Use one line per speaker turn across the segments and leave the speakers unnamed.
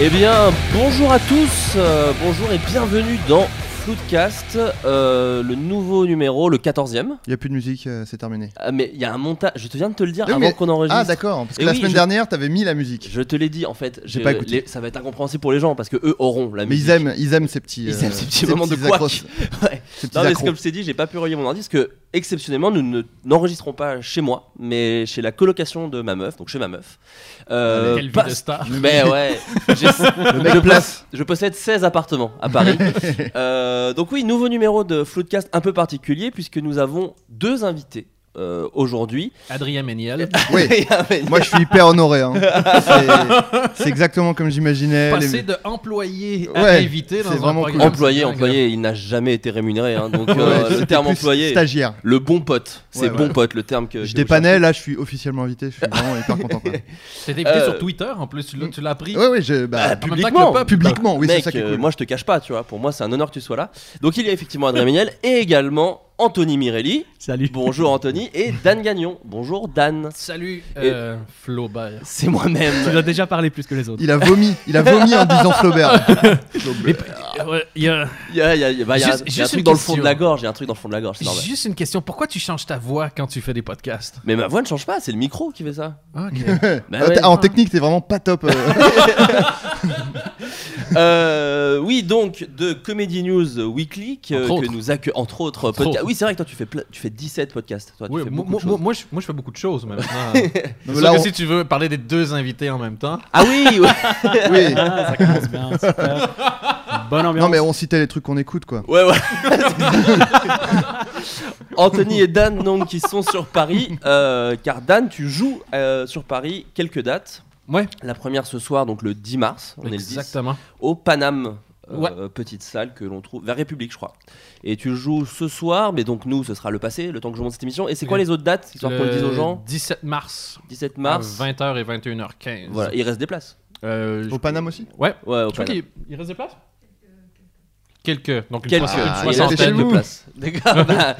Eh bien, bonjour à tous, euh, bonjour et bienvenue dans Floodcast, euh, le nouveau numéro, le 14e.
Il n'y a plus de musique, euh, c'est terminé.
Ah, mais il y a un montage, je te viens de te le dire
Oui,
avant
mais-
qu'on enregistre.
Ah d'accord, parce que
Et
la
oui,
semaine
je-
dernière, t'avais mis la musique.
Je te l'ai dit en fait,
J'ai
je-
pas écouté.
les- ça va être incompréhensible pour les gens parce que eux auront la
Mais
musique.
ils aiment, ils aiment ces petits,
Ils aiment ces petits moments de
accros-
couac. Ouais.
ces petits
Non mais
accros.
comme je t'ai dit, j'ai pas pu relier mon ordi parce que exceptionnellement nous ne- n'enregistrons pas chez moi, mais chez la colocation de ma meuf, donc chez ma meuf. Euh,
Ah, Quelle
pas-
vie de star
Mais ouais, j'ai-
Le mec
je,
place.
je possède 16 appartements à Paris. Euh, donc oui, nouveau numéro de Floodcast un peu particulier puisque nous avons deux invités euh, aujourd'hui.
Adrien Méniel.
Oui.
Et un mec-
Moi, je suis hyper honoré. hein. C'est- C'est exactement comme j'imaginais.
Passé
les-
de employé à
Ouais,
invité dans
c'est
un
vraiment
programme.
cool.
employé,
C'est dingue.
employé, il n'a jamais été rémunéré. hein, donc
Ouais,
euh, le
j'étais
terme
plus
employé,
Stagiaire.
le bon pote, c'est
Ouais,
bon
ouais.
pote le terme que
Je
que vous
dépannais, là, je suis officiellement invité. Je suis vraiment hyper content. quoi.
T'es invité
Euh,
sur Twitter en plus, tu l'as- tu l'as appris.
Ouais, ouais, je, bah,
Ah,
En même temps que
publiquement.
le peuple.
publiquement, oui, c'est
Mec,
ça qui est
euh,
cool.
moi je te cache pas, tu vois. Pour moi, c'est un honneur que tu sois là. Donc il y a effectivement Adrien Méniel et également Anthony Mirelli.
Salut.
Bonjour Anthony et Dan Gagnon. Bonjour Dan.
Salut euh, Flaubert.
C'est moi-même.
Tu dois déjà parler plus que les autres.
Il a vomi, il a vomi en disant Flaubert.
Ah, Il y a, il y a- il y a- bah, il y a-
Juste-
il y a un
juste
truc
une
dans le fond de
question.
la gorge. Il y a un truc dans le fond de la gorge, c'est normal.
Juste une question, pourquoi tu changes ta voix quand tu fais des podcasts
Mais ma voix ne change pas, c'est le micro qui fait ça. Bah
Ah,
ouais.
t'as- En technique, t'es vraiment pas top. euh.
Euh, oui, donc de Comedy News Weekly que,
Entre
que
autres.
nous accueille entre autres.
Entre
podcasts.
autres.
Oui, c'est vrai que toi tu fais pla- tu fais 17 podcasts. Toi, tu
Oui,
fais
moi,
beaucoup de
moi-
choses.
moi, je, moi, je fais beaucoup de choses mais maintenant.
Non,
Sauf
mais là,
que
on-
si tu veux parler des deux invités en même temps,
Ah oui, oui.
oui.
Ah, ça commence bien. Super. Bonne ambiance.
Non, mais on citait les trucs qu'on écoute, quoi.
Ouais, ouais. Anthony et Dan, donc, qui sont sur Paris. euh, car Dan, tu joues euh, sur Paris quelques dates.
Ouais.
La première ce soir, donc le 10 mars. On est le 10.
exactement.
Au Paname. euh,
Ouais.
Petite salle que l'on trouve vers République, je crois. Et tu joues ce soir, mais donc nous, ce sera le passé, le temps que je monte cette émission. Et c'est quoi
Oui.
les autres dates, histoire qu'on le dise aux gens
17 mars,
17 mars.
20h et 21h15.
Voilà, il reste des places.
Euh,
Au
je-
Paname aussi
Ouais,
Ouais, au
Je crois
Paname.
qu'il il reste des places Quelques. Donc une,
Quelques, Ah,
soix- une
il reste
soixantaine
quelques
vous.
places. D'accord, bah,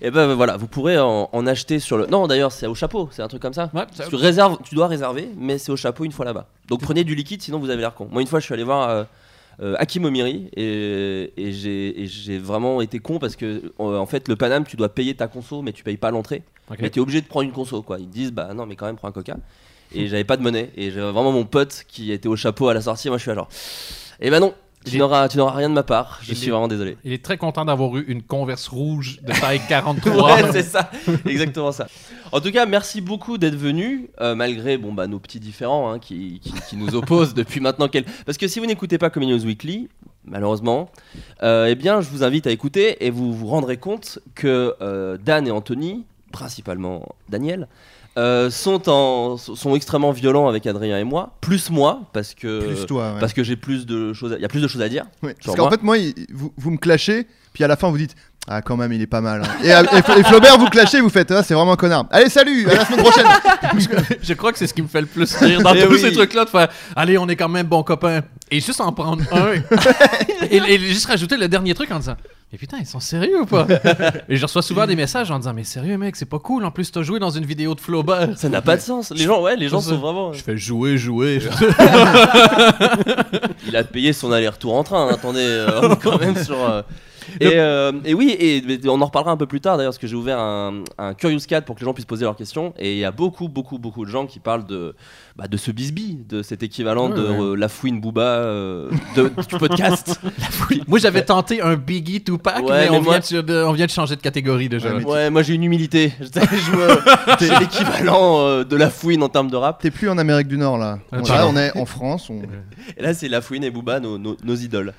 et ben voilà, vous pourrez en, en acheter sur le. Non, d'ailleurs, c'est au chapeau, c'est un truc comme ça.
Ouais, ça-
Tu, réserves, tu dois réserver, mais c'est au chapeau une fois là-bas. Donc prenez du liquide, sinon vous avez l'air con. Moi, une fois, je suis allé voir euh, euh, Hakim Omiri et, et j'ai- et j'ai vraiment été con parce que, euh, en fait, le Paname, tu dois payer ta conso, mais tu payes pas l'entrée.
Ok.
Mais tu es obligé de prendre une conso, quoi. Ils te disent, bah non, mais quand même, prends un coca. Et j'avais pas de monnaie. Et j'avais vraiment mon pote qui était au chapeau à la sortie. Moi, je suis là, genre, eh ben non, tu
J'ai-
n'auras tu n'auras rien de ma part. Je
Il
suis
est-
vraiment désolé.
Il est très content d'avoir eu une converse rouge de taille 43.
Ouais, c'est ça, exactement ça. En tout cas, merci beaucoup d'être venu, euh, malgré bon, bah, nos petits différends hein, qui, qui- qui nous opposent depuis maintenant. quel- Parce que si vous n'écoutez pas Comedy News Weekly, malheureusement, euh, eh bien, je vous invite à écouter et vous vous rendrez compte que euh, Dan et Anthony, principalement Daniel, euh, sont, en, sont extrêmement violents avec Adrien et moi, plus moi, parce que,
Plus toi, ouais.
parce que j'ai plus de choses, à- il y a plus de choses à dire.
Ouais,
Genre
Parce qu'en
Euh, moi.
fait, moi, il- vous, vous me clashez, puis à la fin, vous dites Ah, quand même, il est pas mal. hein. Et, et- et Flaubert, vous clashez, vous faites Ah, c'est vraiment un connard. Allez, salut, à la semaine prochaine.
Je crois que c'est ce qui me fait le plus rire dans
Eh
tous
oui.
ces trucs-là de faire Allez, on est quand même bons copains. Et juste en prendre un. et, et juste rajouter le dernier truc en disant Mais putain, ils sont sérieux ou pas Et je reçois souvent des messages en disant Mais sérieux, mec, c'est pas cool. En plus, t'as joué dans une vidéo de Flaubert.
Ça n'a pas de sens. Les gens, ouais, les gens
Je-
sont vraiment.
Je fais jouer, jouer.
Il a payé son aller-retour en train. hein. Attendez, euh, on est quand même sur. euh, Et, euh, et oui, et mais on en reparlera un peu plus tard d'ailleurs, parce que j'ai ouvert un, un Curious Cat pour que les gens puissent poser leurs questions. Et il y a beaucoup, beaucoup, beaucoup de gens qui parlent de, bah, de ce bisbee, de cet équivalent
Ouais,
de
ouais.
euh, la fouine Booba euh, de, du podcast.
Moi, j'avais tenté un Biggie Tupac,
Ouais,
mais,
mais
on,
moi-
vient de, on vient de changer de catégorie déjà.
Ouais, mais-
Ouais, moi j'ai une humilité. Je- je me- C'est l'équivalent euh, de la fouine en termes de rap.
T'es plus en Amérique du Nord, là. On-
Ah,
là,
pardon.
on est en France. on-
Et là, c'est la fouine et Booba, nos, nos- nos idoles.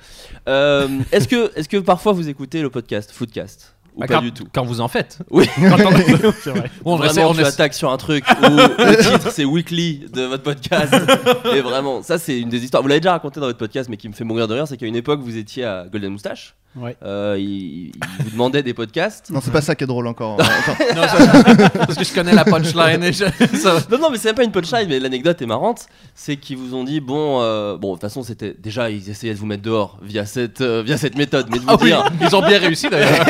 Euh, est-ce, que, est-ce que parfois vous écoutez le podcast, Foodcast Ou
Bah,
pas
quand-
du tout
Quand vous en faites.
Oui.
Quand on-
C'est vrai.
on
vraiment,
essaie- on
tu
essaie-
attaques sur un truc où le titre c'est Weekly de votre podcast. Et vraiment, ça c'est une des histoires. Vous l'avez déjà raconté dans votre podcast, mais qui me fait mourir de rire, c'est qu'à une époque vous étiez à Golden Moustache.
Ouais.
Euh, il, il vous demandait des podcasts.
Non, c'est pas ça qui est drôle encore. Enfin,
Non, ça- parce que je connais la punchline. et je- ça-
Non, non, mais c'est même pas une punchline, mais l'anecdote est marrante. C'est qu'ils vous ont dit, bon, euh, bon, de toute façon, c'était déjà, ils essayaient de vous mettre dehors via cette, euh, via cette méthode, mais de vous
Ah oui,
dire,
ils ont bien réussi d'ailleurs.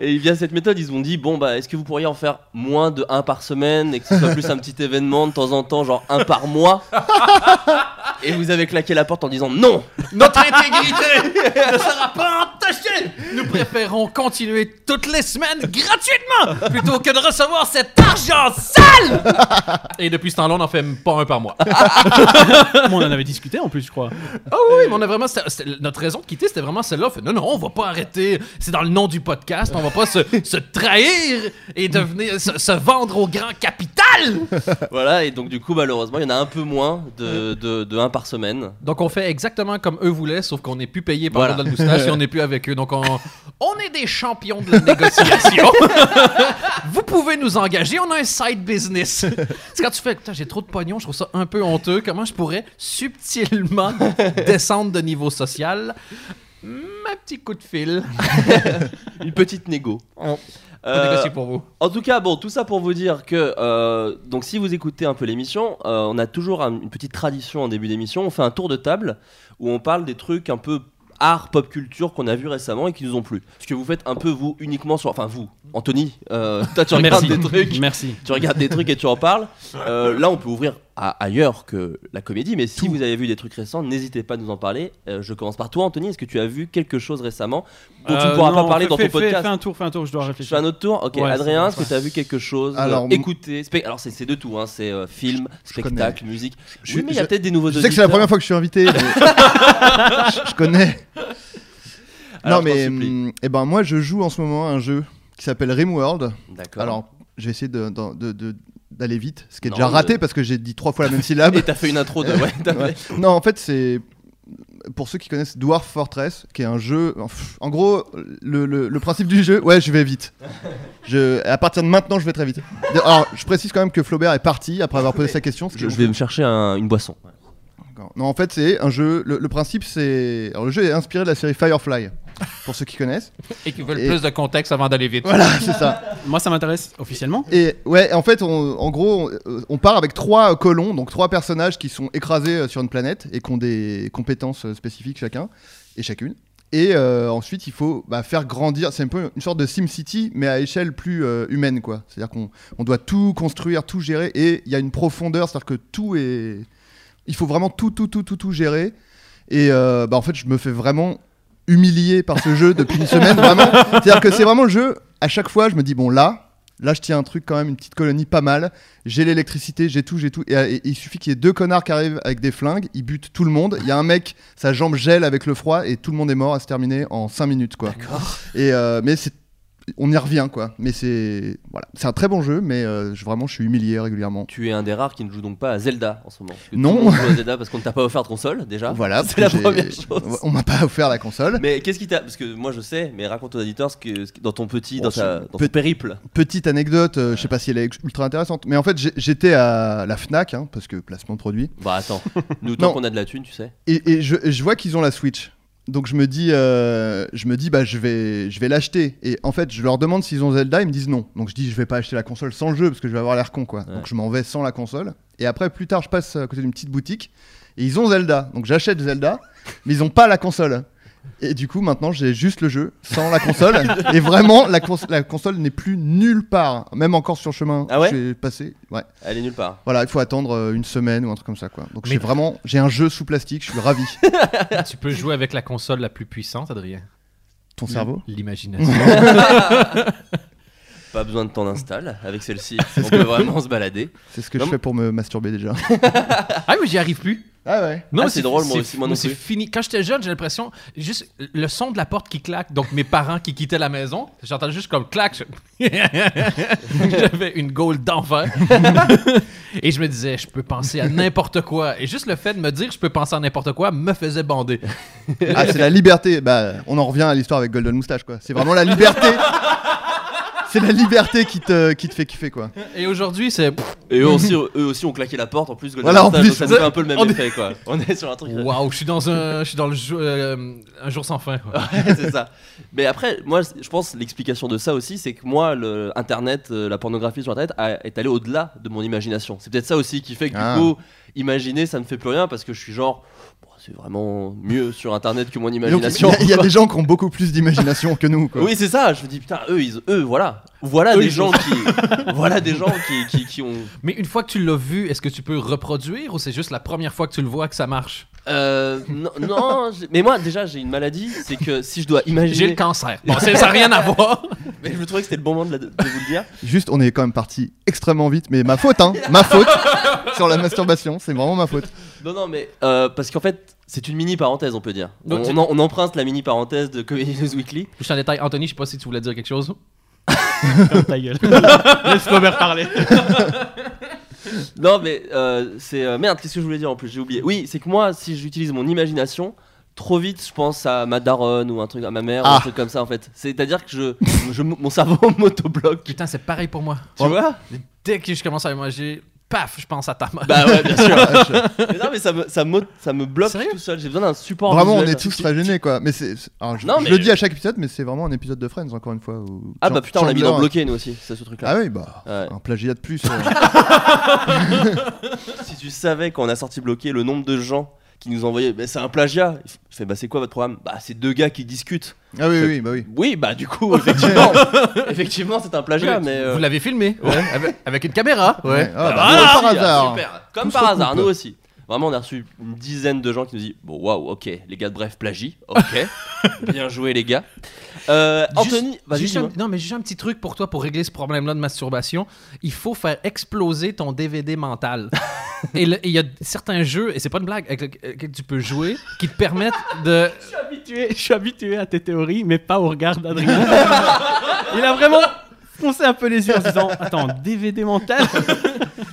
Et via cette méthode, ils ont dit bon bah est-ce que vous pourriez en faire moins de un par semaine et que ce soit plus un petit événement de temps en temps, genre un par mois Et vous avez claqué la porte en disant non
Notre intégrité ne sera pas entachée. Nous préférons continuer toutes les semaines gratuitement plutôt que de recevoir cet argent sale. Et depuis ce temps-là, on n'en fait même pas un par mois.
Bon, on en avait discuté en plus, je crois.
Ah oui, oui, mais on a vraiment c'était- c'était- notre raison de quitter, c'était vraiment celle-là. On fait, non, non, on va pas arrêter. C'est dans le nom du podcast. On va pas se, se trahir et devenir se, se vendre au grand capital.
Voilà, et donc du coup, malheureusement, il y en a un peu moins de, de, de un par semaine.
Donc on fait exactement comme eux voulaient, sauf qu'on n'est plus payé par
Voilà.
Donald Moustache et on n'est plus avec eux. Donc on, on est des champions de la négociation. Vous pouvez nous engager, on a un side business. C'est quand tu fais, putain, j'ai trop de pognon, je trouve ça un peu honteux. Comment je pourrais subtilement descendre de niveau social? Hmm, Un petit coup de fil.
Une petite négo.
On, on
Euh,
négocie pour vous.
En tout cas, bon, tout ça pour vous dire que euh, donc si vous écoutez un peu l'émission, euh, on a toujours un- une petite tradition en début d'émission. On fait un tour de table où on parle des trucs un peu art, pop culture qu'on a vu récemment et qui nous ont plu. Ce que vous faites un peu vous uniquement sur, enfin vous, Anthony, euh, toi tu regardes
Merci.
des trucs,
Merci.
tu regardes des trucs et tu en parles. Euh, là, on peut ouvrir à- ailleurs que la comédie, mais si vous avez vu des trucs récents, n'hésitez pas à nous en parler. Euh, je commence par toi, Anthony. Est-ce que tu as vu quelque chose récemment dont tu ne
Euh,
pourras pas
non,
parler
fais-
dans
fais-
ton podcast
Fais un tour, fais un tour, je dois
je fais
réfléchir.
un autre tour. Ok,
Ouais,
Adrien, est-ce
c'est-
que tu as vu quelque chose
Alors,
Alors,
m-
écouter spec- Alors, c'est c'est de tout, hein, c'est euh, film,
Je connais.
spectacle, musique.
Je-
Oui, mais il y a
je-
peut-être des nouveaux
Je sais que c'est la
auditeurs.
première fois que je suis invité. mais- je, je connais.
Alors,
non
je t'en
mais
supplie.
hum, eh ben moi je joue en ce moment à un jeu qui s'appelle Rimworld.
D'accord.
Alors je vais essayer de- d'en- de- de- d'aller vite, ce qui est
Non,
déjà
mais-
raté parce que j'ai dit trois fois la même syllabe.
Et Ah, t'as fait une intro de. Ouais, t'as
ah, Ouais.
fait-
Non en fait c'est pour ceux qui connaissent Dwarf Fortress, qui est un jeu. En gros le, le- le principe du jeu, ouais je vais vite. Je, à partir de maintenant je vais très vite. Alors je précise quand même que Flaubert est parti après avoir posé sa question.
Je, je vais me chercher un- une boisson.
D'accord. Non, en fait, c'est un jeu. Le, le principe, c'est. Alors, le jeu est inspiré de la série Firefly, pour ceux qui connaissent.
Et qui veulent
et-
plus de contexte avant d'aller vite.
Voilà, c'est ça.
Moi, ça m'intéresse officiellement.
Et ouais, en fait, on- en gros, on, euh, on part avec trois euh, colons, donc trois personnages qui sont écrasés euh, sur une planète et qui ont des compétences euh, spécifiques chacun et chacune. Et euh, ensuite, il faut bah, faire grandir. C'est un peu une sorte de SimCity, mais à échelle plus euh, humaine, quoi. C'est-à-dire qu'on on doit tout construire, tout gérer, et il y a une profondeur, c'est-à-dire que tout est. Il faut vraiment tout, tout, tout, tout, tout gérer. Et euh, bah, en fait, je me fais vraiment humilier par ce jeu depuis une semaine, vraiment. C'est-à-dire que c'est vraiment le jeu, à chaque fois, je me dis, bon, là, là, je tiens un truc quand même, une petite colonie pas mal. J'ai l'électricité, j'ai tout, j'ai tout. Et, et- et il suffit qu'il y ait deux connards qui arrivent avec des flingues, ils butent tout le monde. Il y a un mec, sa jambe gèle avec le froid, et tout le monde est mort à se terminer en 5 minutes, quoi. Et euh, mais c'est. On y revient quoi, mais c'est voilà, c'est un très bon jeu, mais euh, je, vraiment je suis humilié régulièrement.
Tu es un des rares qui ne joue donc pas à Zelda en ce moment. Parce que
Non.
tout le monde joue à Zelda parce qu'on ne t'a pas offert de console déjà.
Voilà,
c'est la
parce que
première
j'ai-
chose.
On m'a pas offert la console.
Mais qu'est-ce qui t'a. Parce que moi je sais, mais raconte aux auditeurs ce que, ce que- dans ton petit.
Bon,
dans ta,
c'est-
dans ton périple.
Petite anecdote, euh, je sais pas si elle est ultra intéressante, mais en fait j'ai- j'étais à la Fnac, hein, parce que placement de produit,
Bah attends, nous tant
Non.
qu'on a de la thune, tu sais.
et, et je, je vois qu'ils ont la Switch. Donc je me dis, euh, je me dis bah je vais, je vais l'acheter. Et en fait je leur demande s'ils ont Zelda, ils me disent non. Donc je dis je vais pas acheter la console sans le jeu parce que je vais avoir l'air con quoi.
Ouais.
Donc je m'en vais sans la console. Et après plus tard je passe à côté d'une petite boutique et ils ont Zelda. Donc j'achète Zelda, mais ils ont pas la console. Et du coup maintenant j'ai juste le jeu sans la console. et vraiment la, cons- la console n'est plus nulle part, même encore sur le chemin.
Ah ouais
je suis passé. Ouais.
Elle est nulle part.
Voilà, il faut attendre euh, une semaine ou un truc comme ça quoi. Donc
Mais-
j'ai vraiment, j'ai un jeu sous plastique, je suis ravi.
Tu peux jouer avec la console la plus puissante, Adrien.
Ton
Mm.
cerveau
L'imagination.
Pas besoin de t'en installer avec celle-ci. On peut vraiment se balader.
C'est ce que
Non,
je
mais-
fais pour me masturber déjà.
ah mais j'y arrive plus.
ah ouais
Ah,
mais
c'est drôle, moi aussi, moi non
c'est
plus.
fini. Quand j'étais jeune, j'ai l'impression, juste le son de la porte qui claque, donc mes parents qui quittaient la maison, j'entendais juste comme clac. je- J'avais une gaule d'enfer. et je me disais, je peux penser à n'importe quoi. Et juste le fait de me dire, je peux penser à n'importe quoi, me faisait bander.
Ah, c'est la liberté. Bah, on en revient à l'histoire avec Golden Moustache, quoi. C'est vraiment la liberté. c'est la liberté qui te, qui te fait kiffer, quoi.
Et aujourd'hui, c'est. pff,
Et eux aussi, eux aussi ont claqué la porte en plus. Golden
Voilà, en
Moustache,
plus,
donc ça nous
vous
fait un peu le même
on est-
effet quoi. On est sur un truc.
Waouh, je suis dans un. Je suis dans le jou- euh, un jour sans fin. quoi.
Ouais, c'est ça. Mais après, moi, je pense l'explication de ça aussi, c'est que moi, le Internet, euh, la pornographie sur Internet a- est allée au-delà de mon imagination. C'est peut-être ça aussi qui fait que
Ah.
du coup, imaginer, ça ne fait plus rien parce que je suis genre. bon, c'est vraiment mieux sur internet que mon
Et donc, Il y
imagination.
a- il y, a
quoi.
des gens qui ont beaucoup plus d'imagination que nous. Quoi.
Oui, c'est ça. Je me dis putain, eux, ils, eux, voilà, voilà
Eux,
des
ils
gens qui, voilà des gens qui, qui, qui ont.
Mais une fois que tu l'as vu, est-ce que tu peux reproduire ou c'est juste la première fois que tu le vois que ça marche
Euh, non, non, j'ai- mais moi déjà j'ai une maladie, c'est que si je dois
J'ai le
imaginer.
cancer. Bon, c'est- ça n'a rien à voir.
Mais je me trouvais que c'était le bon moment de, la- de vous le dire.
Juste, on est quand même parti extrêmement vite, mais ma faute, hein, ma faute sur la masturbation, c'est vraiment ma faute.
Non, non, mais euh, parce qu'en fait c'est une mini parenthèse, on peut dire.
Donc
on,
tu-
on en- on emprunte la mini parenthèse de Comedy News Weekly.
Juste en détail, Anthony, je sais pas si tu voulais dire quelque chose.
Ferme ta gueule. Laisse Robert parler.
Non, mais euh, c'est euh, merde. Qu'est-ce que je voulais dire en plus J'ai oublié. Oui, c'est que moi si j'utilise mon imagination. Trop vite, je pense à ma daronne ou un truc à ma mère ou
Ah.
un truc comme ça en fait. C'est-à-dire que je, je- mon cerveau m'autobloque. Tu
Putain, c'est pareil pour moi.
vois
Dès que je commence à imaginer, paf, je pense à ta mère.
Bah ouais, bien sûr.
Ah, je-
Mais non, mais ça me, ça me, ça me bloque
Sérieux
tout seul. J'ai besoin d'un support.
Vraiment, on
visuel.
est tous très gênés, quoi. Mais c'est, c'est- alors, je,
Non,
je
mais-
le dis à chaque épisode, mais c'est vraiment un épisode de Friends, encore une fois. où
Ah
Chan-
bah putain, on l'a mis dans
Chandler-
bloqué nous aussi, c'est ce truc-là.
Ah oui, bah,
Ouais.
un plagiat de plus. euh.
Si tu savais quand on a sorti bloqué le nombre de gens qui nous envoyaient, mais c'est un plagiat. Il f- Je fais, bah c'est quoi votre programme Bah c'est deux gars qui discutent.
Ah oui, oui, bah oui.
Oui, bah du coup, effectivement, effectivement c'est un plagiat, mais. euh,
Vous l'avez filmé ouais, avec, avec une caméra. Ouais.
Ah, bah,
voilà,
par
aussi, ah,
hasard.
super. Comme
Tout
par
se
hasard,
recoupe.
nous aussi. Vraiment, on a reçu une dizaine de gens qui nous disent Bon, waouh, ok, les gars de Bref plagie, ok, bien joué les gars. Euh,
Juste-
Anthony, vas-y,
Juste
dis-moi.
un- non, mais juste un petit truc pour toi pour régler ce problème-là de masturbation. Il faut faire exploser ton DVD mental. et le- et il y a certains jeux, et c'est pas une blague, avec lequel- que tu peux jouer qui te permettent de.
Je suis habitué- Je suis habitué à tes théories, mais pas au regard d'Adrien. Il a vraiment foncé un peu les yeux en se disant Attends, DVD mental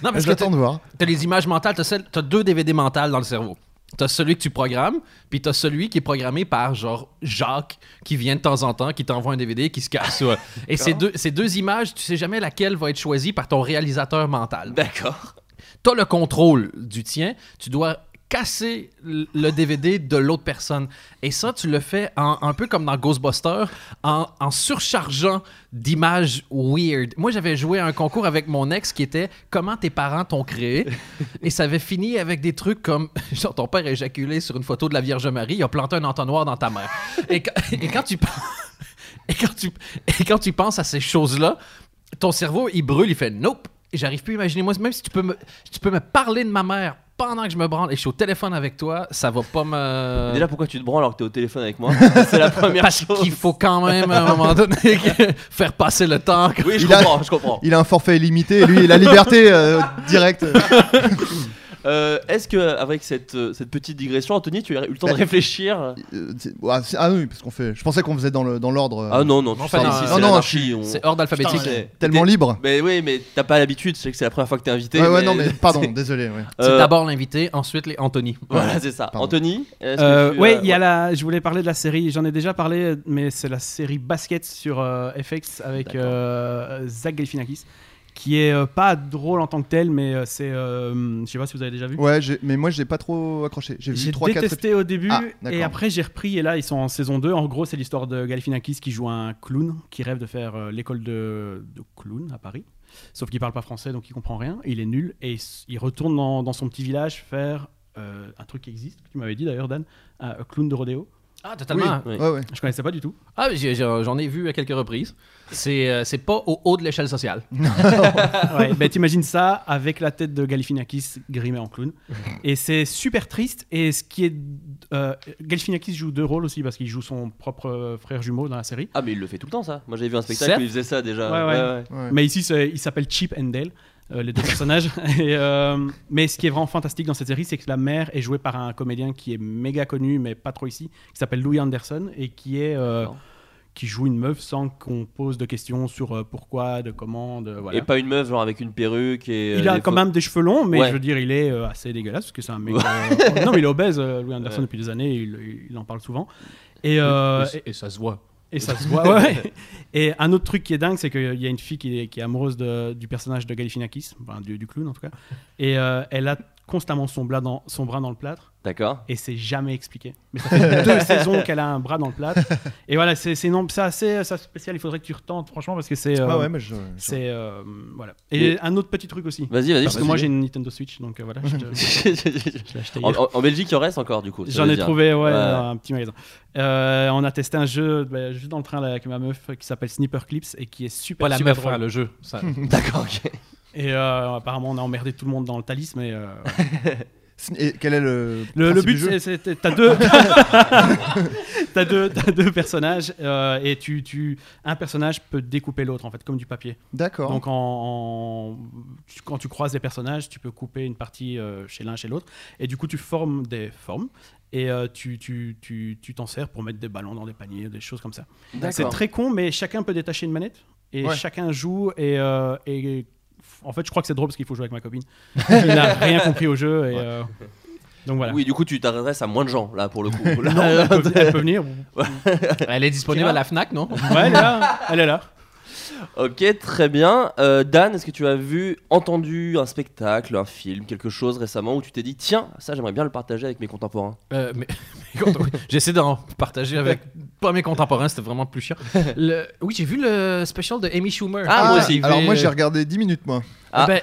Non, parce que t'as
J'attends de voir.
t'as les images mentales, t'as celles- t'as deux DVD mentales dans le cerveau. T'as celui que tu programmes, puis t'as celui qui est programmé par genre Jacques, qui vient de temps en temps, qui t'envoie un DVD, qui se casse. ouais. Et ces deux, ces deux images, tu sais jamais laquelle va être choisie par ton réalisateur mental.
Ben D'accord.
T'as le contrôle du tien, tu dois casser l- le DVD de l'autre personne. Et ça, tu le fais en- un peu comme dans Ghostbusters, en, en surchargeant d'images weird. Moi, j'avais joué à un concours avec mon ex qui était « Comment tes parents t'ont créé? » Et ça avait fini avec des trucs comme « Genre, ton père a éjaculé sur une photo de la Vierge Marie, il a planté un entonnoir dans ta mère. » Et quand- et quand tu penses- et quand tu et quand tu penses à ces choses-là, ton cerveau, il brûle, il fait Nope, j'arrive plus à imaginer. Moi, même si tu peux, me, si tu peux me parler de ma mère pendant que je me branle et que je suis au téléphone avec toi, ça va pas me.
Euh, Déjà, pourquoi tu te branles alors que t'es au téléphone avec moi C'est la première
Parce
chose.
qu'il faut quand même, à un moment donné, que- faire passer le temps.
Oui, je
Il a-
comprends, je comprends.
Il a un forfait illimité, et lui, la liberté euh, directe.
Euh, Est-ce que avec cette, euh, cette petite digression, Anthony, tu as eu le temps de
Bah,
réfléchir
Euh, c'est- ah, c'est- ah oui, parce qu'on fait. Je pensais qu'on faisait dans le dans l'ordre. euh,
Ah non, non, tu
non,
sors
pas
d'ici,
dans-
c'est
non, non,
l'anarchie, on-
C'est hors d'alphabétique.
Putain, ouais.
Tellement
t'es-
libre.
Mais oui, mais t'as pas l'habitude, je sais que c'est la première fois que t'es invité.
Ouais, ouais, non, mais pardon, désolé. ouais.
C'est
Euh,
d'abord l'invité, ensuite les Anthony.
Voilà, c'est ça.
Pardon.
Anthony est-ce que
Euh,
tu,
ouais,
euh,
il y a la. Je voulais parler de la série. J'en ai déjà parlé, mais c'est la série basket sur euh, FX avec
D'accord.
euh, Zach Galifianakis, qui est euh, pas drôle en tant que tel, mais euh, c'est. euh, je sais pas si vous avez déjà vu.
Ouais, j'ai- mais moi j'ai pas trop accroché. J'ai vu
J'ai
3 4
détesté au début
Ah,
et
d'accord.
après j'ai repris et là ils sont en saison 2. En gros c'est l'histoire de Galifinakis qui joue un clown qui rêve de faire euh, l'école de, de clown à Paris. Sauf qu'il parle pas français donc il comprend rien, il est nul et il s- il retourne dans, dans son petit village faire euh, un truc qui existe, que tu m'avais dit d'ailleurs Dan, un un clown de rodéo.
Ah, totalement.
Oui.
Ouais, ouais.
Je connaissais pas du tout.
Ah, j'ai- j'ai- j'en ai vu à quelques reprises. C'est euh, c'est pas au haut de l'échelle sociale.
Ouais, bah, t'imagines ça avec la tête de Galifinakis grimé en clown. Et c'est super triste. Et ce qui est. euh, Galifinakis joue deux rôles aussi parce qu'il joue son propre euh, frère jumeau dans la série.
Ah, mais il le fait tout le temps, ça. Moi, j'avais vu un spectacle
Seth
où il faisait ça déjà.
Ouais, ouais.
ouais.
Mais ici, c'est- ils s'appellent Chip and Dale, euh, les deux personnages. Et, euh, mais ce qui est vraiment fantastique dans cette série, c'est que la mère est jouée par un comédien qui est méga connu, mais pas trop ici, qui s'appelle Louis Anderson et qui est. euh,
D'accord.
qui joue une meuf sans qu'on pose de questions sur euh, pourquoi, de comment, de voilà.
Et pas une meuf, genre avec une perruque et. euh,
il a
des
quand
faux-
même des cheveux longs, mais
Ouais.
je veux dire, il est euh, assez dégueulasse parce que c'est un mec. euh, non, mais il est obèse, euh, Louis Anderson,
Ouais.
depuis des années, il, il en parle souvent. Et, euh,
et, et ça se voit.
et ça se voit, ouais. Et un autre truc qui est dingue, c'est qu'il y a une fille qui est, qui est amoureuse de- du personnage de Galifinakis, enfin, du, du clown en tout cas, et euh, elle a constamment son, blas dans, son bras dans le plâtre
D'accord.
et c'est jamais expliqué. Mais ça fait deux saisons qu'elle a un bras dans le plâtre. Et voilà, c'est c'est non- c'est assez, c'est assez spécial. Il faudrait que tu retentes, franchement, parce que c'est. euh,
Ah ouais, mais je. je-
c'est euh, voilà. Et,
Et-
un autre petit truc aussi.
Vas-y, vas-y.
Parce que
Ah, vas-y.
moi j'ai une Nintendo Switch, donc euh, voilà. je te- je l'ai acheté
en,
hier.
en- en Belgique, il en reste encore du coup. ça
J'en
veut
ai
dire.
trouvé, ouais,
Ouais.
dans un petit magasin. Euh, on a testé un jeu bah, juste dans le train là, avec ma meuf qui s'appelle Sniper Clips et qui est super
Pas la
super
meuf,
drôle.
hein, le jeu. Ça...
D'accord, ok.
Et euh, apparemment, on a emmerdé tout le monde dans le Thalys, mais euh,
Et quel est le.
le, le
principe
but,
du jeu
c'est- c'est t'as deux, t'as deux, t'as deux personnages euh, et tu, tu, un personnage peut découper l'autre en fait, comme du papier.
D'accord.
Donc en, en- tu- quand tu croises des personnages, tu peux couper une partie euh, chez l'un, chez l'autre, et du coup tu formes des formes. Et euh, tu tu- tu- tu t'en sers pour mettre des ballons dans des paniers, des choses comme ça. C'est
D'accord.
très con, mais chacun peut détacher une manette et
Ouais.
chacun joue. Et, euh, et- en fait, je crois que c'est drôle parce qu'il faut jouer avec ma copine. Il n'a rien compris au jeu. Et,
Ouais.
euh, donc voilà.
Oui, du coup, tu t'adresses à moins de gens là pour le coup. Là,
Non, elle, peut, elle peut venir.
Elle est disponible à la Fnac, non
Ouais, elle est là. Elle est là.
Ok, très bien. Euh, Dan, est-ce que tu as vu, entendu un spectacle, un film, quelque chose récemment où tu t'es dit tiens, ça j'aimerais bien le partager avec mes contemporains
Euh, mais, mais quand- oui, j'essaie d'en partager avec pas mes contemporains, c'était vraiment plus chiant. Le- oui, j'ai vu le special de Amy Schumer. euh,
Ah, moi aussi.
Alors moi j'ai regardé 10 minutes moi.
Ah.
Ben,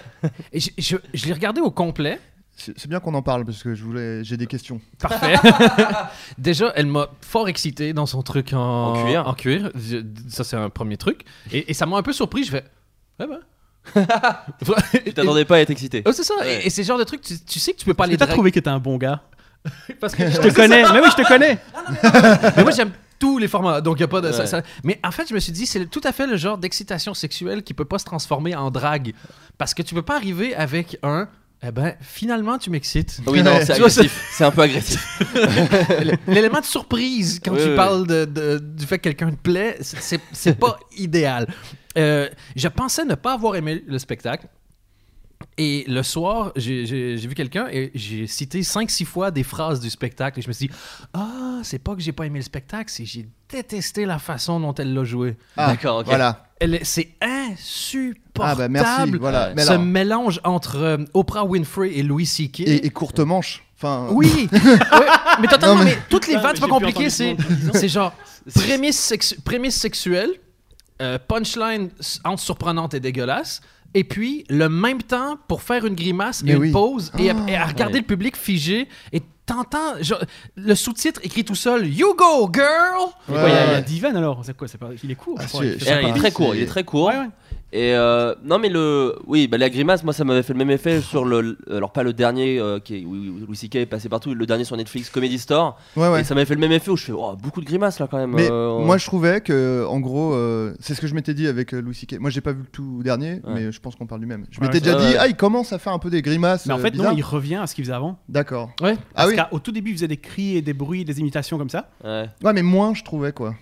et je, je- je l'ai regardé au complet.
C'est c'est bien qu'on en parle parce que je voulais, j'ai des questions.
Parfait. Déjà, elle m'a fort excité dans son truc en,
En cuir.
cuir. Je- ça, c'est un premier truc. Et, et ça m'a un peu surpris. Je fais. Ouais, ben.
Tu t'attendais pas à être excité.
Oh, c'est ça.
Ouais.
Et, et c'est le genre de truc, tu, tu sais que tu peux pas
Parce que
les
t'as
draguer.
trouvé que t'es un bon gars.
Parce que
Je te connais. Mais oui, je te connais.
Mais moi, j'aime tous les formats. Donc, y a pas de. ça-
Ouais.
ça- Mais en fait, je me suis dit, c'est tout à fait le genre d'excitation sexuelle qui peut pas se transformer en drague. Parce que tu peux pas arriver avec un. Eh ben, finalement, tu m'excites.
Ah Oui, non, c'est
Tu vois,
agressif. C'est un peu agressif.
L'élément de surprise quand
Oui,
tu
oui.
parles de- de- du fait que quelqu'un te plaît, c'est- c'est c'est pas idéal. Euh, je pensais ne pas avoir aimé le spectacle. Et le soir, j'ai j'ai- j'ai vu quelqu'un et j'ai cité 5-6 fois des phrases du spectacle. Et je me suis dit, ah, c'est pas que j'ai pas aimé le spectacle, c'est que j'ai détesté la façon dont elle l'a joué.
Ah,
D'accord, ok.
Voilà.
Elle est- C'est insupportable.
Ah bah Ah, merci. Voilà. Mais
Ce
alors,
mélange entre euh, Oprah Winfrey et Louis C.K.
et, et courte manche. Enfin.
Oui, ouais, mais totalement,
Non, mais-
mais... toutes les
Putain,
vannes,
Ah, mais
c'est pas
j'ai plus
compliqué,
entendu
c'est
ce nom.
c'est genre prémisse, sexu- prémisse sexuelle, euh, punchline s- entre surprenante et dégueulasse, et puis le même temps pour faire une grimace
Mais
et
oui.
une pause et, à-
Ah.
et à regarder
Ouais.
le public figé et t'entends genre, le sous-titre écrit tout seul You go girl
Ouais,
Quoi, Il y a- il y a
ouais.
10 vannes alors. C'est quoi C'est pas. Il est court.
Ah,
je
si,
crois, il fait
je
Eh,
sais
ça.
il est
pas.
très court, il est
C'est-
très court.
Ouais, ouais.
Et euh, non, mais le. Oui, bah, la grimace, moi, ça m'avait fait le même effet sur le. Alors, pas le dernier, euh, qui est... où- où Louis C.K. est passé partout, le dernier sur Netflix, Comedy Store.
Ouais ouais.
Et ça m'avait fait le même effet où je fais oh, beaucoup de grimaces là quand même.
Mais
euh,
moi je trouvais que en gros euh, c'est ce que je m'étais dit avec euh, Louis C.K. Moi j'ai pas vu le tout dernier
Ouais.
mais je pense qu'on parle du même. Je
Ouais,
m'étais
ouais.
déjà
Ouais,
dit
ouais.
ah il commence à faire un peu des grimaces.
Mais en
euh,
fait, non,
bizarres.
il revient à ce qu'il faisait avant.
D'accord.
Ouais.
Ah oui.
Parce qu'au tout début, il faisait des cris et des bruits, des imitations comme ça.
ouais.
Ouais mais moins je trouvais quoi.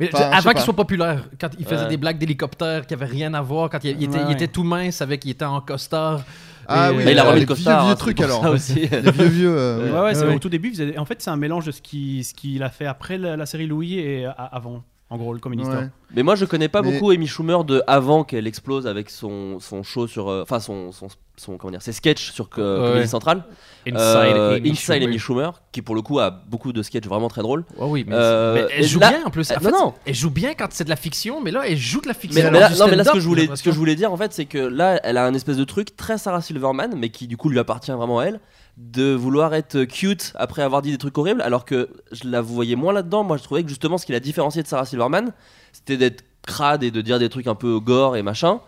Mais
Enfin, je sais
avant
pas.
qu'il soit populaire, quand il faisait
Ouais.
des blagues d'hélicoptère qui avaient rien à voir, quand il, il était,
Ouais,
il
ouais.
était tout mince avec qu'il était en costard.
Ah
Et-
oui.
Mais il a
euh,
remis le
les
costard.
Vieux,
hein,
vieux
c'est
trucs
pour
alors.
Ça aussi.
Les vieux vieux. euh,
Ouais, ouais, c'est
Ouais.
au tout début. il faisait- En fait, c'est un mélange de ce qui, ce qu'il a fait après la, la série Louis et euh, a- avant, en gros, le Comedy
ouais.
Store.
Mais moi, je connais pas
Mais-
beaucoup Amy Schumer de avant qu'elle explose avec son, son show sur. euh, Enfin, son, son, son- Comment dire Ses sketchs sur que,
Ouais.
Comédie Centrale. Euh, Inside Amy Schumer, qui pour le coup a beaucoup de sketchs vraiment très drôles.
Oh oui, mais,
Euh,
mais elle
et
joue
là-
bien en plus. En
Euh,
fait,
non, non.
Elle joue bien quand c'est de la fiction, mais là, elle joue de la fiction.
Mais, mais
dans
là,
du
non, mais là, ce
stand-up,
que je voulais,
j'ai
ce que je voulais dire en fait, c'est que là, elle a un espèce de truc très Sarah Silverman, mais qui du coup lui appartient vraiment à elle, de vouloir être cute après avoir dit des trucs horribles, alors que je la voyais moins là-dedans. Moi, je trouvais que justement, ce qui la différenciait de Sarah Silverman, c'était d'être crade et de dire des trucs un peu gore et machin,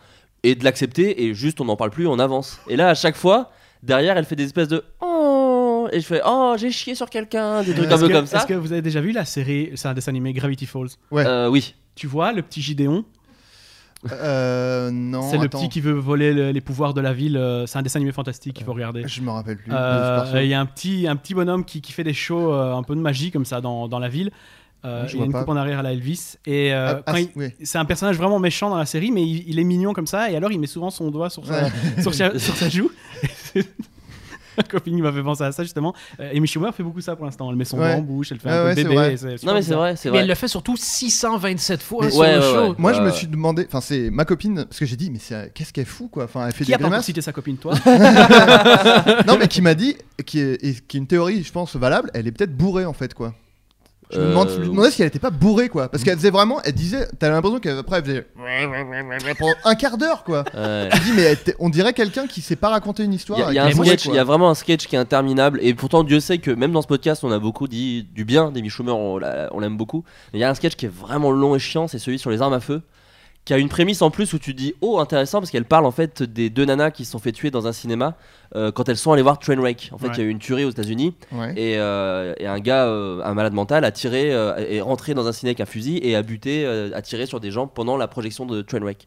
et de l'accepter et juste on n'en parle plus, on avance. Et là, à chaque fois, derrière, elle fait des espèces de oh et je fais oh j'ai chié sur quelqu'un, des trucs un
Est-ce
peu
que-
comme ça.
Est-ce que vous avez déjà vu la série, c'est un dessin animé Gravity Falls
Euh, oui.
Tu vois, le petit Gideon,
Euh, non.
c'est le
attends.
petit qui veut voler le- les pouvoirs de la ville. euh, C'est un dessin animé fantastique, il faut regarder.
Je me rappelle plus.
Euh,
Je
Il
sais pas.
y a un petit, un petit bonhomme qui, qui fait des shows euh, un peu de magie comme ça dans, dans la ville. Euh,
Je
il y a
vois
une
pas.
coupe en arrière à la Elvis. Et euh,
Ah, ah,
quand il-
oui.
c'est un personnage vraiment méchant dans la série, mais il, il est mignon comme ça. Et alors, il met souvent son doigt sur sa, sur sa- sur sa joue. Coping m'a fait penser à ça justement. Euh, Amy Schumer fait beaucoup ça pour l'instant. Elle met son
Ouais.
doigt en bouche, elle fait
Ouais,
un
ouais,
peu
c'est
bébé.
vrai.
et super
Non, mais c'est
bizarre.
vrai, c'est
Mais
vrai.
elle le fait surtout 627 fois
Mais-
sur
ouais,
le
ouais,
show.
ouais.
Moi, je me
Euh,
suis demandé, enfin, c'est ma copine, parce que j'ai dit, mais c'est, euh, qu'est-ce qu'elle fout, quoi Enfin, elle fait
Qui
des
a pas encore
grimaces.
cité sa copine, toi
Non, mais qui m'a dit, qui est, et qui est une théorie, je pense, valable, elle est peut-être bourrée, en fait, quoi. Je me,
Euh,
demande, je me demandais si elle était pas bourrée, quoi. Parce qu'elle faisait vraiment, elle disait, t'as l'impression qu'après, elle faisait pendant un quart d'heure, quoi.
Ouais.
Je dis, mais elle était- on dirait quelqu'un qui sait pas raconter une
Il
histoire.
y a, il y a
et
un
qui est bourré,
sketch,
quoi.
il y a vraiment un sketch qui est interminable. Et pourtant, Dieu sait que même dans ce podcast, on a beaucoup dit du bien d'Amy Schumer, on l'a- on l'aime beaucoup. Mais il y a un sketch qui est vraiment long et chiant, c'est celui sur les armes à feu. Qui a une prémisse en plus où tu dis oh intéressant parce qu'elle parle en fait des deux nanas qui se sont fait tuer dans un cinéma euh, quand elles sont allées voir Trainwreck. En fait, il
Ouais.
y a eu une tuerie aux États-Unis
Ouais.
et, euh, et un gars, euh, un malade mental, a tiré, euh, est rentré dans un ciné avec un fusil et a buté, euh, a tiré sur des gens pendant la projection de Trainwreck.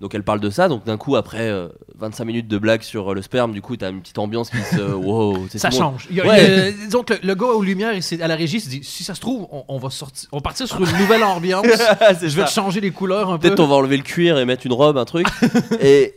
Donc elle parle de ça, donc d'un coup après euh, 25 minutes de blague sur euh, le sperme, du coup t'as une petite ambiance qui se... Wow, c'est
Ça
tout le monde.
change. Il y a-
Ouais.
il y a- disons que le, le gars aux lumières il s'est- à la régie il se dit si ça se trouve, on, on va sortir, on va partir sur une nouvelle ambiance.
C'est
Je vais
ça.
te changer les couleurs un peu.
Peut-être on va enlever le cuir et mettre une robe, un truc. et,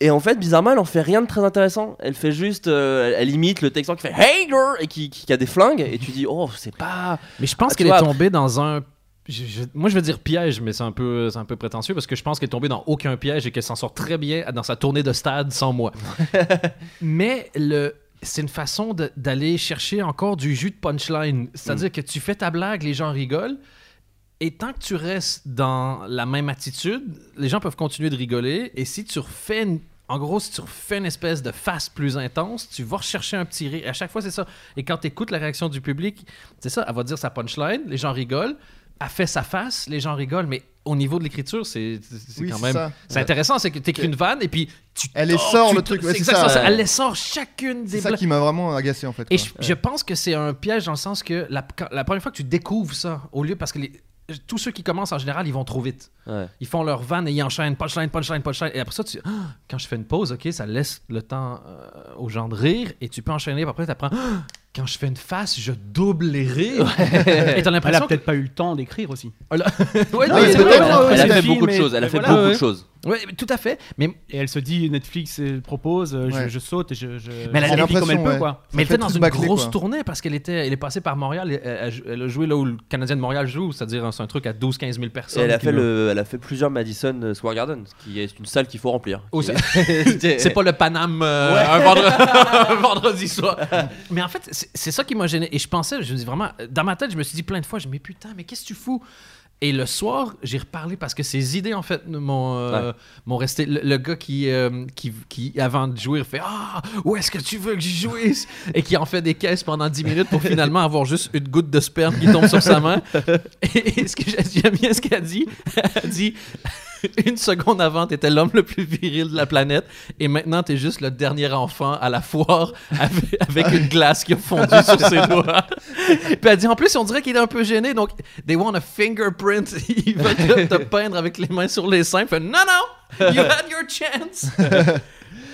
et en fait, bizarrement, elle en fait rien de très intéressant. Elle fait juste, euh, elle- elle imite le texan qui fait Hey girl et qui, qui- qui a des flingues. Et tu dis, oh, c'est pas.
Mais je pense
Ah, tu
qu'elle
vois,
est tombée dans un. je- je- moi, je veux dire piège, mais c'est un, peu, c'est un peu prétentieux parce que je pense qu'elle est tombée dans aucun piège et qu'elle s'en sort très bien dans sa tournée de stade sans moi. mais le. C'est une façon de- d'aller chercher encore du jus de punchline.
Mm.
C'est-à-dire que tu fais ta blague, les gens rigolent, et tant que tu restes dans la même attitude, les gens peuvent continuer de rigoler. Et si tu refais une- En gros, si tu refais une espèce de face plus intense, tu vas rechercher un petit rire. Et À chaque fois, c'est ça. Et quand tu écoutes la réaction du public, c'est ça, elle va dire sa punchline, les gens rigolent. Elle fait sa face, les gens rigolent. Mais au niveau de l'écriture, c'est c'est
Oui,
quand
c'est
même.
ça.
C'est intéressant, c'est que tu écris
Ok.
une vanne et puis tu.
Elle les
tords,
sort,
tu
le
tords.
truc, ouais,
C'est
c'est
exactement
ça,
ça.
ouais.
Elle les sort chacune
C'est
des
ça
blagues.
qui m'a vraiment agacé, en fait.
Et
quoi.
je, je pense que c'est un piège dans le sens que la, quand- la première fois que tu découvres ça, au lieu parce que les- tous ceux qui commencent en général, ils vont trop vite.
Ouais.
Ils font leur van et ils enchaînent punchline, punchline, punchline. Et après ça, tu, Ah! quand je fais une pause, ok, ça laisse le temps euh, aux gens de rire et tu peux enchaîner. Puis après, tu apprends. Quand je fais une face, je double les rires. Et t'as
Elle a
l'impression que.
peut-être pas eu le temps d'écrire aussi.
Ouais,
Non,
mais-
mais
ouais,
peut-être,
ouais,
ouais,
ouais,
ouais,
elle
c'est
a fait
un film,
beaucoup de
mais-
choses. Elle a
mais
fait
voilà,
beaucoup
ouais.
de choses.
ouais, mais tout à fait. Mais,
Et elle se dit Netflix euh, propose, euh, je,
Ouais.
je saute et je. je
Mais elle a
je remplis comme elle
l'impression,
peut
ouais.
quoi.
Ça
mais elle
fait
était dans
truc
une
bâclé,
grosse
quoi.
tournée parce qu'elle était, elle est passée par Montréal. et euh, Elle, elle- elle a joué là où le Canadien de Montréal joue, c'est-à-dire un- c'est un truc à 12-15 000
Et
personnes.
elle a,
qui
fait
le-
le, elle a fait plusieurs Madison euh, Square Garden, ce qui est une salle qu'il faut remplir.
Oh, ça-
c'est
C'est pas le Paname euh, un, vendre- un vendredi soir. Mais en fait, c'est c'est ça qui m'a gêné. Et je pensais, je me dis vraiment, dans ma tête, je me suis dit plein de fois, je me dis, mais putain, mais qu'est-ce que tu fous? Et le soir, j'ai reparlé parce que ces idées, en fait, m'ont euh, m'ont resté. Le, le gars qui, euh, qui, qui, avant de jouer, fait Ah, où est-ce que tu veux que j'y jouisse Et qui en fait des caisses pendant 10 minutes pour finalement avoir juste une goutte de sperme qui tombe sur sa main. Et, et ce que j'ai- j'aime bien ce qu'elle dit, elle dit Une seconde avant, t'étais l'homme le plus viril de la planète, et maintenant t'es juste le dernier enfant à la foire avec, avec une glace qui a fondu sur ses doigts. Puis elle dit En plus, on dirait qu'il est un peu gêné, donc they want a fingerprint. Ils veulent te, te peindre avec les mains sur les seins. Elle Fait, non, non, you had your chance.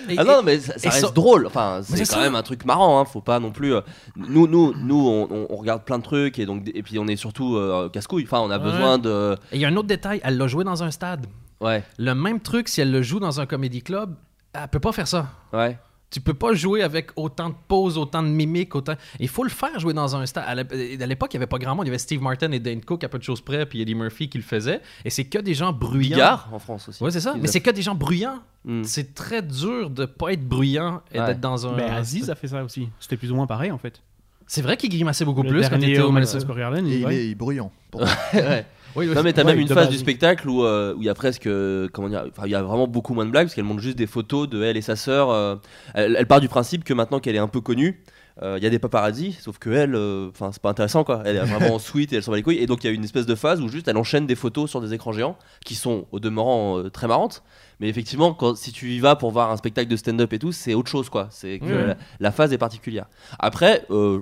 Et-
Ah non, mais ça, ça
et
reste
ça-
drôle. Enfin, c'est
Mais
quand
c'est ça.
même un truc marrant. Hein. Faut pas non plus. euh, Nous, nous, nous, on, on- on regarde plein de trucs et donc et puis on est surtout euh, casse-couille. Enfin, on a
Ouais.
besoin de.
et il y a un autre détail elle l'a joué dans un stade.
Ouais,
Le même truc, si elle le joue dans un comédie club, elle peut pas faire ça.
ouais.
Tu peux pas jouer avec autant de pauses, autant de mimiques, autant. Il faut le faire jouer dans un stade. À l'ép- euh, à l'époque, il y avait pas grand monde. Il y avait Steve Martin et Dane Cook à peu de choses près, puis Eddie Murphy qui le faisaient. Et c'est que des gens bruyants.
Bigard en France aussi.
Ouais, c'est ça.
Il
Mais
a-
c'est que des gens bruyants.
Mm.
C'est très dur de pas être bruyant et
Ouais.
d'être dans un.
Mais Ben, Aziz a fait ça aussi. C'était plus ou moins pareil en fait.
C'est vrai qu'il grimaçait beaucoup
Le
plus quand il
dernier
était au
au
Madison
Madison Square Garden,
Et
il-
il
ouais.
est bruyant. pour-
Ouais.
Oui, oui.
Non mais t'as
Ouais,
même une
de
phase
base,
du
oui.
spectacle où euh, où il y a presque euh, comment dire enfin il y a vraiment beaucoup moins de blagues parce qu'elle montre juste des photos de elle et sa sœur. euh, elle, elle part du principe que maintenant qu'elle est un peu connue, euh, il y a des paparazzis, sauf que elle, euh, enfin c'est pas intéressant quoi. Elle est vraiment sweet et elle s'en bat les couilles. Et donc il y a une espèce de phase où juste elle enchaîne des photos sur des écrans géants qui sont au demeurant euh, très marrantes. Mais effectivement, quand, si tu y vas pour voir un spectacle de stand-up et tout, c'est autre chose quoi. C'est que
Oui, oui.
la, la phase est particulière. Après. euh,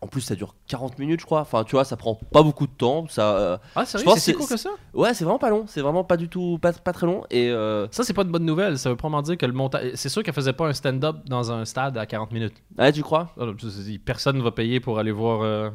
en plus, ça dure 40 minutes, je crois. Enfin, tu vois, ça prend pas beaucoup de temps. Ça, euh,
Ah, sérieux,
Je pense
c'est si
que
court que ça?
Ouais, c'est vraiment pas long, c'est vraiment pas du tout, pas, pas très long. Et euh,
Ça, c'est pas de bonne nouvelle. Ça veut probablement dire que le montage. C'est sûr qu'elle faisait pas un stand-up dans un stade à 40 minutes. Ah,
ouais, tu crois
Alors, je me suis dit, Personne ne va payer pour aller voir. euh,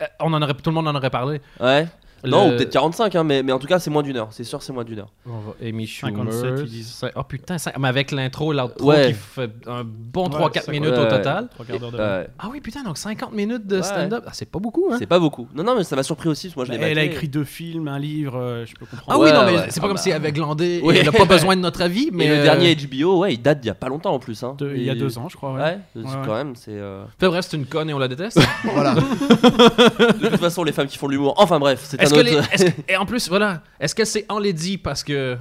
euh, On en aurait, tout le monde en aurait parlé.
Ouais. Non,
Le-
ou peut-être 45, hein, mais, mais en tout cas, c'est moins d'une heure. C'est sûr, c'est moins d'une heure.
On va- Amy Schumer.
57, ils disent.
c'est- Oh putain, ça- mais avec l'intro, l'outro
Ouais.
qui fait un bon
Ouais,
3-4
ça-
minutes
ouais,
au
ouais.
total.
Trois quarts d'heure de.
Ouais.
Ah oui, putain, donc 50 minutes de
Ouais.
stand-up. Ah, c'est pas beaucoup, hein?
Euh, C'est pas beaucoup. Non, non, mais ça m'a surpris aussi, parce que moi je l'ai
Bah, elle a
maté.
écrit deux films, un livre, euh, je peux comprendre.
Ah
Ouais,
oui, non, mais
ouais.
c'est pas
Ah
comme
bah.
s'il avait glandé
Oui.
et il a pas besoin de notre avis. Mais
Et le
euh,
dernier HBO, ouais, il date d'il y a pas longtemps en plus. Hein.
Deux- euh, il y a deux ans, je crois.
Ouais,
ouais.
c'est-
Ouais,
quand
ouais.
même, c'est. euh,
Fait bref, c'est une conne et on la déteste.
Voilà.
De toute façon, les femmes qui font de l'humour. Enfin bref, c'est un
Est-ce
autre.
que les- est-ce que- et en plus, voilà, est-ce qu'elle s'est enlaidie parce que.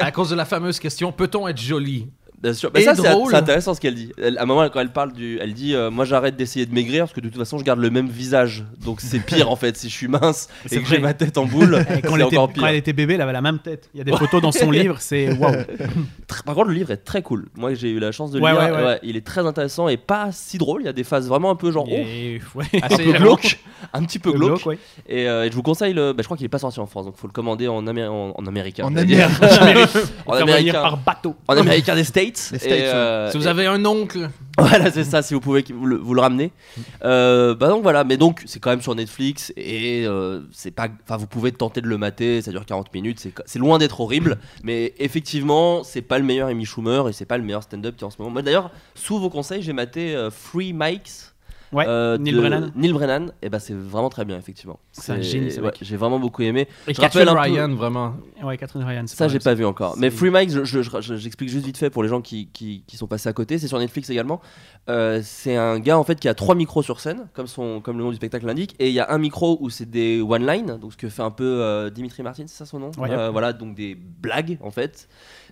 à cause de la fameuse question, peut-on être jolie?
Bien sûr. Mais
Et
ça, c'est
drôle.
c'est intéressant ce qu'elle dit. Elle- à un moment, elle- quand elle parle du. Elle dit euh, Moi, j'arrête d'essayer de maigrir parce que de toute façon, je garde le même visage. Donc, c'est pire en fait si je suis mince et
C'est
que j'ai
vrai.
ma tête en boule.
Et Quand
c'est
elle, était,
encore pire.
quand elle était bébé, elle avait la même tête. Il y a des photos dans son livre, c'est waouh.
Tr- Par contre, le livre est très cool. Moi, j'ai eu la chance de le
Ouais,
lire.
ouais, ouais.
il est très intéressant et pas si drôle. Il y a des phases vraiment un peu genre. oh,
Et- ouais.
un peu glauque, un petit peu glauque.
ouais.
Et, euh, et je vous conseille, le, bah, je crois qu'il est pas sorti en France, donc faut le commander en, Amé- en, en américain.
En
j'allais dire. en
Faire venir
américain,
par bateau.
en américain des States.
Les States,
Et, euh,
Si vous
et-
avez un oncle.
Voilà, c'est ça, si vous pouvez que vous le, vous le ramener. Euh, bah donc voilà, mais donc c'est quand même sur Netflix et euh, c'est pas, enfin vous pouvez tenter de le mater, ça dure 40 minutes, c'est, c'est loin d'être horrible, mais effectivement c'est pas le meilleur Amy Schumer et c'est pas le meilleur stand-up qui en ce moment. Moi d'ailleurs, sous vos conseils, j'ai maté euh, Free Mikes.
Ouais,
euh,
Neil
de-
Brennan.
Neil Brennan, et bah c'est vraiment très bien effectivement.
C'est un génie, ce
ouais,
mec.
J'ai vraiment beaucoup aimé.
Et
Je rappelle
Catherine
un peu-
Ryan, vraiment.
Ouais, Catherine Ryan. c'est
Ça, j'ai
mal,
pas vu encore. Mais
C'est-
Free Mike, je- je- je- j'explique juste vite fait pour les gens qui, qui- qui sont passés à côté. C'est sur Netflix également. Euh, c'est un gars en fait qui a trois micros sur scène, comme, son, comme le nom du spectacle l'indique. Et il y a un micro où c'est des one line, donc ce que fait un peu euh, Dimitri Martin, c'est ça son nom.
Ouais.
Euh, voilà, donc des blagues en fait,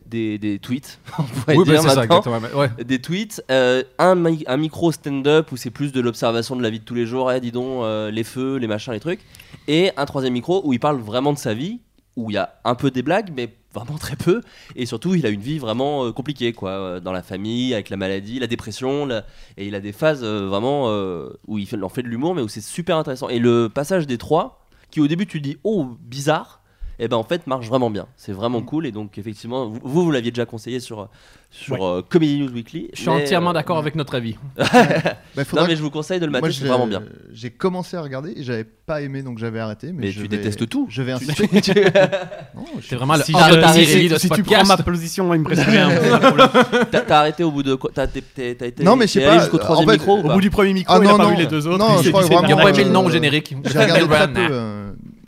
des, des tweets. on pourrait
Oui, ben,
dire
c'est ça,
maintenant
exactement. Ouais.
des tweets, euh, un, mi- un micro stand-up où c'est plus de l'observation de la vie de tous les jours, eh, dis donc, euh, les feux, les machins, les trucs, et un troisième micro où il parle vraiment de sa vie, où il y a un peu des blagues, mais vraiment très peu, et surtout il a une vie vraiment euh, compliquée, quoi, euh, dans la famille, avec la maladie, la dépression, la- et il a des phases euh, vraiment euh, où il fait- en fait de l'humour, mais où c'est super intéressant. Et le passage des trois, qui au début tu dis oh bizarre. Et ben en fait marche vraiment bien, c'est vraiment
Mm.
cool et donc effectivement vous vous, vous l'aviez déjà conseillé sur sur euh, Comedy News Weekly.
Je suis
mais,
entièrement
euh,
d'accord avec notre avis.
Bah,
Non
faudra
mais je vous conseille de le
Moi,
mater,
je
c'est
l'ai-
vraiment bien.
J'ai commencé à regarder et j'avais pas aimé donc j'avais arrêté. Mais,
Mais
je
tu
vais-
détestes tout.
Je vais
Tu-
insister.
tu- tu-
Non, je
C'est
suis-
vraiment le
Si,
hors
je-
d'arrêt
si-
réveillé
si-
de ce
si tu prends
podcast.
ma position, il me reste rien.
T'as t'as arrêté au bout de quoi T'as t'es- t'es- t'as été
Non, mais je sais
t'es
pas,
allé jusqu'au
en
troisième
fait,
micro ou
Au
pas
bout du premier micro,
Ah,
il a
non,
pas
non.
vu les deux autres.
Non,
il
je
s'est
crois
dit, c'est
Ils ont
vraiment,
marrant.
pas mis le nom au
Euh,
générique.
J'ai regardé très
Brennan.
peu. euh,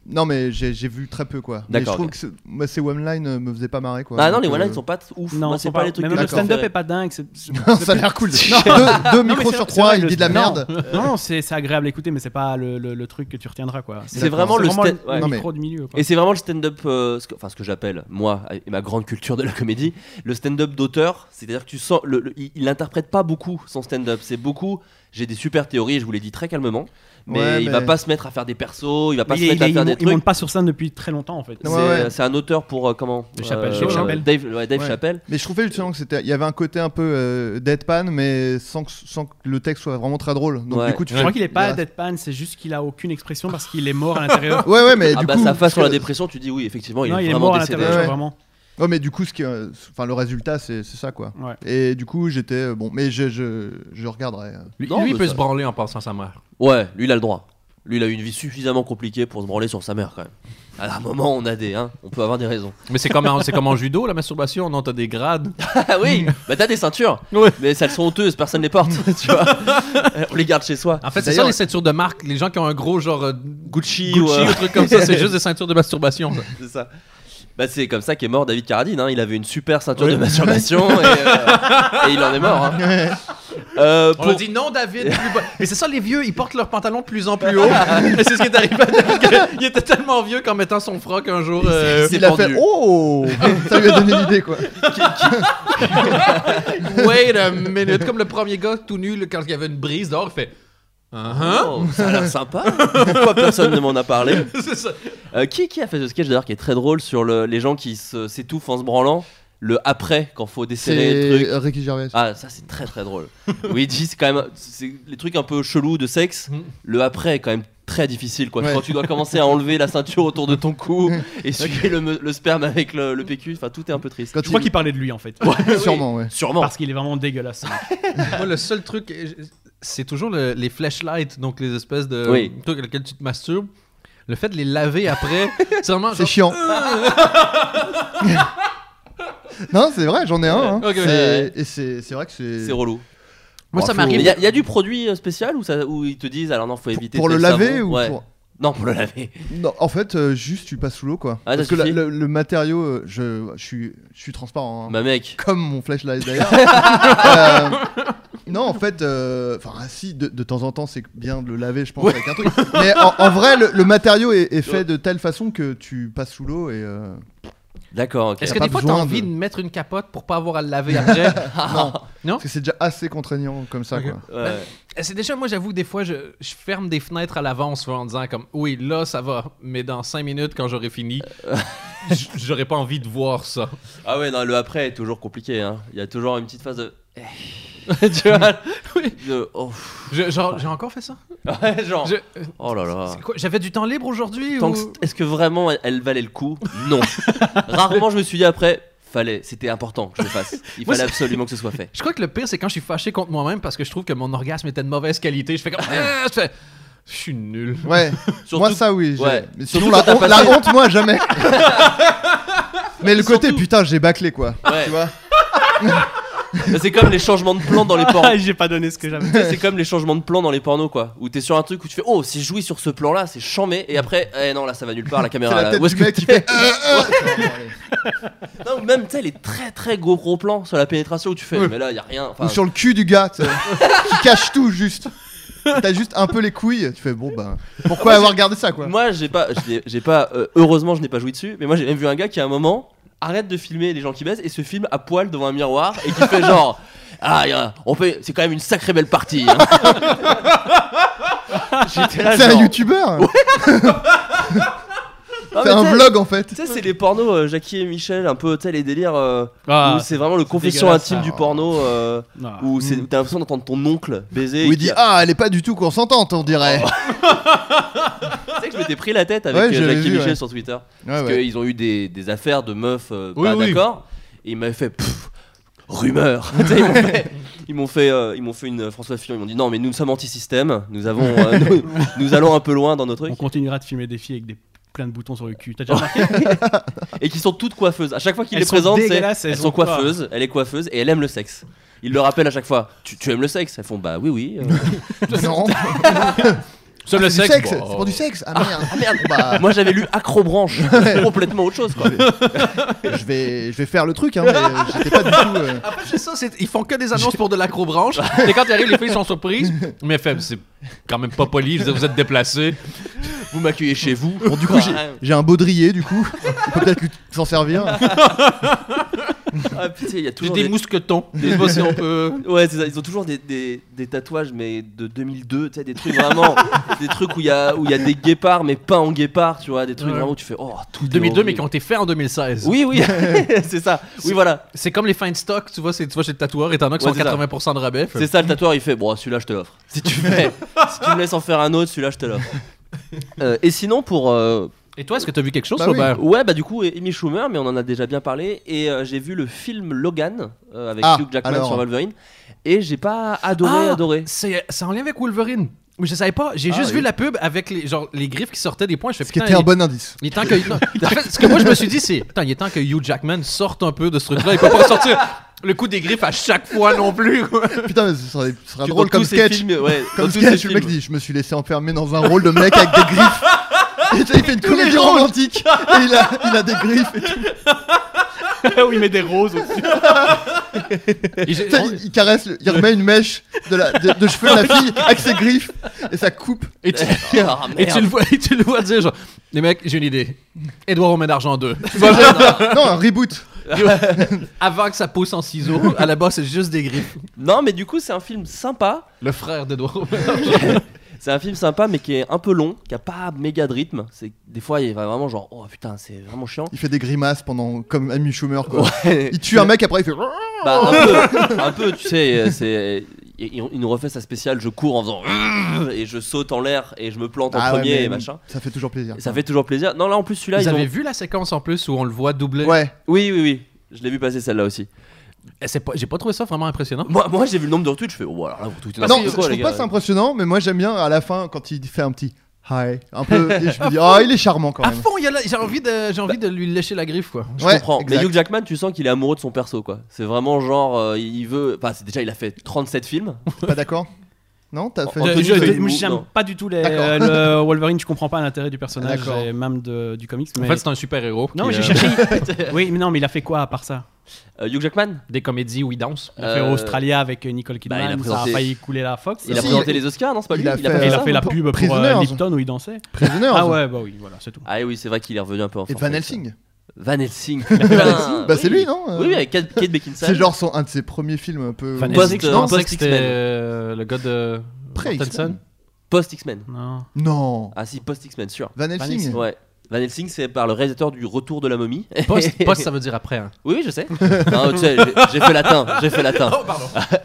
Non, mais j'ai j'ai vu très peu quoi. Mais je
D'accord,
trouve
ok.
que ce- moi, ces one line euh, me faisaient pas marrer quoi.
Ah non
Donc,
les
euh,
one ils sont pas t- ouf.
Non,
Moi,
c'est
c'est pas les trucs.
Même
que
le
je
stand-up
préférais.
est pas dingue. c'est- c'est-
ça a l'air cool.
Non.
deux deux
Non, mais
micros
c'est-
sur
c'est
trois,
vrai,
il
le-
dit de la
non.
merde.
Non, non, c'est c'est agréable à écouter, mais c'est pas le, le- le truc que tu retiendras. quoi.
C'est
D'accord.
vraiment le stand. ouais.
le
Non, mais-
micro du milieu. quoi.
Et c'est vraiment le stand-up, euh, ce que- enfin ce que j'appelle moi et ma grande culture de la comédie, le stand-up d'auteur. C'est-à-dire que tu sens, le- le- il, il interprète pas beaucoup son stand-up. C'est beaucoup. J'ai des super théories, je vous l'ai dit très calmement, mais,
Ouais,
il
mais-
va pas se mettre à faire des persos, il va pas
Il
se
est-
mettre
il
à
est-
faire
il
des
monte- Il monte
trucs.
pas sur scène depuis très longtemps, en fait.
C'est
Ouais, ouais.
c'est un auteur pour euh, comment
De Chappelle,
Euh,
Dave Chappelle.
Dave, ouais, Dave
Ouais.
Chappelle.
Mais je trouvais justement que c'était, il y avait un côté un peu euh, deadpan, mais sans que, sans que le texte soit vraiment très drôle. Donc
Ouais.
du coup, tu
Je
fais-
crois qu'il est pas
il reste-
deadpan, c'est juste qu'il a aucune expression parce qu'il est mort à l'intérieur.
Ouais, ouais, mais
Ah
du
bah
coup,
sa face sur la
ce que-
dépression, tu dis oui effectivement il
non,
est
il est
vraiment
mort à
décédé.
l'intérieur,
Ouais, ouais.
vraiment.
Ouais, mais du coup, ce qui, euh, enfin, le résultat, c'est c'est ça quoi.
Ouais.
Et du coup, j'étais euh, bon, mais je, je, je regarderai. euh.
Lui,
Non,
lui, il
mais
peut
ça-
se branler en pensant à sa mère.
Ouais, lui il a le droit. Lui il a une vie suffisamment compliquée pour se branler sur sa mère quand même. À un moment on a des, hein, on peut avoir des raisons.
Mais c'est comme, en- c'est comme en judo, la masturbation, non, t'as des grades.
Ah oui, bah t'as des ceintures,
Ouais.
mais elles sont honteuses, personne les porte, tu vois. On les garde chez soi.
En fait, c'est ça
D'ailleurs-
les ceintures de marque. Les gens qui ont un gros genre euh,
Gucci,
Gucci
ou, euh,
ou truc comme ça, c'est juste des ceintures de masturbation. ça.
c'est ça. Bah c'est comme ça qu'est mort David Carradine, hein. il avait une super ceinture de masturbation et, euh, et il en est mort. hein.
Ouais.
Euh,
On
pour-
a dit non, David. plus bas. Mais c'est ça, les vieux, ils portent leurs pantalons de plus en plus haut. Et c'est ce qui est arrivé à David. Il était tellement vieux qu'en mettant son froc un jour, euh,
c'est
il a fait
pendu.
oh, ça lui a donné l'idée quoi.
wait a minute, comme le premier gars tout nu, le- quand il y avait une brise dehors, il fait. Uh-huh.
Oh, ça a l'air sympa. Pourquoi personne ne m'en a parlé
C'est ça.
Euh, qui, qui a fait ce sketch d'ailleurs qui est très drôle sur le- les gens qui se- s'étouffent en se branlant Le après, quand faut desserrer le truc.
C'est Ricky Gervais.
Ah, ça c'est très très drôle. oui, il dit, c'est quand même c'est les trucs un peu chelous de sexe.
Mhm.
Le après est quand même très difficile quoi.
Ouais.
Quand tu dois commencer à enlever la ceinture autour de ton cou et suivre le, me- le sperme avec le, le PQ, enfin tout est un peu triste.
Quand
Je crois
il-
qu'il parlait de lui, en fait.
Ouais,
Sûrement, ouais.
oui, Sûrement.
Parce qu'il est vraiment dégueulasse. ce mec.
Moi, le seul truc, euh, c'est toujours le- les flashlights, donc les espèces de euh,
Oui.
trucs avec lesquels tu te masturbes. Le fait de les laver après, c'est vraiment.
C'est
genre- euh,
chiant. non, c'est vrai, j'en ai un. hein.
Ok, ok.
C'est- Et c'est c'est vrai que
C'est
c'est.
relou.
Moi, ça
Il
Bon,
m'arrive.
y, a- y a du produit euh, spécial où, ça, où ils te disent alors non, faut éviter.
Pour le
tel
laver
savon.
ou
Ouais.
pour-
Non, pour le laver.
Non, en fait, euh, juste tu passes sous l'eau quoi.
Ah,
Parce
ça
que la-
suffit.
le, le matériau, euh, je, je suis, je suis transparent. hein.
Bah, mec.
Comme mon flashlight d'ailleurs. Euh, non, en fait, euh, enfin, ah, si, de, de temps en temps, c'est bien de le laver, je pense, avec un truc. Mais en, en vrai, le, le matériau est, est fait de telle façon que tu passes sous l'eau et. euh,
D'accord, ok.
Est-ce
T'as
que
pas
des fois, t'as
besoin
envie de...
de-
mettre une capote pour pas avoir à le laver après
non,
Non
Parce que c'est déjà assez contraignant comme ça quoi.
Ouais.
Euh, C'est déjà, moi, j'avoue, des fois, je, je ferme des fenêtres à l'avance en disant comme, oui, là, ça va, mais dans 5 minutes, quand j'aurai fini, j- j'aurais pas envie de voir ça.
Ah ouais, non, le après est toujours compliqué. hein. Il y a toujours une petite phase de. tu vois
Oui.
de- oh, pff.
Je- genre, j'ai encore fait ça?
Ouais, genre.
Je- euh,
Oh là là.
c'est quoi, J'avais du temps libre aujourd'hui?
Tant
ou-
que- Est-ce que vraiment elle, elle valait le coup Non. Rarement je me suis dit après, fallait, c'était important que je le fasse. Il
Moi,
fallait absolument que ce soit fait.
Je crois que le pire, c'est quand je suis fâché contre moi-même parce que je trouve que mon orgasme était de mauvaise qualité. Je fais comme, Ah! je fais, je suis nul.
Ouais.
Surtout-
moi ça oui. j'ai-
ouais.
Mais
Surtout
sinon la,
quand t'as
honte-
passé-
la honte moi jamais. Mais le côté
Surtout-
putain j'ai bâclé quoi.
Ouais.
Tu vois
C'est comme les changements de plan dans les pornos.
J'ai pas donné ce que j'avais.
Tu sais, c'est comme les changements de plan dans les pornos quoi. Où t'es sur un truc où tu fais oh si je jouis sur ce plan là c'est chambé et après eh non là ça va nulle part la
C'est
caméra
la
là.
tête
Où est-ce
du
que
mec qui
t'es
fait. euh, euh.
Non, ou même tu sais les très très gros gros plans sur la pénétration où tu fais
Ouais.
mais là y a rien. Enfin,
Ou sur le cul du gars, tu sais, qui cache tout juste. T'as juste un peu les couilles, tu fais bon bah pourquoi avoir gardé ça quoi
Moi, j'ai pas, je l'ai- j'ai pas. euh, heureusement, je n'ai pas joué dessus. Mais moi, j'ai même vu un gars qui à un moment arrête de filmer les gens qui baissent et se filme à poil devant un miroir et qui fait genre. Ah, y a- on peut. C'est quand même une sacrée belle partie. hein. J'étais là,
C'est un
genre,
youtubeur
Ah, mais
C'est un
tu sais,
vlog en fait
Tu sais, c'est les pornos euh, Jackie et Michel, un peu, tu sais, les délires euh,
Ah,
où c'est vraiment le confession
dégueulasse,
intime
ça. Ah. Mm.
du porno euh,
non.
où c'est- t'as l'impression d'entendre ton oncle baiser. et
Où il
qui-
dit ah elle est pas du tout consentante on dirait
Tu sais que je m'étais pris la tête avec
ah. Ouais,
euh,
je l'avais
Jackie et
vu,
Michel
ouais.
sur Twitter.
Ouais,
Parce
ouais.
qu'ils ont eu des, des affaires de meufs euh,
Ah Oui,
pas
oui.
d'accord. Et ils m'avaient fait pfff, rumeur. Tu sais, ils m'ont fait, ils m'ont fait, euh, ils m'ont fait une euh, François Fillon. Ils m'ont dit non, mais nous sommes anti-système. Nous avons, euh, nous, nous allons un peu loin dans nos
On
trucs.
continuera de filmer des filles avec des plein de boutons sur le cul. T'as déjà
Oh.
remarqué
Et qui sont toutes coiffeuses. À chaque fois qu'ils
Elles
les
sont
présentent, c'est-
dégueulasses, elles
elles sont
ont quoi
coiffeuses. Elle est coiffeuse et elle aime le sexe. Ils le rappellent à chaque fois. Tu, tu aimes le sexe Elles font bah oui oui. euh.
Non
Seul
Ah, C'est
le
du
sexe.
sexe
bon.
C'est
bah,
pour du sexe Ah merde
Ah, merde.
Bah,
Moi j'avais lu Acrobranche, C'est complètement autre chose quoi.
je vais, je vais faire le truc, hein, mais j'étais pas du tout. euh,
Ah,
Après, c'est ça, c'est- ils font que des annonces pour de l'acrobranche. Et quand ils arrivent, les filles sont surprises. Mais faible, c'est quand même pas poli. je veux dire, Vous êtes déplacés.
Vous m'accueillez chez vous.
Bon, du coup, j'ai- j'ai un baudrier, du coup. On peut peut-être s'en servir.
Ah, putain, il y a
J'ai
toujours
des,
des-
mousquetons. Je sais pas si on peut.
Ouais, c'est ça. Ils ont toujours des, des, des tatouages, mais de 2002, tu sais, des trucs vraiment. des trucs où il y, a- où il y a des guépards, mais pas en guépard, tu vois. Des trucs
Ouais.
vraiment où tu fais, oh, tout est
2002, mais
horrible.
qui ont été faits en 2016.
Oui, oui, c'est ça. Oui, voilà.
C'est comme les fins de stock, tu vois, c'est- tu vois chez le tatoueur, et t'en as qui
Ouais,
sont
c'est ça.
80% de rabais. fait-
C'est ça, le tatoueur, il fait, bon, celui-là, je te l'offre. Si tu fais, si tu me laisses en faire un autre, celui-là, je te l'offre. Euh, et sinon, pour. euh,
Et toi, est-ce que t'as vu quelque chose,
Bah oui.
Robert
ouais, bah du coup, Amy Schumer, mais on en a déjà bien parlé. Et euh, j'ai vu le film Logan euh, avec
Ah,
Hugh Jackman
alors.
sur Wolverine. Et j'ai pas adoré,
Ah,
adoré.
C'est c'est en lien avec Wolverine. Mais je savais pas, j'ai
Ah,
juste
oui.
vu la pub avec les, genre, les griffes qui sortaient des points. Je fais
Ce qui
putain,
était un
il,
bon indice.
il est temps que. non. En fait, ce que moi je me suis dit, c'est putain, il est temps que Hugh Jackman sorte un peu de ce truc-là. Il peut pas sortir le coup des griffes à chaque fois non plus. quoi.
Putain, mais ce serait, ce serait
Que
drôle
dans
comme
tous ces
sketch.
films, ouais,
Comme
dans tous
sketch,
ces
le mec
films.
dit Je me suis laissé enfermer dans un rôle de mec avec des griffes. Et tu sais, il fait une comédie romantique. Et il a, il a des griffes. Et tout.
Où il met des roses au-dessus.
Et j'ai-
Tu sais, il, il caresse, le- il remet une mèche de, la, de, de cheveux de la fille avec ses griffes. Et ça coupe.
et tu-
Ah,
Et
merde.
tu le vois, et tu le vois dire genre, les mecs, j'ai une idée. Edouard Romain d'argent 2.
Non, un reboot.
Avant que ça pousse en ciseaux, à la base c'est juste des griffes.
Non, mais du coup, c'est un film sympa.
Le frère d'Edouard Romain.
C'est un film sympa mais qui est un peu long, qui a pas méga de rythme. C'est des fois il va vraiment genre oh putain c'est vraiment chiant.
Il fait des grimaces pendant. Comme Amy Schumer, quoi.
Ouais.
Il tue un mec, après il fait.
Bah, un, peu, un peu, tu sais euh, c'est il, il- il nous refait sa spéciale. Je cours en faisant et je saute en l'air et je me plante en
Ah ouais,
premier
mais
et machin.
Ça fait toujours plaisir.
Et ça fait toujours plaisir. Non là en plus celui-là
Vous
ils ont-
avez vu la séquence en plus où on le voit doubler
Ouais.
oui oui oui. Je l'ai vu passer celle-là aussi.
Et Eh, c'est pas- J'ai pas trouvé ça vraiment impressionnant.
Moi, moi j'ai vu le nombre de retweets, je fais oh alors là vous tweetez
Ah Non,
n'importe
je
quoi les
trouve pas
gars.
c'est impressionnant, mais moi j'aime bien à la fin quand il fait un petit Hi. Un peu. Et je me dis, ah, il est charmant quand
À
même.
fond, il y a la- j'ai envie, de, j'ai envie de lui lécher la griffe, quoi.
Je
Ouais,
comprends.
exact.
Mais Hugh Jackman, tu sens qu'il est amoureux de son perso, quoi. C'est vraiment genre, euh, il veut. Enfin, c'est- déjà, il a fait 37 films.
T'es Pas d'accord Non T'as fait.
En- Anthony
Je- je-
Feuille,
moi,
ou-
J'aime
non.
pas du tout les,
D'accord.
euh, le Wolverine, je comprends pas l'intérêt du personnage
D'accord.
et même de- du comics. Mais...
En fait, c'est un super-héros.
non,
qui,
mais j'ai
euh,
cherché. oui, mais non, mais il a fait quoi à part ça
Euh, Hugh Jackman
Des comédies où il danse.
Il a fait
Euh,
Australia avec Nicole
bah, il a
Kidman, ça a
présenté-
failli couler la Fox.
Il a
Si,
présenté
il-
les Oscars, non C'est pas lui
il a
pas
fait-
Et il
ça
a fait la pub pour euh,
Prisoners.
Lipton où il dansait.
Prisoner. hein.
Ah ouais, bah oui, voilà, c'est tout.
Ah oui, c'est vrai qu'il est revenu un peu en
Et
force
Van
avec
Helsing.
ça. Van Helsing.
Bah, c'est lui, non euh,
Ah, Oui, oui, avec Kate, Kate Beckinsale.
C'est genre son, un de ses premiers films un peu.
Van
Post-
Helsing,
euh,
Je pensais que
Post-X-Men.
c'était euh, le gars de.
Pré-
Mortensen.
Post X-Men.
Non.
Non.
Ah si, post X-Men, sûr.
Van Helsing.
Ouais. Van Helsing, c'est par le réalisateur du Retour de la momie.
Post, post, ça veut dire après. hein.
Oui, oui, je sais. Non, tu sais, j'ai j'ai fait latin, j'ai fait latin.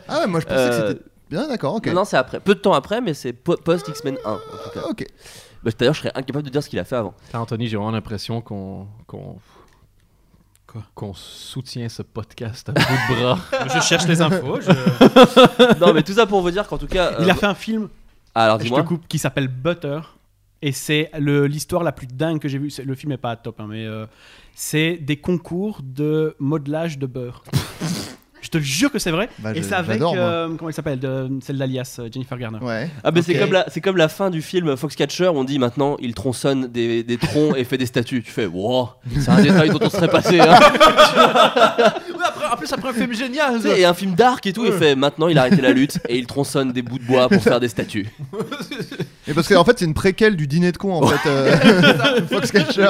Ah ouais, moi je pensais que
Euh,
c'était. Bien d'accord, ok.
Non, non, c'est après. Peu de temps après, mais c'est po- post X-Men 1 en tout cas.
Ok.
Bah, D'ailleurs, je serais incapable de dire ce qu'il a fait avant.
Putain, Anthony, j'ai vraiment l'impression qu'on. qu'on
Quoi
qu'on soutient ce podcast à bout de bras.
Je cherche les infos. je-
Euh, non, mais tout ça pour vous dire qu'en tout cas.
Il
euh,
a fait un film,
Ah, Alors
je te
dis-moi.
coupe, qui s'appelle Butter. Et c'est le- l'histoire la plus dingue que j'ai vue. C'est- Le film est pas top, hein, mais euh, c'est des concours de modelage de beurre. je te le jure que c'est vrai.
Bah,
et
je-
c'est avec.
j'adore, moi.
euh, comment elle s'appelle de- Celle d'Alias, euh, Jennifer Garner.
Ouais.
Ah, mais c'est
Ok.
comme, la- c'est comme la fin du film Foxcatcher, on dit maintenant il tronçonne des, des troncs et fait des statues. Tu fais, wow, c'est un détail dont on serait passé. hein.
en plus, après un film génial.
Tu sais, Et un film dark et tout, il fait maintenant il a arrêté la lutte et il tronçonne des bouts de bois pour faire des statues.
Et parce que en fait, c'est une préquelle du dîner de con en fait. euh, Foxcatcher.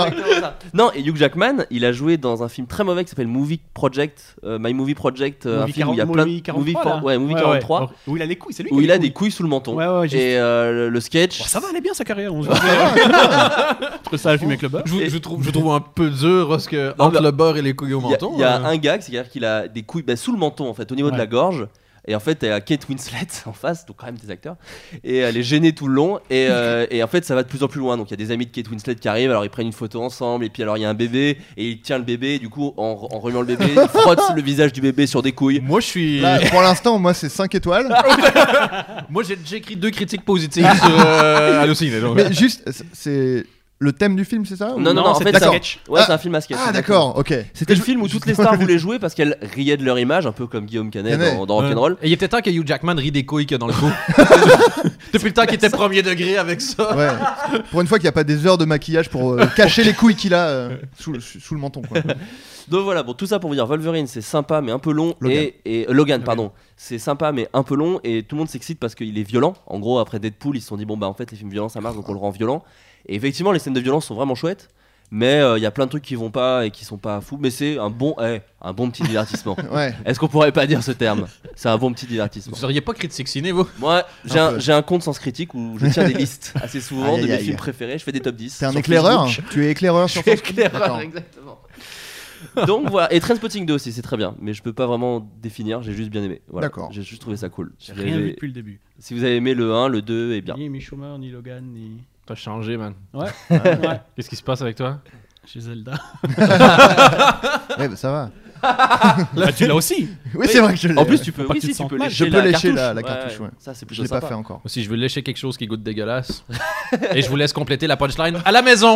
Non, et Hugh Jackman, il a joué dans un film très mauvais qui s'appelle Movie Project, euh, My Movie Project, euh, un film où il y a plein de.
Movie 43,
Movie
là.
for- ouais, Movie
Ouais,
43,
ouais. Où il a les couilles, c'est lui.
où
qui
il a
les
des couilles sous le menton.
Ouais, ouais, j'ai-
et euh, le- le sketch.
Bon, ça va aller bien sa carrière. On se Entre ça, le film avec le beurre.
Je, vous- je trouve, je trouve un peu dur parce que entre
mais-
le beurre et les couilles au
Il y a,
menton.
il y a
euh,
un gag, c'est-à-dire qu'il a des couilles bah, sous le menton, en fait, au niveau de
Ouais.
la gorge. Et en fait, il y a Kate Winslet en face, donc quand même des acteurs. Et elle est gênée tout le long. Et, euh, et en fait, ça va de plus en plus loin. Donc il y a des amis de Kate Winslet qui arrivent, alors ils prennent une photo ensemble. Et puis alors il y a un bébé, et il tient le bébé. Et du coup, en, en remuant le bébé, il frotte le visage du bébé sur des couilles.
Moi, je suis.
Là, pour l'instant, moi c'est 5 étoiles.
Moi, j'ai déjà écrit deux critiques positives sur euh, Allociné, donc.
Mais juste, c'est le thème du film, c'est ça ou-
Non, non, non, en
c'est
fait,
un
ça-
sketch.
Ouais,
Ah.
c'est un film à sketch.
Ah d'accord, ok.
C'était le film où toutes les stars voulaient jouer parce qu'elles riaient de leur image, un peu comme Guillaume Canet
Canet.
dans, dans Rock'n'Roll.
Et il est peut-être temps que Hugh Jackman rit des couilles qu'il y a dans le coup. Depuis le temps qu'il était premier degré avec ça.
Ouais. Pour une fois qu'il n'y a pas des heures de maquillage pour euh, cacher les couilles qu'il a euh, sous, le- sous le menton. Quoi.
Donc voilà, bon, tout ça pour vous dire, Wolverine, c'est sympa mais un peu long.
Logan.
Et, et- euh, Logan, pardon. C'est sympa mais un peu long et tout le monde s'excite parce qu'il est violent. En gros, après Deadpool, ils se sont dit, bon, bah en fait, les films violents ça marche donc on le rend violent. Et effectivement, les scènes de violence sont vraiment chouettes. Mais euh, il y a plein de trucs qui vont pas et qui sont pas fous. Mais c'est un bon, eh, un bon petit divertissement.
Ouais.
Est-ce qu'on pourrait pas dire ce terme C'est un bon petit divertissement.
Vous seriez pas critique ciné, vous
Moi, j'ai
Un
un,
peu.
j'ai un compte sans critique où je tiens des listes assez souvent
Aïe,
de
aïe,
mes
aïe.
films préférés. Je fais des top 10.
T'es un
sur
éclaireur
Facebook.
Tu es éclaireur sur
Je suis
Facebook
éclaireur,
D'accord.
exactement. Donc voilà, et Trainspotting 2 aussi, c'est très bien, mais je peux pas vraiment définir, j'ai juste bien aimé. Voilà.
D'accord.
J'ai juste trouvé ça cool. Si
hein. J'ai
vous,
rien vu
avez...
depuis le début.
si vous avez aimé le 1, le 2 est bien.
Ni Amy Schumer, ni Logan, ni.
T'as changé, man.
Ouais, ouais.
Qu'est-ce qui se passe avec toi
Chez Zelda.
Ouais, bah, ça va.
Bah, tu l'as aussi.
Oui, c'est vrai que je l'ai.
En plus, tu peux,
Faut pas
oui,
que tu
si, tu
te sentes
peux
mal.
lécher
Je peux
la
lécher
cartouche.
la- la cartouche, ouais.
Ça, c'est
je
plutôt
l'ai pas
sympa.
fait encore.
Moi, si je veux lécher quelque chose qui goûte dégueulasse, et je vous laisse compléter la punchline à la maison.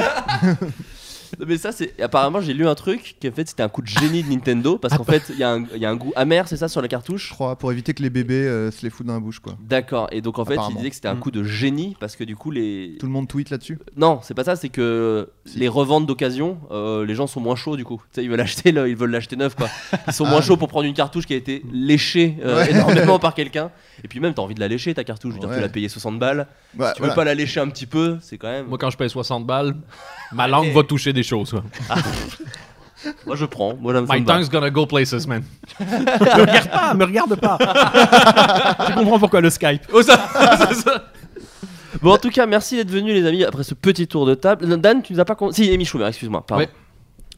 Non, Mais ça, c'est. Apparemment, j'ai lu un truc qui, en fait, c'était un coup de génie de Nintendo parce qu'en
Ah
fait, il y, a un- il y a un goût amer, c'est ça, sur la
Je
cartouche
crois, pour éviter que les bébés euh, se les foutent dans la bouche, quoi.
D'accord, et donc en fait, il
Apparemment.
disait que c'était un
Mm.
coup de génie parce que du coup, les.
Tout le monde tweet là-dessus.
Non, c'est pas ça, c'est que les reventes d'occasion, euh, les gens sont moins chauds du coup. Tu sais, ils veulent acheter, le- ils veulent l'acheter neuf quoi. Ils sont
Ah.
moins chauds pour prendre une cartouche qui a été léchée euh,
Ouais.
énormément par quelqu'un. Et puis même, t'as envie de la lécher ta cartouche. Je veux dire,
Ouais.
tu l'as payé 60 balles.
Ouais,
tu
Bah, voilà.
veux pas la lécher un petit peu, c'est quand même.
Moi,
Moi,
quand je paye 60 balles, ma langue va toucher des choses. quoi.
je prends. Moi, ça me
My
va.
tongue's gonna go places, man.
me regarde pas, me regarde pas. tu comprends pourquoi le Skype.
Oh, ça, c'est ça.
Bon, en tout cas, merci d'être venus les amis après ce petit tour de table. Non, Dan, tu nous as pas. con- Si, Amy Schumer, excuse-moi, pardon.
Ouais.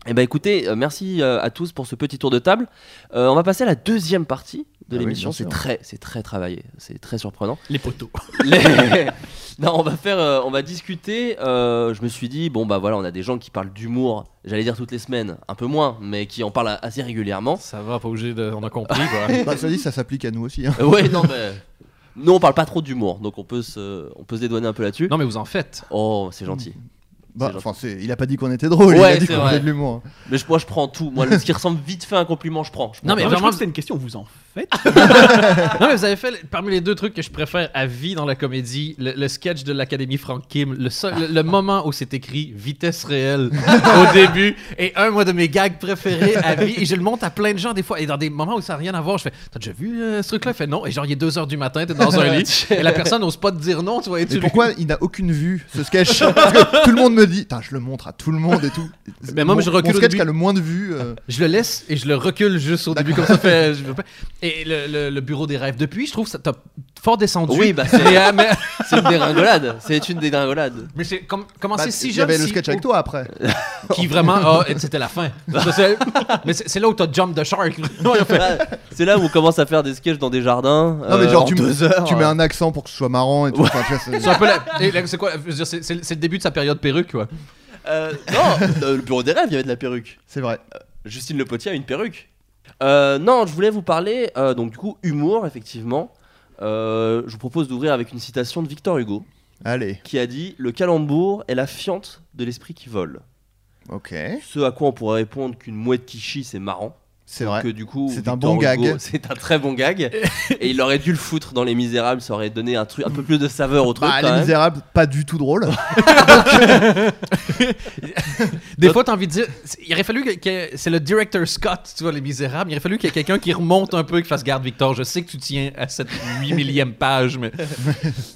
Eh ben écoutez, euh, merci euh, à tous pour ce petit tour de table. Euh, on va passer à la deuxième partie de
Ah oui,
l'émission.
bien
c'est
sûr.
très, c'est très travaillé, c'est très surprenant.
Les poteaux.
Les- non, on va faire, euh, on va discuter. euh, je me suis dit, bon bah voilà, on a des gens qui parlent d'humour. J'allais dire toutes les semaines, un peu moins, mais qui en parlent assez régulièrement.
Ça va, pas obligé de. On a compris, quoi.
Bah, ça dit, ça s'applique à nous aussi. hein.
Euh, ouais, non mais. Nous, on parle pas trop d'humour, donc on peut se, on peut se dédouaner un peu là-dessus.
Non, mais vous en faites.
Oh, c'est gentil.
Bah,
C'est
enfin, c'est- il a pas dit qu'on était drôle, il
Ouais,
a dit
c'est
qu'on
vrai.
faisait de l'humour. hein.
Mais je- moi, je prends tout. Moi, ce qui ressemble vite fait à un compliment, je prends. Je prends.
Non, mais
Non, mais je
vraiment.
crois que c'était une question, vous en faites
Non, mais vous avez fait le- parmi les deux trucs que je préfère à vie dans la comédie, le, le sketch de l'Académie Frank Kim, le, seul- le, le moment où c'est écrit vitesse réelle au début, et un, moi, de mes gags préférés à vie, et je le monte à plein de gens des fois, et dans des moments où ça n'a rien à voir, je fais T'as déjà vu euh, ce truc-là Il fait non, et genre, il est 2 h du matin, t'es dans un lit, et la personne n'ose pas te dire non, tu vois, et tu
Mais
lui-
pourquoi il n'a aucune vue ce sketch Parce que tout le monde me dit, Putain, je le montre à tout le monde et tout.
Mais moi,
Mon-
je recule
Mon sketch
une
qui a le moins de vues. euh,
Je le laisse et je le recule juste au début comme ça fait. je veux pas. Et le, le- le bureau des rêves. Depuis, je trouve que t'as fort descendu.
Oui, bah, c'est-
Mais, euh, mais,
C'est une dégringolade. C'est une dégringolade.
mais c'est comme
Ah,
commencer
bah,
si
il y
jeune.
avait le
si-
sketch avec toi après.
Qui vraiment. Ah, et c'était la fin. Ça, c'est- mais c'est c'est là où t'as jump the shark.
C'est là où on commence à faire des sketchs dans des jardins.
Non, mais
euh,
genre,
en
tu,
deux
m-
heures.
tu mets un accent pour que ce soit marrant et tout. Enfin, tu vois, c'est-
C'est un peu la- et là, C'est quoi je veux dire, C'est c'est- c'est le début de sa période perruque, quoi.
Euh, non, euh, le bureau des rêves, il y avait de la perruque.
C'est vrai.
Justine Le Potier a une perruque. Euh, non, je voulais vous parler, euh, donc du coup, humour, effectivement. Euh, je vous propose d'ouvrir avec une citation de Victor Hugo
Allez,
qui a dit Le calembour est la fiente de l'esprit qui vole.
ok.
Ce à quoi on pourrait répondre qu'une mouette qui chie, c'est marrant.
C'est
Donc,
vrai.
euh, du coup,
C'est un
Victor
bon gag.
Hugo, C'est un très bon gag. et il aurait dû le foutre dans Les Misérables, ça aurait donné un truc un peu plus de saveur au truc.
Bah,
quand
les
même.
misérables, pas du tout drôle.
Des fois, t'as envie de dire. c'est- Il aurait fallu que. que- C'est le director Scott, tu vois, Les Misérables. Il aurait fallu qu'il y ait quelqu'un qui remonte un peu et qui fasse garde, Victor. Je sais que tu tiens à cette 8 millième page, mais.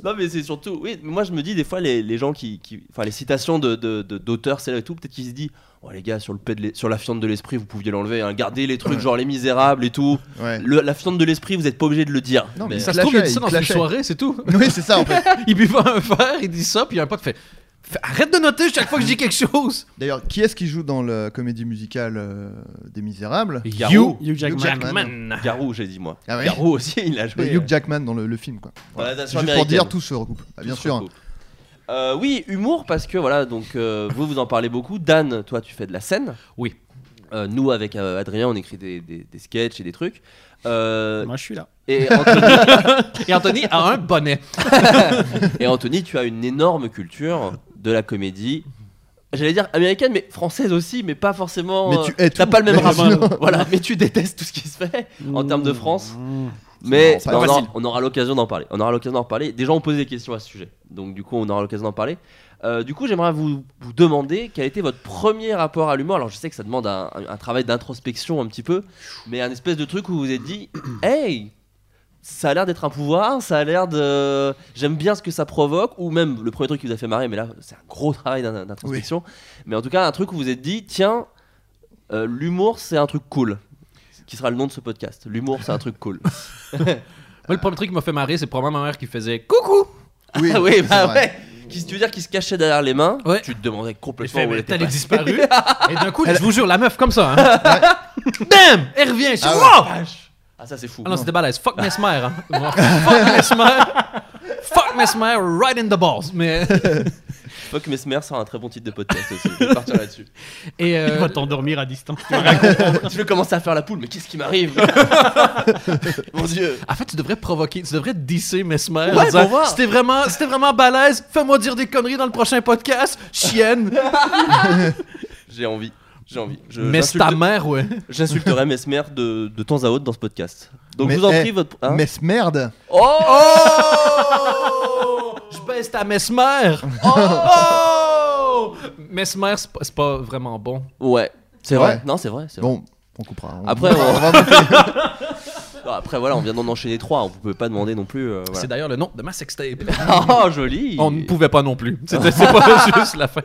Non, mais c'est surtout. Oui, mais moi je me dis des fois, les, les gens qui. qui- Enfin, les citations d'auteurs, de, de, d'auteurs célèbres et tout, peut-être qu'ils se disent Oh les gars, sur, le pet de l'e- sur la fiente de l'esprit, vous pouviez l'enlever. hein. Gardez les trucs genre Les Misérables et tout.
Ouais.
Le- la fiente de l'esprit, vous n'êtes pas obligé de le dire.
Non, mais
Ça se trouve, il dit ça dans une
clashait.
soirée, c'est tout.
Oui, c'est ça en fait.
Il buvait un verre, il dit ça, puis il y a un pote qui fait Fais- Arrête de noter chaque fois que je dis quelque chose
D'ailleurs, qui est-ce qui joue dans le comédie musicale euh, des Misérables
Garou.
Hugh Jackman.
Hugh Jackman.
Man.
Garou, j'ai dit moi.
Ah oui.
Garou aussi, il a joué.
Et Hugh Jackman dans le, le film quoi.
Voilà,
C'est
la
Juste
version
pour dire
américaine.
tout se recoupe. Ah, bien
Tout se
sûr.
recoupe. Euh, oui, humour, parce que voilà, donc euh, vous vous en parlez beaucoup. Dan, toi, tu fais de la scène.
Oui.
Euh, nous, avec euh, Adrien, on écrit des, des, des sketchs et des trucs. Euh,
Moi, je suis là.
et, Anthony,
Et Anthony a un bonnet.
et Anthony, tu as une énorme culture de la comédie. J'allais dire américaine, mais française aussi, mais pas forcément.
Mais
euh,
tu hais
T'as
tout.
pas le même
Mais sinon-
rapport. voilà, mais tu détestes tout ce qui se fait en termes de France.
Euh,
Mais
C'est
mais on,
pas
aura, on aura l'occasion d'en parler. On aura l'occasion d'en parler. Déjà, on posait des questions à ce sujet. Donc, du coup, on aura l'occasion d'en parler. Euh, du coup, j'aimerais vous, vous demander quel était votre premier rapport à l'humour. Alors, je sais que ça demande un, un travail d'introspection un petit peu, mais un espèce de truc où vous vous êtes dit Hey, ça a l'air d'être un pouvoir, ça a l'air de. J'aime bien ce que ça provoque, ou même le premier truc qui vous a fait marrer, mais là, c'est un gros travail d'in- d'introspection. Mais en tout cas, un truc où vous vous êtes dit Tiens, euh, l'humour, c'est un truc cool. Qui sera le nom de ce podcast. L'humour, c'est un truc cool.
Moi, le premier truc qui m'a fait marrer, c'est probablement ma mère qui faisait Coucou
Oui,
Ah oui,
c'est
bah
vrai.
ouais. Qui se tu veux dire qui se cachait derrière les mains
Ouais.
Tu te demandais
Je
complètement
fais,
où
mais
elle était.
T'as
passée.
disparu. Et d'un coup, je vous jure, la meuf, comme ça. Hein. Bam Elle revient. Je suis
Ah ouais.
Wow!
Ah ça c'est fou.
Ah non, c'était balèze. Fuck Mesmer. Hein. Bon, Fuck Mesmer. Fuck Mesmer, right in the balls. Mais.
Fuck Mesmer sera un très bon titre de podcast aussi. Je vais partir là-dessus.
Et
Il va
euh,
t'endormir à distance.
tu veux commencer à faire la poule, mais qu'est-ce qui m'arrive Mon dieu.
En fait, tu devrais provoquer, tu devrais disser Mesmer.
Ouais,
en disant,
pour voir.
C'était vraiment, c'était vraiment balèze. Fais-moi dire des conneries dans le prochain podcast, chienne.
J'ai envie. J'ai envie. Je-
Mais c'est
j'insulte-
ta mère, ouais.
J'insulterai Mesmer de, de temps à autre dans ce podcast. Donc
Mais,
je vous en
eh,
prie votre. hein
Mais ce merde.
oh
Je baisse ta Mesmer. Oh! Mesmer, c'est pas, c'est pas vraiment bon.
Ouais. C'est
Ouais.
vrai. Non c'est vrai. c'est vrai.
Bon, on coupera. on-
Après, on-
va monter.
Non, Après voilà, on vient d'en enchaîner trois. On vous pouvez pas demander non plus. euh, voilà.
C'est d'ailleurs le nom de ma sextape.
Oh joli.
On ne pouvait pas non plus. C'était c'est pas juste la fin.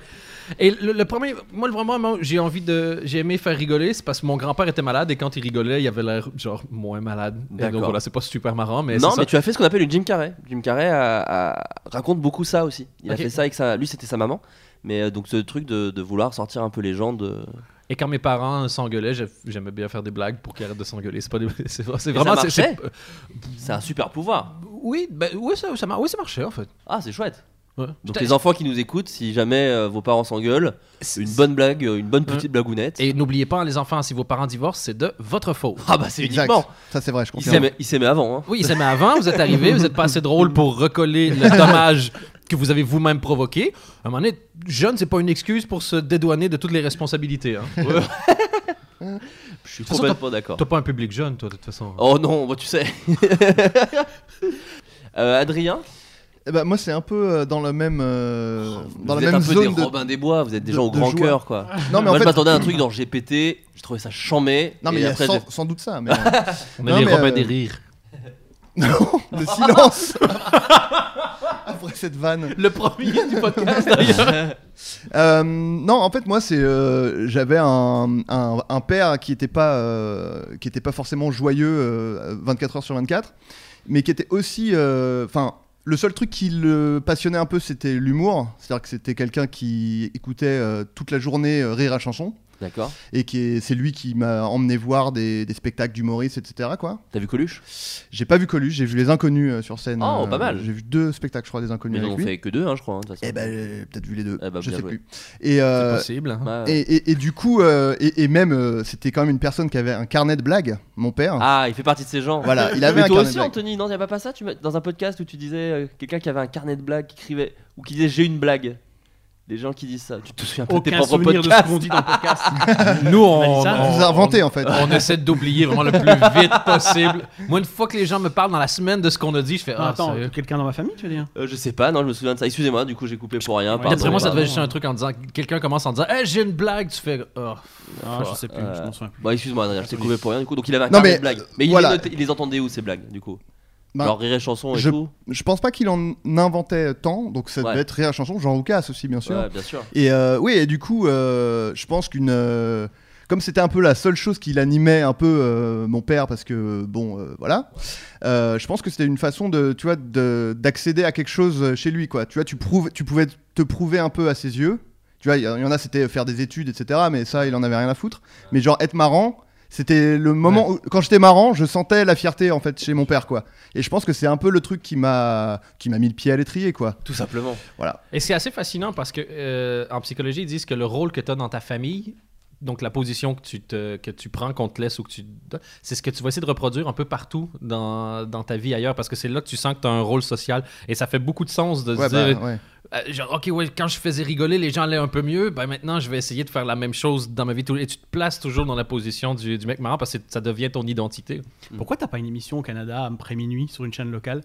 Et le, le premier, moi, le vraiment, moi, j'ai envie de. J'ai aimé faire rigoler, c'est parce que mon grand-père était malade et quand il rigolait, il avait l'air, genre, moins malade. Et donc
D'accord.
voilà, c'est pas super marrant, mais.
non,
c'est
mais
ça.
tu as fait ce qu'on appelle une Jim Carrey. Jim Carrey a- a- raconte beaucoup ça aussi. Il
Ok.
a fait ça avec sa. Lui, c'était sa maman. Mais euh, donc, ce truc de, de vouloir sortir un peu les gens de.
Et quand mes parents s'engueulaient, j'ai- j'aimais bien faire des blagues pour qu'ils arrêtent de s'engueuler. C'est pas des- c'est c'est vraiment.
ça
c'est- c'est-
marchait
euh,
C'est un super pouvoir.
oui, ben, oui, ça, ça, mar- oui, ça marchait en fait.
Ah, c'est chouette.
Ouais.
Donc
Putain,
les enfants qui nous écoutent, si jamais euh, vos parents s'engueulent,
c'est-
une bonne blague, euh, une bonne petite blagounette.
Et n'oubliez pas, les enfants, si vos parents divorcent, c'est de votre faute.
Ah bah c'est
Exact.
uniquement.
Ça, c'est vrai, je
Il
confirme.
s'aimait il s'aimait avant. hein.
Oui, ils aimaient avant, vous êtes arrivés, vous êtes pas assez drôle pour recoller le dommage que vous avez vous-même provoqué. À un moment donné, jeune, c'est pas une excuse pour se dédouaner de toutes les responsabilités. Hein.
Je suis
toute façon,
complètement d'accord.
T'as pas un public jeune, toi, de toute façon.
Oh non, bah, tu sais. Euh, Adrien,
Eh ben, moi, c'est un peu euh, dans le même, euh, dans
Oh, vous
la
êtes
même
un peu
zone
des
de.
Robin des Bois, vous êtes des
de-
gens au
de
grand
joie.
cœur quoi.
Non, mais
Moi
en
je
fait.
m'attendais à un truc dans GPT, je trouvais ça chambé.
Non, mais
et
il y a
après,
sans, sans doute ça. Mais...
On
a Non, les mais, Robins euh, des
rires.
non, le silence Après cette vanne.
Le premier du podcast.
Euh, non, en fait, moi, c'est euh, j'avais un, un- un père qui était pas euh, qui était pas forcément joyeux euh, 24 heures sur 24, mais qui était aussi, euh, enfin, le seul truc qui le passionnait un peu, c'était l'humour, c'est-à-dire que c'était quelqu'un qui écoutait euh, toute la journée euh, rire à chanson.
D'accord.
Et qui est- c'est lui qui m'a emmené voir des, des spectacles d'humoristes, etc. Quoi.
T'as vu Coluche
J'ai pas vu Coluche, j'ai vu les Inconnus euh, sur scène.
Oh, pas mal.
J'ai vu deux spectacles, je crois, des Inconnus
Mais ils
avec
en ont
lui.
fait que deux, hein, je crois. hein, de toute façon.
Eh ben, j'ai peut-être vu les deux.
Eh ben,
je
bien
sais
joué.
plus. Et, euh,
possible. hein.
Ouais, ouais.
et, et- et du coup, euh, et, et même, euh, c'était quand même une personne qui avait un carnet de blagues, mon père.
Ah, il fait partie de ces gens.
Voilà, il avait
Mais
un
toi
carnet
aussi,
de blagues.
Anthony, non, y a pas pas ça tu m'as- Dans un podcast où tu disais euh, quelqu'un qui avait un carnet de blagues qui écrivait ou qui disait j'ai une blague. Les gens qui disent ça. Tu te souviens pas de tes
Aucun
propres
souvenir de ce
podcasts
qu'on dit dans le podcast.
Nous, on,
Valisa,
Je
on-
vous ai inventé en fait.
on essaie d'oublier vraiment le plus vite possible. Moi, une fois que les gens me parlent dans la semaine de ce qu'on a dit, je fais
Non,
Ah,
attends,
sérieux.
quelqu'un dans ma famille, tu veux dire
Euh, Je sais pas, non, je me souviens de ça. Excusez-moi, du coup j'ai coupé pour rien.
Ouais,
pardon,
D'après moi, ça
pardon.
devait être juste un truc en disant quelqu'un commence en disant Hey, j'ai une blague, tu fais Oh,
Ah, je sais plus,
Euh,
je m'en souviens plus.
Bon, excuse-moi, Adrien, je t'ai coupé pour rien. Du coup, donc il avait un
Non,
carnet
mais,
de blagues.
euh,
Mais il,
voilà.
les notait- il les entendait où ces blagues, du coup
Ben,
Genre rire et chanson et
je-
tout.
Je pense pas qu'il en inventait tant, donc ça
Ouais.
devait être rire à chanson. Jean Roucas aussi, bien sûr.
Ouais, bien sûr.
Et euh, oui, et du coup, euh, je pense qu'une. euh, comme c'était un peu la seule chose qui l'animait un peu euh, mon père, parce que bon, euh, voilà. euh, je pense que c'était une façon de, tu vois, de- d'accéder à quelque chose euh, chez lui, quoi. Tu vois, tu prouves, tu pouvais te prouver un peu à ses yeux. Tu vois, il y, en a, c'était faire des études, etc. Mais ça, il en avait rien à foutre. Mais genre être marrant, c'était le moment où, quand j'étais marrant, je sentais la fierté en fait chez mon père, quoi. Et je pense que c'est un peu le truc qui m'a, qui m'a mis le pied à l'étrier, quoi.
Tout simplement.
Et c'est assez fascinant parce que euh, en psychologie, ils disent que le rôle que tu as dans ta famille, donc la position que tu, te, que tu prends, qu'on te laisse ou que tu donnes, c'est ce que tu vas essayer de reproduire un peu partout dans, dans ta vie ailleurs parce que c'est là que tu sens que tu as un rôle social. Et ça fait beaucoup de sens de se
Ouais, bah,
dire
ouais.
euh, genre, ok, ouais, quand je faisais rigoler, les gens allaient un peu mieux. Ben maintenant, je vais essayer de faire la même chose dans ma vie. tous- Et tu te places toujours dans la position du, du mec marrant parce que ça devient ton identité.
Pourquoi t'as pas une émission au Canada après minuit sur une chaîne locale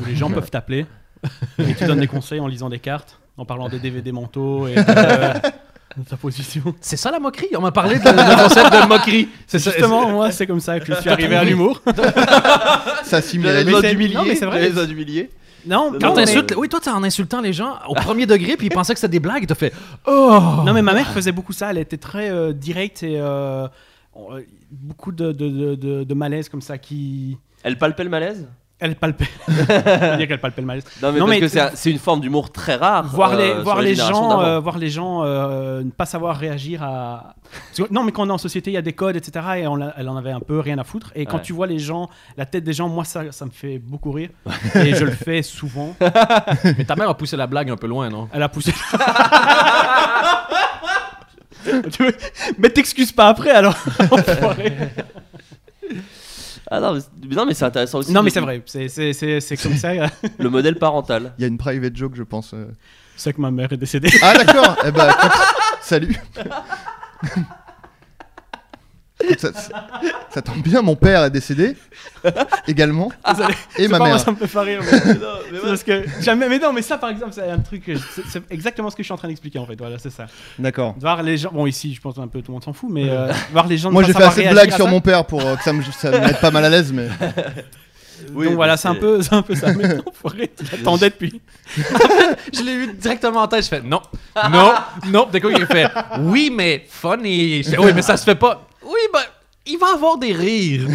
où les gens peuvent t'appeler et tu donnes des conseils en lisant des cartes, en parlant des DVD mentaux et de, de ta position
C'est ça la moquerie. On m'a parlé de, de concept de moquerie.
C'est justement moi, c'est comme ça que je suis arrivé à l'humour.
Ça simulait.
besoin d'humilier,
Non, mais c'est vrai.
j'avais
besoin d'humilier.
Non,
Quand
Quand
non, mais-
t'insultes, oui, toi, t'es en insultant les gens au premier degré, puis ils pensaient que c'était des blagues, et t'as fait Oh
Non, mais ma mère faisait beaucoup ça. Elle était très euh, directe et euh, on- euh, beaucoup de, de, de- de- de malaise comme ça qui.
Elle palpait le malaise
Elle palpait. On va dire qu'elle palpait le malaise.
Non, mais
Non,
parce
mais
que
tu-
c'est un- c'est une forme d'humour très rare.
Voir
euh,
les,
sur
voir, les
générations
gens,
d'avant.
euh, voir les gens euh, ne pas savoir réagir à. Parce que- non, mais quand on est en société, il y a des codes, etc. Et on l'a- elle en avait un peu rien à foutre. Et quand
Ouais.
tu vois les gens, la tête des gens, moi, ça, ça me fait beaucoup rire. et je le fais souvent.
Mais ta mère a poussé la blague un peu loin, non
Elle a poussé. Tu veux- mais t'excuses pas après alors. enfoiré.
Ah non, mais, non, mais c'est intéressant aussi.
non,
de-
mais c'est vrai. C'est- C'est c'est- c'est comme ça.
Le modèle parental.
Il y a une private joke, je pense. euh.
C'est que ma mère est décédée.
Ah d'accord. eh ben, écoute, salut. Écoute, ça, ça- ça tombe bien, mon père est décédé également
Ah,
Désolé.
et
C'est
ma
pas moi,
mère.
ça me fait pas rire. mais- C'est parce que jamais. Mais non, mais ça par exemple, c'est un truc. que je- c'est- C'est exactement ce que je suis en train d'expliquer en fait. Voilà, c'est ça.
D'accord.
Voir les gens. Bon, ici, je pense un peu tout le monde s'en fout, mais euh, voir les gens. ne
Moi
pas
j'ai fait
savoir
assez de
réagir
blagues
à
sur
ça.
mon père pour euh, que ça me, ça me mette pas mal à l'aise, mais
Oui,
Donc voilà,
mais
c'est un peu, c'est un peu ça. Mais non, enfoiré, tu l'attendais depuis.
Je l'ai eu directement en tête, je fais Non, non, non. D'un coup, il fait Oui, mais funny. Je fais, oui, mais ça se fait pas. Oui, ben, il va avoir des rires.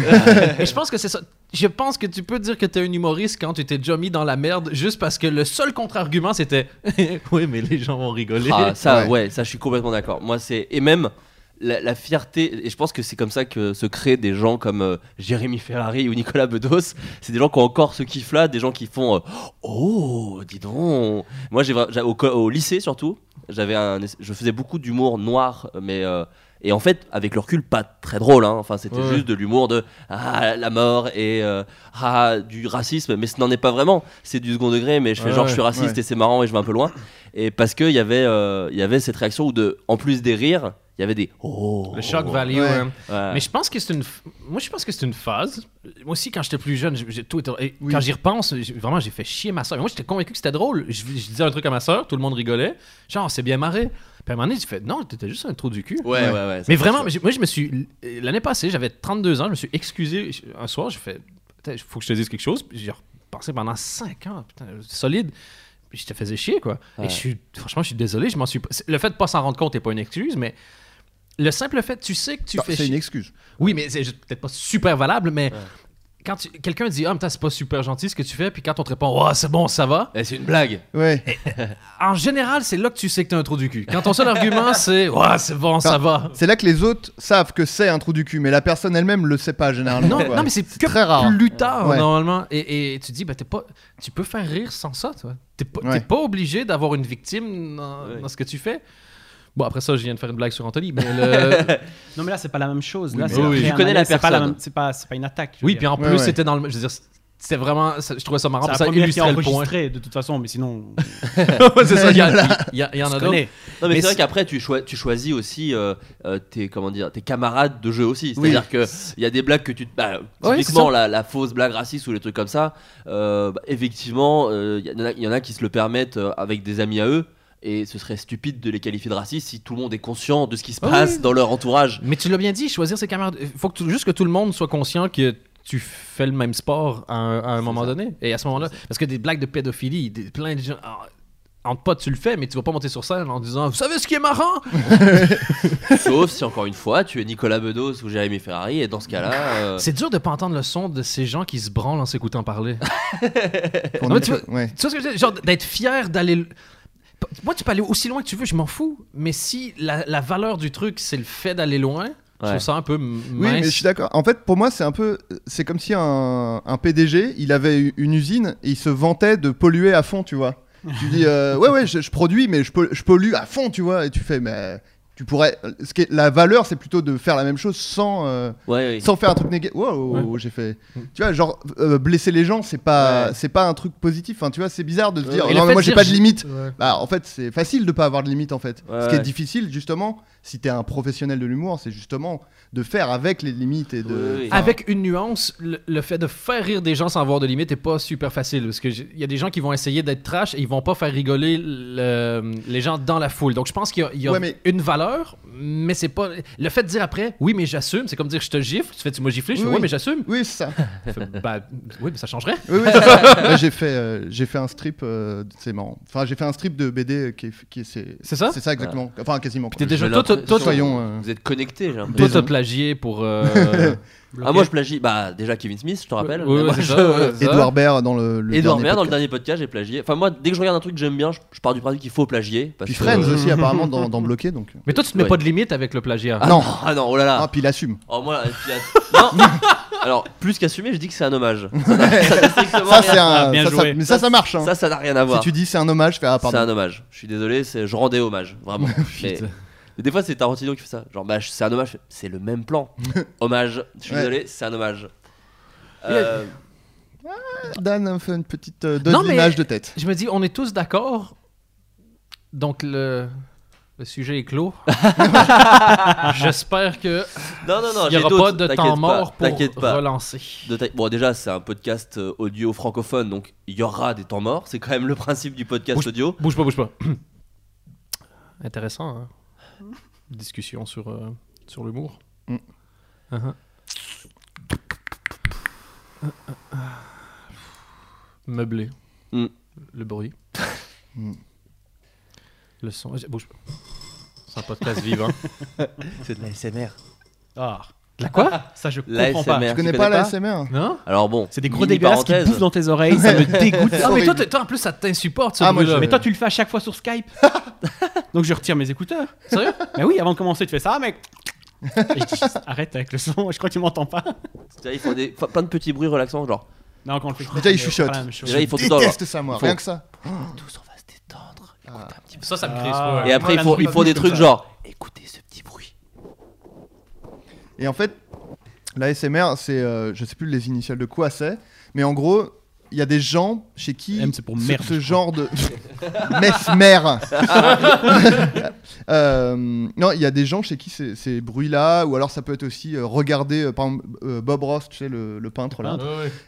Et je pense que c'est ça. Je pense que tu peux dire que t'es un humoriste quand tu t'es déjà mis dans la merde juste parce que le seul contre-argument c'était Oui, mais les gens vont rigoler.
Ah, ça,
Ouais.
ouais. ça, je suis complètement d'accord. Moi, c'est. Et même la, la fierté, et je pense que c'est comme ça que se créent des gens comme euh, Jérémy Ferrari ou Nicolas Bedos. C'est des gens qui ont encore ce kiff-là, des gens qui font euh, Oh, dis donc Moi, j'ai, vra- j'ai- au, co- au lycée surtout, j'avais un, je faisais beaucoup d'humour noir, mais. euh, et en fait, avec le recul, pas très drôle. hein. Enfin, c'était juste de l'humour de ah, la mort et euh, ah, du racisme, mais ce n'en est pas vraiment. C'est du second degré, mais je fais
Ouais,
genre je suis raciste
ouais.
et c'est marrant et je vais un peu loin. Et parce qu'il y avait, euh, il y avait cette réaction où de, en plus des rires, il y avait des oh. euh,
Le shock value.
Ouais.
hein.
Ouais.
Mais je pense que c'est une. f- Moi, je pense que c'est une phase. Moi aussi, quand j'étais plus jeune, j'ai- j'ai tout été- et
Oui.
quand j'y repense, j'ai- vraiment, j'ai fait chier ma soeur. Moi, j'étais convaincu que c'était drôle. Je, je disais un truc à ma soeur, tout le monde rigolait. Genre, on s'est bien marré. Puis à un moment donné, j'ai fait non, t'étais juste un trou du cul.
Ouais, ouais, ouais. ouais,
Mais
ça-
vraiment, j'ai- moi, je me suis. L'année passée, j'avais 32 ans, je me suis excusé un soir, j'ai fait. Putain, faut que je te dise quelque chose. Puis j'ai repensé pendant 5 ans, putain, solide. Puis je te faisais chier, quoi.
Ouais.
Et je suis. Franchement, je suis désolé, je m'en suis. pas- c'est- Le fait de pas s'en rendre compte n'est pas une excuse, mais. Le simple fait, tu sais que tu
Bah,
fais
C'est
chier.
une excuse.
Oui, mais c'est juste peut-être pas super valable, mais. Quand tu- quelqu'un dit Ah, putain, c'est pas super gentil ce que tu fais, puis quand on te répond Oh, c'est bon, ça va,
Eh, c'est une blague.
Ouais.
en général, c'est là que tu sais que t'as un trou du cul. Quand ton seul argument, c'est Ouais, c'est bon, ça va.
C'est là que les autres savent que c'est un trou du cul, mais la personne elle-même le sait pas généralement.
Non,
quoi.
non, mais c'est que
Ah, très rare.
plus tard
Ouais.
normalement. Et, et tu dis, bah, t'es pas, tu peux faire rire sans ça, toi. T'es pas, t'es
Ouais.
pas obligé d'avoir une victime dans,
Ouais.
dans ce que tu fais. Bon, après ça, je viens de faire une blague sur Anthony, mais le-
Non, mais là, c'est pas la même chose.
Oui,
Là,
mais-
c'est
Oui,
créer
tu
un
connais la
malaise, c'est pas
personne.
même- C'est pas, c'est pas une attaque. je veux
oui,
dire.
puis en plus,
Ouais, ouais.
c'était dans le, je veux dire, c'était vraiment, ça- je trouvais ça marrant,
c'est la
Ah, ça
première qui est
illustrait le point.
enregistrée de toute façon, mais sinon,
Ah,
c'est ça, il y, a- il y a- il y en
on
a
se
d'autres.
connaît.
Non, mais,
Mais
c'est vrai
c'est-
qu'après, tu, choi- tu choisis aussi euh, euh, tes, comment dire, tes camarades de jeu aussi. C'est-à-dire que qu'il y a des blagues que tu. te- Bah,
Ouais,
typiquement,
c'est ça.
la, la fausse blague raciste ou les trucs comme ça, euh, bah, effectivement, il y, en a- y en a qui se le permettent euh, avec des amis à eux. Et ce serait stupide de les qualifier de racistes si tout le monde est conscient de ce qui se
Ah
passe
oui.
dans leur entourage.
Mais tu l'as bien dit, choisir ses camarades. Il faut que tout- juste que tout le monde soit conscient que tu fais le même sport à un, à un moment donné. Et à ce moment-là, parce que des blagues de pédophilie, des, plein de gens. ah, entre potes, tu le fais, mais tu vas pas monter sur scène en disant Vous savez ce qui est marrant
Sauf si, encore une fois, tu es Nicolas Bedos ou Jérémy Ferrari. Et dans ce cas-là. euh,
C'est dur de pas entendre le son de ces gens qui se branlent en s'écoutant parler. tu
Qu'on
Non, mais
dit
tu
que-
vois-
ouais.
vois ce que je veux dire? Genre d'être fier d'aller. l- P- Moi, tu peux aller aussi loin que tu veux, je m'en fous. Mais si la, la valeur du truc, c'est le fait d'aller loin, je
Ouais.
trouve ça un peu m-
Oui,
mince.
mais je suis d'accord. En fait, pour moi, c'est un peu, c'est comme si un, un PDG, il avait eu une usine et il se vantait de polluer à fond, tu vois. Tu dis, euh, ouais, ouais, je, je produis, mais je, pol- je pollue à fond, tu vois. Et tu fais, mais tu pourrais. Ce qui est- la valeur, c'est plutôt de faire la même chose sans, euh,
ouais, ouais.
sans faire un truc négatif. Wow, j'ai fait.
Mm.
Tu vois, genre euh, blesser les gens, c'est pas,
Ouais.
c'est pas un truc positif. Enfin, tu vois, c'est bizarre de se dire,
Euh, Et le
non,
fait
mais moi,
de
j'ai
dire
pas de
j'ai-
limite.
Ouais.
Bah, en fait, c'est facile de pas avoir de limite en fait.
Ouais,
Ce qui est
ouais.
difficile justement, si t'es un professionnel de l'humour, c'est justement de faire avec les limites et de.
Oui, oui.
enfin,
Avec une nuance, le, le fait de faire rire des gens sans avoir de limite est pas super facile. Parce qu'il y a des gens qui vont essayer d'être trash et ils vont pas faire rigoler le- les gens dans la foule. Donc je pense qu'il y a, il y a
Ouais, mais-
une valeur, mais c'est pas. Le fait de dire après, oui, mais j'assume, c'est comme dire je te gifle, tu fais tu m'as giflé, je
Oui,
fais
oui.
oui, mais j'assume.
Oui, c'est ça.
Je fais, bah, oui, mais ça changerait.
Oui, oui, c'est ça. Ouais, j'ai fait, euh, j'ai fait un strip. euh, c'est marrant. Enfin, j'ai fait un strip de BD qui est, qui est- c'est.
C'est ça
C'est ça exactement.
Ah.
Enfin, quasiment. quoi.
T'es déjà.
J'ai
Toi, toi, toi,
l'impression-
toi,
soyons, euh,
Vous êtes connectés, j'ai l'impression.
toi,
Baisons.
t'as plagié pour. euh,
Ah, moi, je plagie. Bah, déjà, Kevin Smith, je te rappelle.
Ouais, ouais,
Moi,
c'est
je-
ça, ouais, c'est ça.
Edouard Baird dans le. le
Edouard
dernier
Baird, dans le
podcast.
dernier podcast, j'ai plagié. Enfin, moi, dès que je regarde un truc que j'aime bien, je, je pars du principe qu'il faut plagier. Parce
Puis
que-
Friends aussi apparemment dans, dans bloqué donc.
Mais toi, tu te mets
Ouais.
pas de limite avec le plagiat.
Ah
Non.
non, ah non, oh là
Ah,
là.
puis il assume.
Oh, moi, et puis, att- non. Alors, plus qu'assumer, je dis que c'est un hommage. Ça n'a- ça n'a strictement
Ça
rien-
c'est un.
bien
ça, ça-
joué.
mais ça ça marche. hein.
Ça, ça n'a rien à
Si
voir.
tu dis c'est un hommage, je fais ah
C'est un
pardon.
hommage. Je suis désolé, c'est- je rendais hommage, vraiment. mais... mais des fois, c'est Tarantino qui fait ça. Genre, bah, je- c'est un hommage. C'est le même plan. Hommage. Je suis
Ouais.
désolé, c'est un hommage. Euh,
Dan fait une petite euh,
Non,
dose
mais-
d'image de tête.
Je me dis, on est tous d'accord. Donc le, le sujet est clos. J'espère que
Non, non, non.
il n'y
j'ai
aura
d'autres,
pas de
t'inquiète
temps mort pour
t'inquiète pas.
relancer.
de ta- Bon, déjà, c'est un podcast euh, audio francophone, donc il y aura des temps morts. C'est quand même le principe du podcast
Bouge-
audio.
Bouge pas, bouge pas. Intéressant. hein. Discussion sur euh, sur l'humour.
Mm.
Uh-huh. Meublé.
Mm.
Le bruit.
Mm.
Le son. Bouge pas. C'est un podcast vivant.
C'est de l'ASMR.
Ah,
La quoi
ça, je comprends pas.
L'ASMR.
Tu connais pas la SMR
Non
Alors bon.
C'est des gros
mini
dégueulasses qui
parenthèse.
bouffent dans tes oreilles, ça me dégoûte.
Ah, mais
horrible.
toi, t'es- toi, en plus, ça t'insupporte, ce
Ah, moi,
bruit-là.
je-
Mais
Mais toi, tu le fais à chaque fois sur Skype. Donc je retire mes écouteurs.
Sérieux
Mais oui, avant de commencer, tu fais ça, mec. Et je dis, Arrête avec le son, je crois que tu m'entends pas.
C'est-à-dire, Ils font des, fa- plein de petits bruits relaxants, genre.
Non, quand on le fait,
Déjà, il
c'est
chuchote.
pas la même chose.
Déjà, il faut tout
déteste ça, moi.
Il faut-
Rien que ça.
Tous, on va se détendre.
Ah.
Écoutez un petit peu.
Ça, ça me
Ah.
crise pas. hein.
Et après,
moi,
ils font,
la
ils font des
musique,
trucs
comme ça.
genre. Écoutez ce petit bruit.
Et en fait, l'ASMR, c'est, euh, je sais plus les initiales de quoi c'est, mais en gros, il y a des gens chez qui
M, c'est pour
ce-
merde,
ce
je
genre de mesmer. Euh, non, il y a des gens chez qui ces, ces bruits-là, ou alors ça peut être aussi euh, regarder euh, par exemple euh, Bob Ross, tu sais le, le peintre
Ah,
là,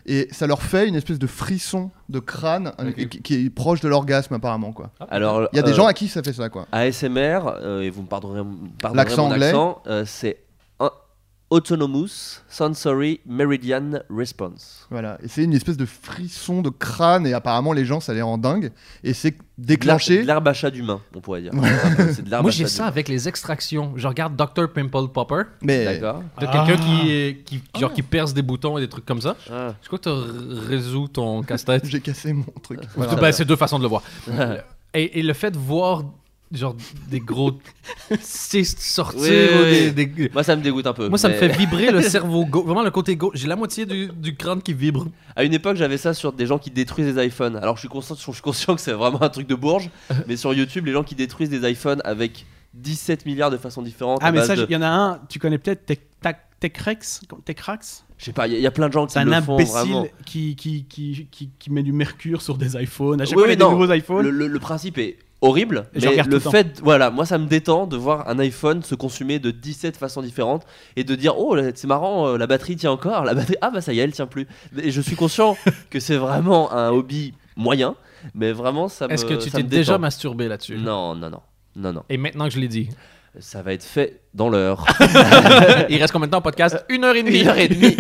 et ça leur fait une espèce de frisson de crâne un-
Ok.
et qui, qui est proche de l'orgasme apparemment quoi.
Alors,
Il y a des
euh,
gens à qui ça fait ça quoi.
ASMR, euh, et vous me pardonnerez, pardonnerez
L'accent
mon
anglais.
accent, euh, c'est un- Autonomous Sensory Meridian Response.
Voilà, et c'est une espèce de frisson de crâne et apparemment les gens ça les rend dingues et c'est
De l'ar-
déclenché.
De l'herbe à chat d'humain, on pourrait dire. c'est de l'herbe
Moi,
à
j'ai
chat
ça avec les extractions. Je regarde Dr. Pimple Popper.
d'humain.
Mais
D'accord.
De
Ah.
quelqu'un qui, est- qui, genre, qui perce des boutons et des trucs comme ça.
Ah.
Je crois que tu r- résous ton casse-tête.
j'ai cassé mon truc.
Ou
Voilà.
tout- ben, c'est deux façons de le voir. et, et le fait de voir genre des gros cystes sortir
Oui, oui,
ou
oui.
des- des-
Moi, ça me dégoûte un peu.
Moi, ça me
mais-
fait vibrer le cerveau gauche. Vraiment, le côté gauche. J'ai la moitié du, du crâne qui vibre.
À une époque, j'avais ça sur des gens qui détruisent des iPhones. Alors, je suis conscient, je suis conscient que c'est vraiment un truc de bourge, mais sur YouTube, les gens qui détruisent des iPhones avec 17 milliards de façons différentes. à
Ah, mais
base
ça,
de-
il y en a un, tu connais peut-être Tech- Tac- Techrex Techrax
je sais pas, il y, a- il y a plein de gens qui
C'est un
le font vraiment.
imbécile qui, qui, qui, qui, qui met du mercure sur des iPhones. À chaque
Oui,
fois,
oui,
il y a des
non.
nouveaux iPhones.
Le, le- le principe est horrible,
Et je
mais
regarde
le
tout le
fait, voilà, moi ça me détend de voir un iPhone se consumer de 17 façons différentes et de dire oh là, c'est marrant, euh, la batterie tient encore, la batterie ah bah ça y est, elle tient plus. Et je suis conscient que c'est vraiment un hobby moyen, mais vraiment ça me
Est-ce que tu
ça
t'es
me
déjà
détend.
masturbé là-dessus
Non, non, non, non, non.
Et maintenant que je l'ai dit,
Ça va être fait dans l'heure.
Ah
il reste combien de temps au podcast Une heure et demie.
Une heure et demie.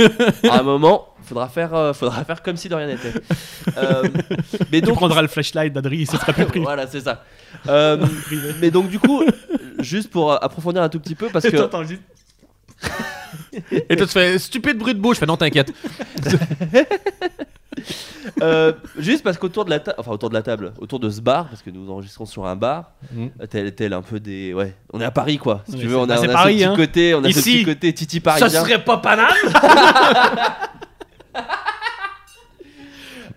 À un moment, faudra faire, euh, faudra faire comme si de rien n'était. Euh, mais
Tu
donc,
prendras le flashlight d'Adri et ce sera plus privé.
voilà, c'est ça. Euh, mais donc du coup, juste pour euh, approfondir un tout petit peu, parce que
T'entends juste-
Et toi, tu fais stupide bruit de bouche. Je fais non, t'inquiète.
euh, juste parce qu'autour de la table, enfin autour de la table, autour de ce bar, parce que nous enregistrons sur un bar,
Mm.
euh, tel tel un peu des, ouais, on est à Paris quoi. Si
Mais
tu veux,
Hum.
on a,
c'est- bah,
on
c'est
a
Paris,
ce petit
hein.
côté, on a ce
Ici,
petit côté Titi
Ça
parisien.
serait pas banal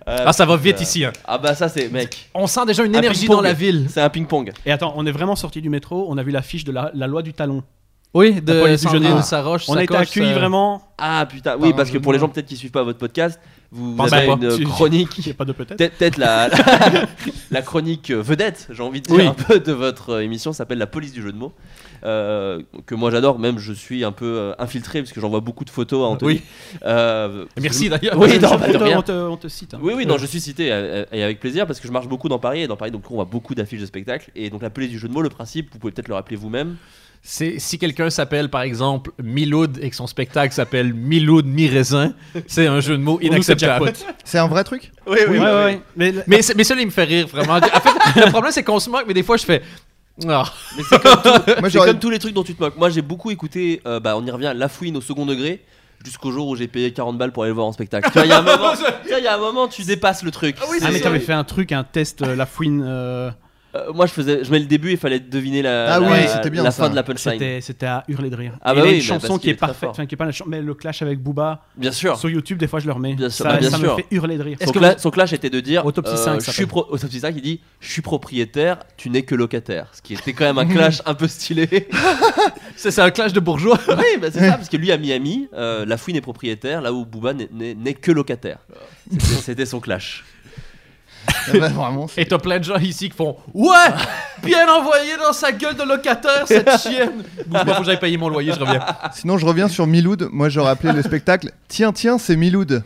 Euh,
Ah, ça va vite
euh,
ici. hein.
Ah bah ça c'est mec,
On sent déjà une
Un
énergie
ping-pong.
dans la ville.
c'est un ping pong.
Et attends, on est vraiment sorti du métro, on a vu l'affiche de la, la loi du talon.
Oui,
La
de
police du
Sandrine
Genève.
Saroche.
on a été
Sacoche,
accueillis
euh,
vraiment.
Ah putain, oui,
Par
parce
un
que
jeu
pour les
de mots.
gens peut-être qui suivent pas votre podcast, vous
Pensez
avez
pas.
une
Tu-
chronique,
Il n'y a pas de peut-être.
peut-être peut-être la, la, la chronique euh, vedette, j'ai envie de dire
Oui.
un peu de votre euh, émission, s'appelle La police du jeu de mots, euh, que moi j'adore, même je suis un peu euh, infiltré parce que j'envoie beaucoup de photos à Anthony.
Oui.
Euh,
Merci d'ailleurs.
Oui, non,
on,
bah, de
te,
rien.
on te- on te cite. hein.
Oui, oui, non, je suis cité euh, et avec plaisir parce que je marche beaucoup dans Paris et dans Paris, donc on voit beaucoup d'affiches de spectacles. Et donc la police du jeu de mots, le principe, vous pouvez peut-être le rappeler vous-même.
C'est- si quelqu'un s'appelle, par exemple, Miloud et que son spectacle s'appelle Miloud mi-raisin, c'est un jeu de mots
Pour nous, c'est
inacceptable.
jackpot.
C'est un vrai truc
Oui,
Ouais, ouais, ouais. Mais,
Mais, c'est- mais ça, il me fait rire, vraiment. En fait, le problème, c'est qu'on se moque, mais des fois, je fais. Ah.
Mais c'est comme tout-
Moi
C'est
j'aurais
comme tous les trucs dont tu te moques. Moi, j'ai beaucoup écouté, euh, bah, on y revient, La Fouine au second degré, jusqu'au jour où j'ai payé 40 balles pour aller le voir en spectacle. Tu vois, Il y, a un moment- tu vois, il y a un moment, tu dépasses le truc. C'est-
ah, mais t'avais fait un truc, un test, euh, la fouine. euh,
Euh, moi, je, faisais, je mets le début, il fallait deviner la,
Ah
la-
oui, c'était bien,
la
ça.
fin de la punchline.
C'était c'était à hurler de rire.
Ah bah
Et il y a
oui,
une
mais
chanson
parce qu'il
qui
est
est
très
parfaite,
fort.
enfin qui est pas la chanson, mais le clash avec Booba
Bien sûr.
sur YouTube, des fois je le remets.
Bien sûr,
Ça,
bah, bien
ça
sûr.
me fait hurler de rire.
Son, cla- son clash était de dire
Autopsie
euh,
5,
je
ça
suis
s'appelle.
pro- Autopsie 5, il dit Je suis propriétaire, tu n'es que locataire. Ce qui était quand même un clash un peu stylé.
Ça, c'est un clash de bourgeois.
oui, bah, c'est ça, parce que lui, à Miami, euh, La Fouine est propriétaire, là où Booba n'est- n'est n'est que locataire. C'était- C'était son clash.
Bah, vraiment. c'est-
Et t'as plein de gens ici qui font Ouais Bien envoyé dans sa gueule de locataire, cette chienne Bouge pas, faut que j'aille payer mon loyer, je reviens.
Sinon je reviens sur Miloud, moi j'aurais appelé le spectacle Tiens tiens, c'est Miloud.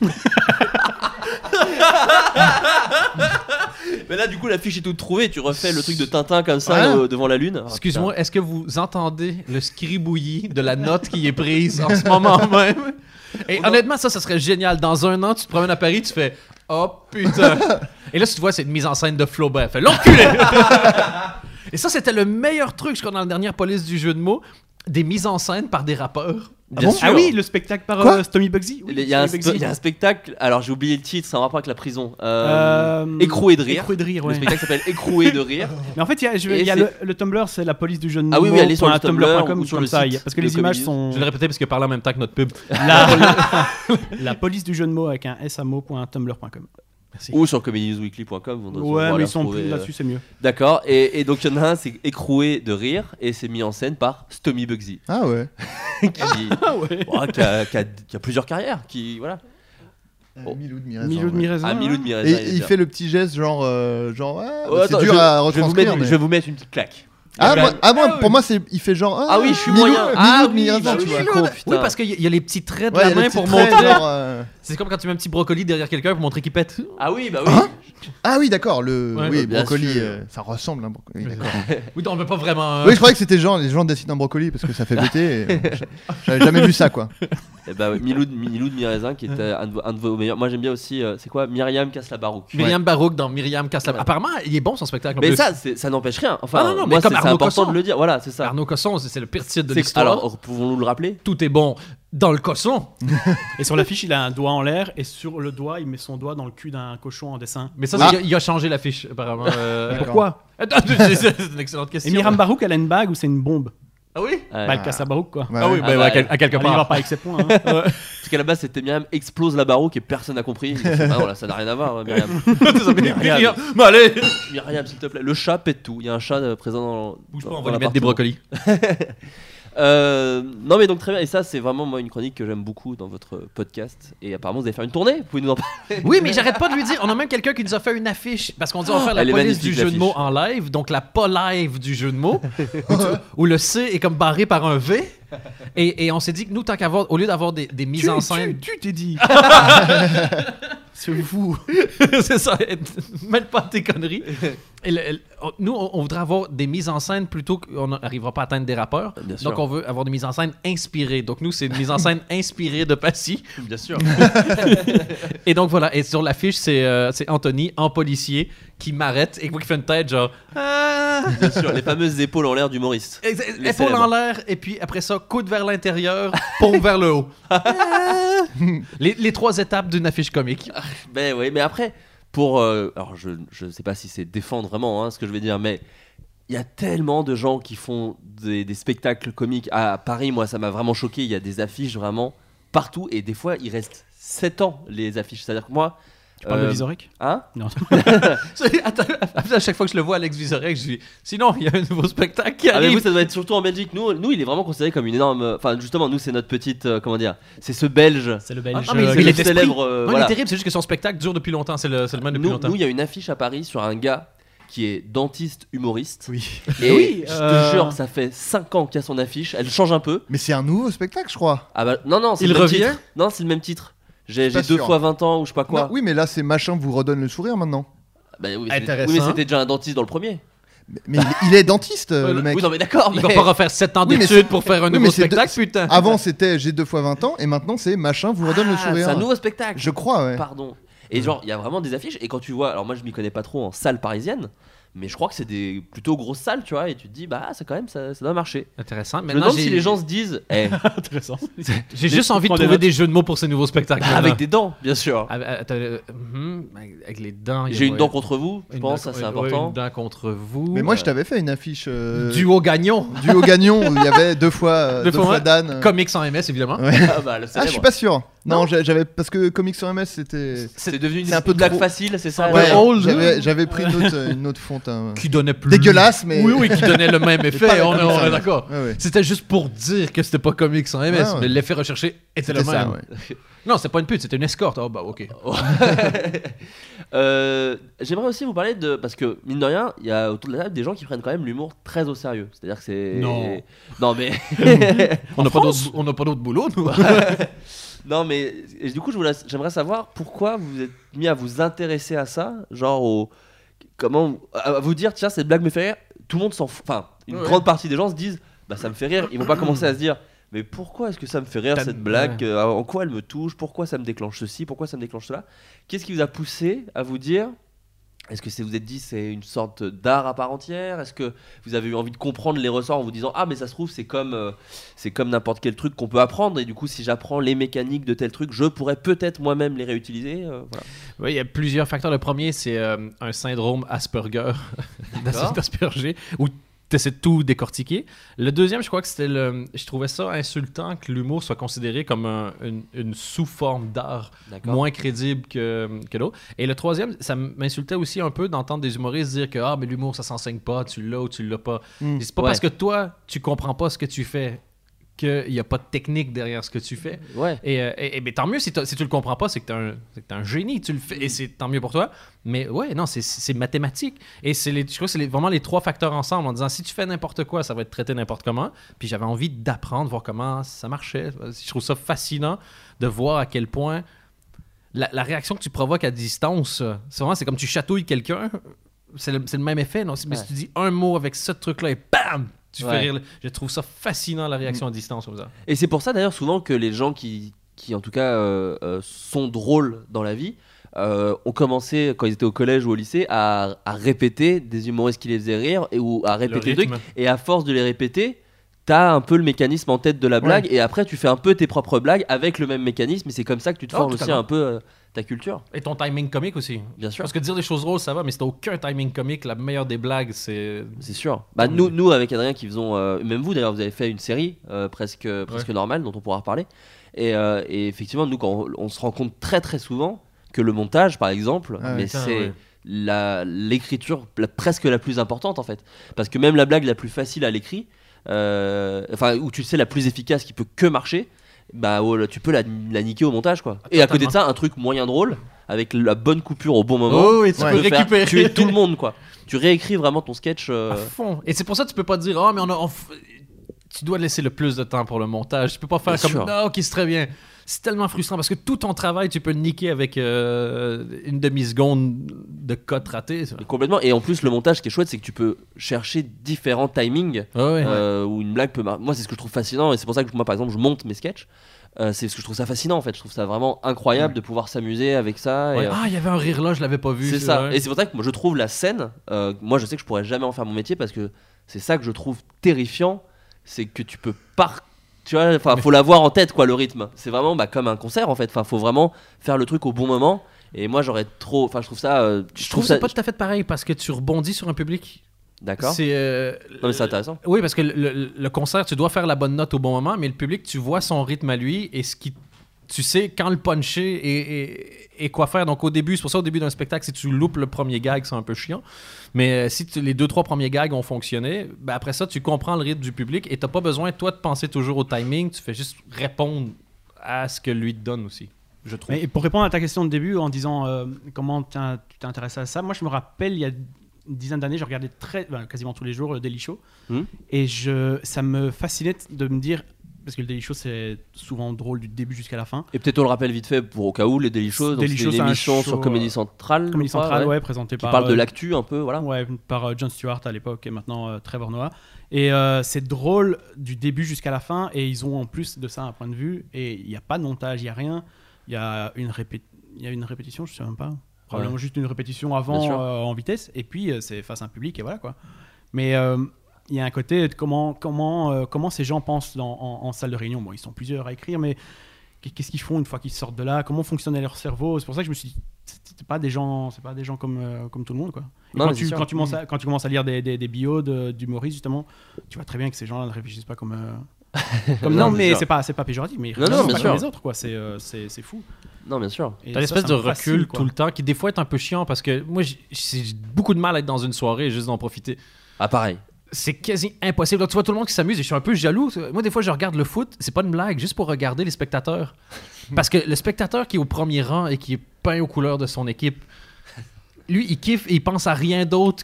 Mais là, du coup, la fiche est toute trouvée. Tu refais le truc de Tintin comme ça
Ouais.
euh, devant la lune. Ah,
Excuse-moi, est-ce que vous entendez le scribouillis de la note qui est prise en ce moment même Et honnêtement, ça, ça serait génial. Dans un an, tu te promènes à Paris, tu fais Oh putain Et là, si tu vois, c'est une mise en scène de Flaubert. Fait l'enculé Et ça, c'était le meilleur truc, je crois, dans la dernière police du jeu de mots des mises en scène par des rappeurs.
Bien
bon
sûr.
Ah oui, le spectacle par
Quoi
euh, Tommy Bugsy. Oui,
Il y, a un
Tommy
spe-
Bugsy.
il y a un spectacle, alors j'ai oublié le titre, c'est en rapport avec la prison. Euh,
Euh,
Écroué de rire.
Écroué de rire,
Le
ouais.
spectacle s'appelle Écroué de rire.
Mais en fait, il y a, je-
Et
il y a le,
c'est-
le Tumblr, c'est la police du jeune
Ah oui, oui,
mot
allez sur le
point
Tumblr
tumblr.com
ou
ou
sur
comme
le
ça,
site
il y a- parce que
de
les images
Comedy News.
sont
Je vais le répéter parce que parle en même temps que notre pub.
la, la police du jeu de mots avec un s à mot point tumblr.com.
Ou sur comedynews.weekly.com. on doit- on
Ouais,
va
mais
les
ils sont
retrouver,
plus
euh,
là-dessus, c'est mieux.
D'accord, et, et donc il y en a un, c'est Écroué de rire, et c'est mis en scène par Stomy Bugsy,
Ah ouais.
qui, Oh, qui a, qui a- qui a plusieurs carrières, qui, voilà. Oh.
Milou de Mirez.
Milou de Miraisin,
Ah, Milou
hein.
de Mireza,
Et
il est
il
bien.
fait le petit geste genre euh, genre ah,
Oh,
bah,
attends,
c'est dur
je-
à
je vais vous mettre-
retranscrire. mais-
Je vais vous mettre une petite claque.
Ah,
Ben-
moi, ah, moi,
Ah
pour moi c'est il fait genre ah,
Ah oui, je suis
Milou,
moyen.
Milou
Ah
de
oui,
Miraisin,
bah
tu
oui,
vois.
je
Ouais,
comprends,
Oui,
putain.
parce qu'il y, a- il y a les petits traits de
il y a
la
le
main
petit
pour
trait,
montrer.
genre, euh,
C'est comme quand tu mets un petit brocoli derrière quelqu'un pour montrer qu'il pète.
Ah oui, bah oui.
Hein Ah oui, d'accord, le
Ouais,
oui,
bah, bien
brocoli,
sûr.
euh, ça ressemble hein, brocoli, d'accord.
Oui, on veut pas vraiment. euh,
Oui, je croyais que c'était genre les gens dessinent un brocoli parce que ça fait péter. et, bon, J'avais jamais vu ça quoi.
Eh bah, ouais, Milou, de- Milou de Miraisin, qui était un de, vos- un de vos meilleurs. Moi, j'aime bien aussi, euh, c'est quoi Myriam casse la barouque.
Myriam Barouk dans Myriam casse la- Apparemment, il est bon son spectacle. en
Mais
plus.
ça, c'est- ça n'empêche rien. Enfin,
Ah non, non, mais
moi, c'est
comme
c'est
Arnaud
important
Cosson.
de le dire. Voilà, c'est ça.
Arnaud Cosson, c'est c'est le pire titre de
C'est-
l'histoire.
alors, pouvons-nous le rappeler
tout est bon dans le cosson.
Et sur l'affiche, il a un doigt en l'air et sur le doigt, il met son doigt dans le cul d'un cochon en dessin.
Mais ça,
Ah.
c'est- il a changé l'affiche, apparemment. euh,
D'accord.
pourquoi Attends, c'est c'est une excellente question.
Et Miram Barouk, elle a une bague ou c'est une bombe
Ah oui
Ouais.
Bah, elle casse la Barouk, quoi.
Ouais.
Ah oui,
Ah
bah,
bah,
à quel- à quelque
Elle y va
part.
pas avec ses points. hein.
Parce qu'à la base, c'était Myriam explose la barouque et personne n'a compris. Ils ont fait, Ah non, là, ça n'a rien à voir, hein, Myriam.
Myriam, mais allez
Myriam, s'il te plaît. Le chat pète tout. Il y a un chat euh, présent dans.
Bouge pas,
dans-
on
dans
va lui mettre des
l'appartement.
brocolis.
Euh, non mais donc très bien et ça c'est vraiment moi une chronique que j'aime beaucoup dans votre podcast et apparemment vous allez faire une tournée vous pouvez nous en parler
Oui, mais j'arrête pas de lui dire. On a même quelqu'un qui nous a fait une affiche. Parce qu'on dit on va faire la
Ah, Elle est
police du
magnifique,
jeu de
l'affiche.
mots en live, donc la pas live du jeu de mots, où, tu- où le C est comme barré par un V. Et, et on s'est dit que nous, tant qu'avoir, au lieu d'avoir des, des mises
Tu-
en scène.
Tu tu t'es dit.
C'est vous.
Euh,
c'est ça. Mêle pas tes conneries. Et le- le- on- nous, on, on voudrait avoir des mises en scène plutôt qu'on n'arrivera pas à atteindre des rappeurs.
Bien sûr.
Donc, on veut avoir des mises en scène inspirées. Donc, nous, c'est une mise en scène inspirée de Passy. Bien sûr. et donc, voilà. Et sur l'affiche, c'est euh, c'est Anthony en policier qui m'arrête et qui fait une tête genre. Ah!
bien sûr les fameuses épaules en l'air d'humoriste
Ex-
Les
Épaule
célèbres.
en l'air, et puis après ça, coude vers l'intérieur, paume vers le haut. Ah! les, les trois étapes d'une affiche comique.
Ben oui, mais après, pour. euh, alors, je je sais pas si c'est défendre vraiment hein, ce que je vais dire, mais il y a tellement de gens qui font des, des spectacles comiques. À Paris, moi, ça m'a vraiment choqué. Il y a des affiches vraiment partout, et des fois, il reste 7 ans les affiches. C'est-à-dire que moi.
Tu parles de
euh,
Vizorek
Hein
Ah
Non.
C'est- Attends, à chaque fois que je le vois, Alex Vizorek, je dis Sinon, il y a un nouveau spectacle qui
Ah, mais
arrive.
vous, ça doit être surtout en Belgique. Nous, nous, il est vraiment considéré comme une énorme. Enfin, justement, nous, c'est notre petite. euh, comment dire C'est ce Belge.
C'est le
Ah,
belge.
non, mais
euh,
il
le
est esprit.
célèbre, euh,
Non,
voilà.
il est terrible, c'est juste que son spectacle dure depuis longtemps. C'est le, c'est le même depuis
Nous,
longtemps.
nous, il y a une affiche à Paris sur un gars qui est dentiste humoriste.
Oui.
Et
Oui,
je
euh,
te jure, ça fait 5 ans qu'il y a son affiche. Elle change un peu.
Mais c'est un nouveau spectacle, je crois.
Ah bah non non, c'est
Il
le même
revient
titre. Non, c'est le même titre. J'ai
suis
j'ai
pas
deux
sûr.
fois 20 ans ou je sais pas quoi.
Non, oui, mais là c'est machin vous redonne le sourire maintenant.
Bah oui, mais c'est-
Intéressant.
oui, mais c'était déjà un dentiste dans le premier.
Mais, mais il, il est dentiste euh, le mec.
Oui non mais d'accord.
Il
Mais...
va pas refaire 7 ans
Oui, mais
d'études pour faire un
oui,
nouveau
mais c'est
spectacle, putain.
Avant c'était j'ai deux fois 20 ans et maintenant c'est machin vous redonne le
Ah, c'est
sourire.
un nouveau spectacle.
Je crois ouais.
Pardon. Et genre il y a vraiment des affiches et quand tu vois, alors moi je m'y connais pas trop en salle parisienne, mais je crois que c'est des plutôt grosses salles, tu vois, et tu te dis bah ça quand même ça, ça doit marcher.
Intéressant.
je me
Maintenant,
demande si
j'ai
les gens se disent eh,
Ah, Intéressant.
j'ai juste envie de
prends des
trouver
notes.
des jeux de mots pour ces nouveaux spectacles.
avec des dents bien sûr.
Ah, ah, attends, euh, mhm, avec- avec les dents. il y a-
J'ai une
ouais.
dent contre vous, je
Une
pense, ça
dent-
c'est
ouais, Une
important.
dent contre vous.
Mais moi je t'avais fait une affiche euh,
Duo gagnant.
duo gagnant où il y avait deux fois euh,
Deux
deux,
fois
fois,
moi.
Dan. euh.
Comics sans MS, évidemment.
Ah bah le
Ah je suis
célèbre.
pas sûr. Non, j'a- j'avais parce que comics sur MS c'était.
C'est devenu une
C'est un peu
blague
trop-
facile, c'est ça
Ouais,
euh,
old.
j'avais- j'avais pris une autre, une autre fonte. hein.
Qui donnait plus.
Dégueulasse mais.
Oui, oui, qui donnait le même effet.
pas
On est-
comme
on
ça,
est
ouais.
d'accord.
Ouais, ouais.
C'était juste pour dire que c'était pas comique sans MS,
Ouais, ouais.
mais l'effet recherché était le
C'était ça,
même.
ouais.
Non, c'était pas une pute, c'était une escorte. Oh bah ok.
Euh, J'aimerais aussi vous parler de parce que mine de rien, il y a autour de la table des gens qui prennent quand même l'humour très au sérieux. C'est-à-dire que c'est
Non.
non mais
On n'a pas d'autre on n'a pas d'autre boulot, nous.
non mais et du coup je voulais- j'aimerais savoir pourquoi vous vous êtes mis à vous intéresser à ça, genre au comment à vous dire tiens cette blague me fait rire. Tout le monde s'en fout. enfin une
Ouais.
grande partie des gens se disent bah ça me fait rire. Ils vont pas commencer à se dire mais pourquoi est-ce que ça me fait rire
T'as-
cette blague Euh, En quoi elle me touche Pourquoi ça me déclenche ceci Pourquoi ça me déclenche cela Qu'est-ce qui vous a poussé à vous dire Est-ce que c'est- vous êtes dit c'est une sorte d'art à part entière Est-ce que vous avez eu envie de comprendre les ressorts en vous disant ah mais ça se trouve c'est comme euh, c'est comme n'importe quel truc qu'on peut apprendre et du coup si j'apprends les mécaniques de tel truc je pourrais peut-être moi-même les réutiliser euh, voilà.
Oui, il y a plusieurs facteurs. Le premier, c'est euh, un syndrome Asperger,
D'accord.
d'Asperger, où tu essaies de tout décortiquer. Le deuxième, je crois que c'était le. Je trouvais ça insultant que l'humour soit considéré comme un- une, une sous-forme d'art
D'accord.
moins crédible que, que l'autre. Et le troisième, ça m'insultait aussi un peu d'entendre des humoristes dire que ah, mais l'humour, ça s'enseigne pas, tu l'as ou tu l'as pas.
Mm.
C'est pas
Hmm. Ouais.
parce que toi, tu comprends pas ce que tu fais qu'il n'y a pas de technique derrière ce que tu fais.
Ouais.
Et, euh, et- et- mais tant mieux si, t'as- si tu le comprends pas, c'est que t'es un, c'est que t'es un génie, tu le
Mm.
fais, et c'est tant mieux pour toi. Mais ouais, non, c'est- c'est c'est mathématique. Et c'est les, je crois que c'est les- vraiment les trois facteurs ensemble en disant si tu fais n'importe quoi, ça va être traité n'importe comment. Puis j'avais envie d'apprendre, voir comment ça marchait. Je trouve ça fascinant de voir à quel point la, la réaction que tu provoques à distance, euh, c'est vraiment c'est comme tu chatouilles quelqu'un, c'est le, c'est le même effet. Non? Mais
Ouais.
si tu dis un mot avec ce truc-là et bam, tu
Ouais. Mm.
fais rire. le- Je trouve ça fascinant la réaction à distance comme ça.
Et c'est pour ça d'ailleurs souvent que les gens qui, qui en tout cas euh, euh, sont drôles dans la vie euh, ont commencé quand ils étaient au collège ou au lycée à, à répéter des humoristes qui les faisaient rire et ou à
Le
répéter des
rythme.
trucs et à force de les répéter t'as un peu le mécanisme en tête de la blague et après tu fais un peu tes propres blagues avec le même mécanisme et c'est comme ça que tu te
Oh,
forges aussi
totalement.
un peu euh, ta culture
Et ton timing comique aussi.
bien sûr
Parce que dire des choses drôles, ça va, mais si t'as aucun timing comique, la meilleure des blagues, c'est.
C'est sûr. Bah, nous, nous, avec Adrien, qui faisons. euh, même vous, d'ailleurs, vous avez fait une série euh, presque, presque normale dont on pourra reparler. Et, euh, et effectivement, nous, quand on, on se rend compte très très souvent que le montage, par exemple,
Ah,
mais
putain,
c'est
ouais.
la- l'écriture la- presque la plus importante en fait. Parce que même la blague la plus facile à l'écrit, euh, enfin, où tu sais la plus efficace qui peut que marcher, bah oh là, tu peux la, la niquer au montage quoi. Et à côté de ça, un truc moyen drôle avec la bonne coupure au bon moment.
Oh, et tu
Ouais.
peux
de faire
récupérer.
tuer tout le monde quoi. Tu réécris vraiment ton sketch. euh,
à fond. Et c'est pour ça que tu peux pas dire, oh, mais on a. on f- Tu dois laisser le plus de temps pour le montage. Tu peux pas faire
Bien
comme.
sûr.
Non, ok, c'est très bien. C'est tellement frustrant parce que tout ton travail, tu peux le niquer avec euh, une demi-seconde de cote ratée. ça.
Mais Complètement. Et en plus, le montage, ce qui est chouette, c'est que tu peux chercher différents timings
Ah ouais.
euh, où une blague peut. mar- Moi, c'est ce que je trouve fascinant, et c'est pour ça que moi, par exemple, je monte mes sketchs. Euh, c'est ce que je trouve ça fascinant en fait. Je trouve ça vraiment incroyable de pouvoir s'amuser avec ça. et,
Ouais.
euh,
Ah, il y avait un rire là, je l'avais pas vu.
c'est ça.
ouais.
Et c'est pour ça que moi, je trouve la scène. euh, moi, je sais que je pourrais jamais en faire mon métier parce que c'est ça que je trouve terrifiant, c'est que tu peux pas. Tu vois, enfin, faut l'avoir en tête quoi, le rythme. C'est vraiment bah, comme un concert en fait. Enfin, faut vraiment faire le truc au bon moment. Et moi, j'aurais trop. Enfin, je trouve ça. euh,
Je trouve que c'est pas tout à fait pareil parce que tu rebondis sur un public.
D'accord.
C'est. euh,
Non, mais c'est intéressant.
Oui, parce que le, le- le concert, tu dois faire la bonne note au bon moment, mais le public, tu vois son rythme à lui et ce qui. Tu sais quand le puncher et, et- et quoi faire. Donc, au début, c'est pour ça, au début d'un spectacle, si tu loupes le premier gag, c'est un peu chiant. Mais euh, si tu- les deux, trois premiers gags ont fonctionné, ben après ça, tu comprends le rythme du public et t'as pas besoin, toi, de penser toujours au timing. Tu fais juste répondre à ce que lui te donne aussi, je trouve.
Mais pour répondre à ta question de début en disant euh, comment t'in- tu t'es intéressé à ça, moi je me rappelle il y a une dizaine d'années, je regardais très, ben, quasiment tous les jours euh, Daily Show
Mhm.
et je, ça me fascinait de me dire parce que le Daily Show c'est souvent drôle du début jusqu'à la fin.
Et peut-être on le rappelle vite fait pour au cas où les Daily Show, donc
Daily
c'est
Show,
une
c'est un
émission
show,
sur Comédie
euh,
Centrale, je
Comédie
crois,
Centrale,
ouais,
ouais, présenté
qui
par
parle de
euh,
l'actu un peu, voilà.
Ouais, par euh, John Stewart à l'époque et maintenant euh, Trevor Noah. Et euh, c'est drôle du début jusqu'à la fin et ils ont en plus de ça un point de vue et il n'y a pas de montage, il n'y a rien. Il y, a une répé- il y a une répétition, je ne sais même pas. Probablement juste une répétition
Bien
avant
sûr.
euh, en vitesse et puis euh, c'est face à un public et voilà quoi. Mais euh, il y a un côté de comment, comment, euh, comment ces gens pensent dans- en, en salle de réunion. Bon, ils sont plusieurs à écrire, mais qu'est- qu'est-ce qu'ils font une fois qu'ils sortent de là Comment fonctionnait leur cerveau C'est pour ça que je me suis dit, c'est pas des gens, c'est pas des gens comme, euh, comme tout le monde quoi. Et
Non,
quand,
mais c'est
tu,
sûr.
quand, tu commences à, quand tu commences à lire des, des, des bios de- d'humoristes, justement, tu vois très bien que ces gens-là ne réfléchissent pas comme. euh, comme
Non,
non,
bien
mais
sûr.
c'est pas, c'est pas péjoratif, mais ils
Non, non, bien
réfléchissent pas
sûr.
comme les autres, quoi. C'est euh, c'est- c'est fou.
Non, bien sûr.
Et
T'as
ça,
l'espèce
ça
de
me
recul
fascine, quoi.
tout le temps qui des fois est un peu chiant parce que moi j'ai- j'ai beaucoup de mal à être dans une soirée et juste d'en profiter.
Ah, pareil.
C'est quasi impossible. Donc, tu vois tout le monde qui s'amuse et je suis un peu jaloux. Moi des fois je regarde le foot, c'est pas une blague, juste pour regarder les spectateurs. Parce que le spectateur qui est au premier rang et qui est peint aux couleurs de son équipe, lui il kiffe et il pense à rien d'autre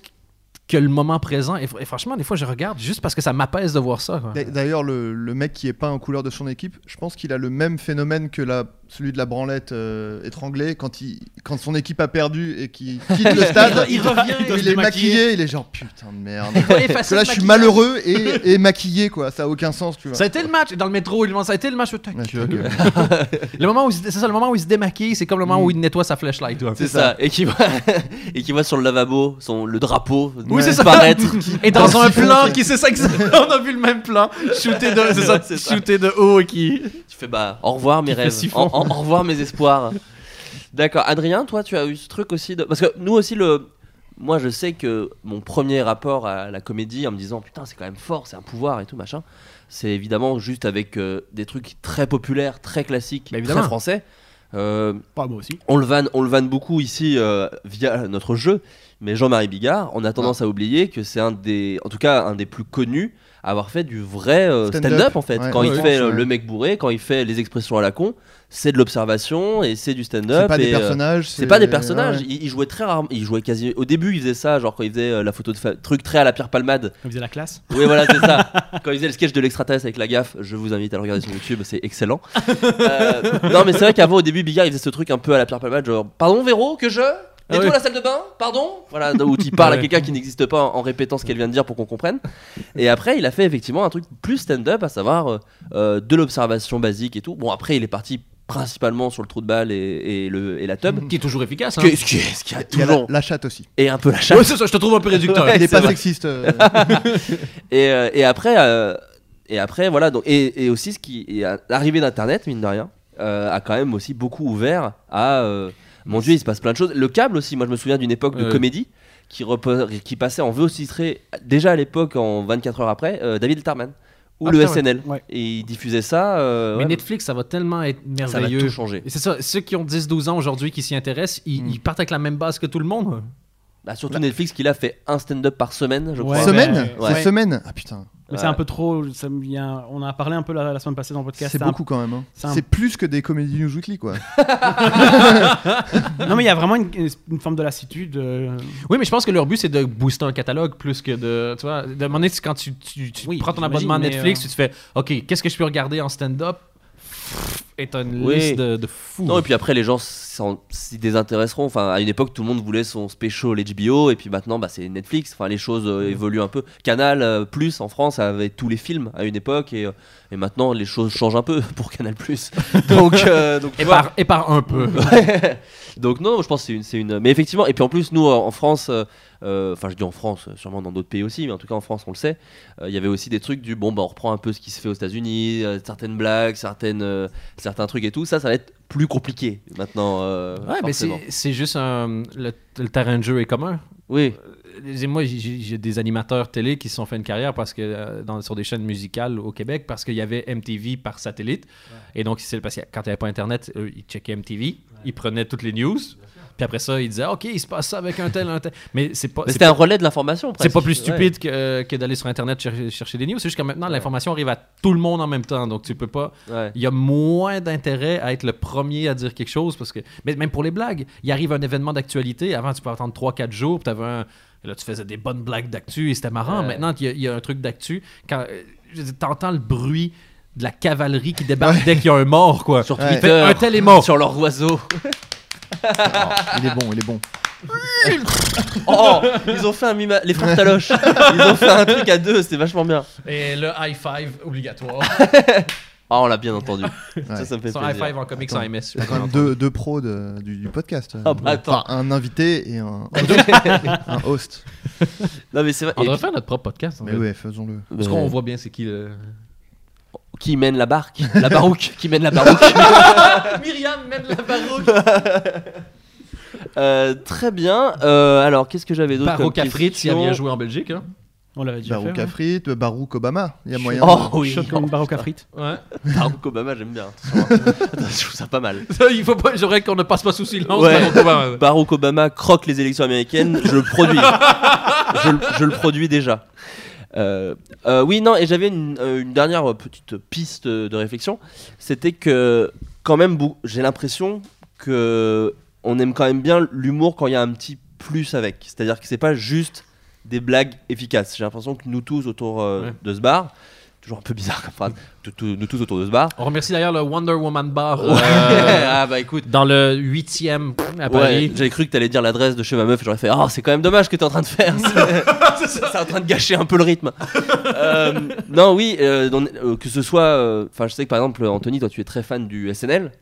que le moment présent. Et, fr- et franchement des fois je regarde juste parce que ça m'apaise de voir ça. quoi.
D'a- D'ailleurs, le, le mec qui est pas en couleur de son équipe, je pense qu'il a le même phénomène que la celui de la branlette euh, étranglée, quand, il, quand son équipe a perdu et qu'il quitte le stade,
il revient, il doit
il
se
est maquillé, il est genre putain de merde. Parce que là, je suis malheureux et, et maquillé, quoi. Ça a aucun sens, tu vois.
Ça a été le match dans le métro, il demande, ça a été le match. Ta
Ouais,
gueule.
ta gueule.
Le moment où il se- c'est ça le moment où il se démaquille, c'est comme le
Mm.
moment où il nettoie sa flashlight.
C'est ça. Et qui voit, et qui voit sur le lavabo son, le drapeau
Oui, c'est ça.
disparaître.
Et dans,
Dans
un
le siphon,
plan
c'est-
qui c'est ça exactement, on a vu le même plan, shooté de c'est ça,
C'est ça.
shooté de haut et qui
tu fais bah au revoir mes
fait
rêves,
siphon.
au, au- au revoir mes espoirs. D'accord. Adrien, toi, tu as eu ce truc aussi de... parce que nous aussi le. Moi, je sais que mon premier rapport à la comédie, en me disant putain, c'est quand même fort, c'est un pouvoir et tout machin, c'est évidemment juste avec euh, des trucs très populaires, très classiques,
Bah, évidemment.
très français. Euh,
Pas moi aussi.
on le vanne, on le vanne beaucoup ici euh, via notre jeu, mais Jean-Marie Bigard,
Ah.
on a tendance à oublier que c'est un des, en tout cas un des plus connus à avoir fait du vrai euh,
Stand-up.
stand-up en fait.
Ouais,
quand
ouais,
il
je
fait
pense,
euh,
ouais.
le mec bourré, quand il fait les expressions à la con, c'est de l'observation et c'est du stand-up.
C'est pas des
et, euh,
personnages.
c'est pas des personnages.
ouais.
Il, il jouait très rarement. Il jouait quasi. Au début, il faisait ça, genre quand il faisait euh, la photo de fa- truc très à la Pierre Palmade.
Comme faisait la classe.
Oui, voilà, c'est ça. Quand il faisait le sketch de l'extraterrestre avec la gaffe, je vous invite à le regarder sur YouTube, c'est excellent. Euh, non, mais c'est vrai qu'avant, au début, Bigard, il faisait ce truc un peu à la Pierre Palmade, genre, pardon, Véro, que je
Ah
Nettoie
ouais.
la salle de bain, pardon Voilà, où il parle à
Ouais.
quelqu'un qui n'existe pas en en répétant ce qu'elle vient de dire pour qu'on comprenne. Et après, il a fait effectivement un truc plus stand-up, à savoir euh, euh, de l'observation basique et tout. Bon, après, il est parti principalement sur le trou de balle et, et le, et la tub.
qui est toujours efficace. hein.
Que- ce qui est- ce qui a
Mmh. Il y a la,
toujours.
la chatte aussi.
Et un peu la chatte.
Ouais, c'est ça, je te trouve un peu réducteur.
Ouais,
il est
c'est
pas
vrai.
sexiste. euh,
Et, euh, et après, euh, et après voilà. Donc, et, et aussi, ce qui est à- l'arrivée d'Internet, mine de rien, euh, a quand même aussi beaucoup ouvert à. euh, mon Dieu, il se passe plein de choses. Le câble aussi, moi je me souviens d'une époque de
Euh.
comédie qui, repo- qui passait en VO titré déjà à l'époque, en 24 heures après, euh, David Letterman ou
Ah,
le
putain, ouais.
SNL.
Ouais.
Et il diffusait ça. euh,
Mais
ouais,
Netflix, ça va tellement être
ça va tout
merveilleux.
changer.
Et c'est ça, ceux qui ont 10-12 ans aujourd'hui qui s'y intéressent, ils,
Hmm.
Mm.
ils partent avec la même base que tout le monde.
Bah, surtout Netflix qui l'a fait un stand-up par semaine, je
Ouais.
crois.
Semaine
Ouais.
C'est semaine Ah putain.
Mais c'est
Ouais.
un peu trop. ça me vient- On a parlé un peu la, la semaine passée dans le podcast.
C'est
un-
beaucoup quand même. hein.
c'est un-
C'est plus que des comédies News Weekly, quoi.
Non, mais il y a vraiment une, une forme de lassitude. euh,
Oui, mais je pense que leur but, c'est de booster un catalogue plus que de. Tu vois, de demander quand tu, tu- tu
Oui,
prends ton
j'imagine,
abonnement à
mais,
Netflix,
euh,
tu te fais OK, qu'est-ce que je peux regarder en stand-up Et t'as une
Oui.
liste de, de fous.
Non, et puis après, les gens s'en- s'y désintéresseront. Enfin, à une époque, tout le monde voulait son special HBO, et puis maintenant, bah, c'est Netflix. Enfin, les choses euh, évoluent un peu. Canal euh, Plus en France avait tous les films à une époque, et, euh, et maintenant, les choses changent un peu pour Canal Plus. Donc, euh, donc, tu
et,
vois.
par, et par un peu.
donc non, je pense que c'est une, c'est une. Mais effectivement, et puis en plus, nous en en France, euh, euh, enfin je dis en France, euh, sûrement dans d'autres pays aussi, mais en tout cas en France, on le sait, euh, il y avait aussi des trucs du bon, bah on reprend un peu ce qui se fait aux États-Unis, euh, certaines blagues, certaines, euh, certains trucs et tout. Ça, ça va être plus compliqué maintenant. euh,
Ouais, mais c'est
forcément.
c'est juste un- le, le terrain de jeu est commun.
Oui,
Euh, Moi, j'ai- j'ai j'ai des animateurs télé qui se sont fait une carrière parce que, euh, dans, sur des chaînes musicales au Québec parce qu'il y avait MTV par satellite. Et donc, c'est parce que quand il n'y avait pas Internet, eux, ils checkaient MTV, ils prenaient toutes les news. Puis après ça, ils disaient OK, il se passe ça avec un tel, un tel. Mais c'est pas.
Mais
c'est
c'était un relais de l'information.
c'est
presque.
pas plus
Ouais.
stupide que, que d'aller sur Internet cher- chercher des news. C'est juste que maintenant, l'information arrive à tout le monde en même temps. Donc, tu peux pas.
Ouais.
Il y a moins d'intérêt à être le premier à dire quelque chose parce que. Mais même pour les blagues, il arrive un événement d'actualité. Avant, tu peux attendre 3-4 jours. Puis avais un... Là, tu faisais des bonnes blagues d'actu et c'était marrant.
Ouais.
Maintenant, il y a- il y, a un truc d'actu. Quand euh, je veux dire, t'entends le bruit de la cavalerie qui débarque dès qu'il y a un mort, quoi.
Sur
Ouais.
Il fait,
Twitter,
un tel est mort.
sur leur oiseau.
il est bon, il est bon.
Oh, ils ont fait un mime. à- Les frères Taloche. ils ont fait un truc à deux, c'était vachement bien.
Et le high five obligatoire.
Ah, on l'a bien entendu. Ça, ça me fait
Son high
plaisir.
five en comics
Attends.
en MS.
T'as quand même deux, deux pros de- du, du podcast.
Ah bah attends.
Enfin, un invité et un, un host.
Non, mais c'est vrai.
On
Et
devrait faire notre propre podcast. en
Mais
fait.
ouais, faisons-le.
puis-
Parce qu'on voit bien c'est qui le.
qui mène la barque La barouque Qui mène la barouque
Myriam mène la barouque.
Euh, Très bien. Euh, alors, qu'est-ce que j'avais d'autre comme
Barouque à frites, il a
question
bien joué en Belgique. Hein.
On l'avait déjà
Barouk
fait. ouais.
Afrit, Barouk Obama. Il y a moyen.
Oh oui
Shot comme une baroque à frites.
Ouais.
Barack Obama, j'aime bien. attention, hein. Attends, je trouve ça pas mal.
Ça, il faut pas, j'aimerais qu'on ne passe pas sous silence.
Ouais.
Barack Obama.
Barack Obama croque les élections américaines, je le produis. je, le- je le produis déjà. Euh, euh, oui, non, et j'avais une, euh, une dernière petite piste de réflexion. C'était que, quand même, bou- j'ai l'impression que on aime quand même bien l'humour quand il y a un petit plus avec. C'est-à-dire que c'est pas juste des blagues efficaces. J'ai l'impression que nous tous autour euh,
Ouais.
de ce bar, Toujours un peu bizarre comme phrase. Tout- tout- nous tous autour de ce bar.
On remercie d'ailleurs le Wonder Woman Bar
Ouais.
euh,
ah bah écoute.
dans le 8e à
Ouais,
Paris.
j'avais cru que t'allais dire l'adresse de chez ma meuf, j'aurais fait Ah, c'est quand même dommage que t'es en train de faire. C'est- c'est en train de gâcher un peu le rythme. Euh, non, oui, euh, donc, euh, que ce soit. euh, Enfin, je sais que par exemple, Anthony, toi, tu es très fan du SNL.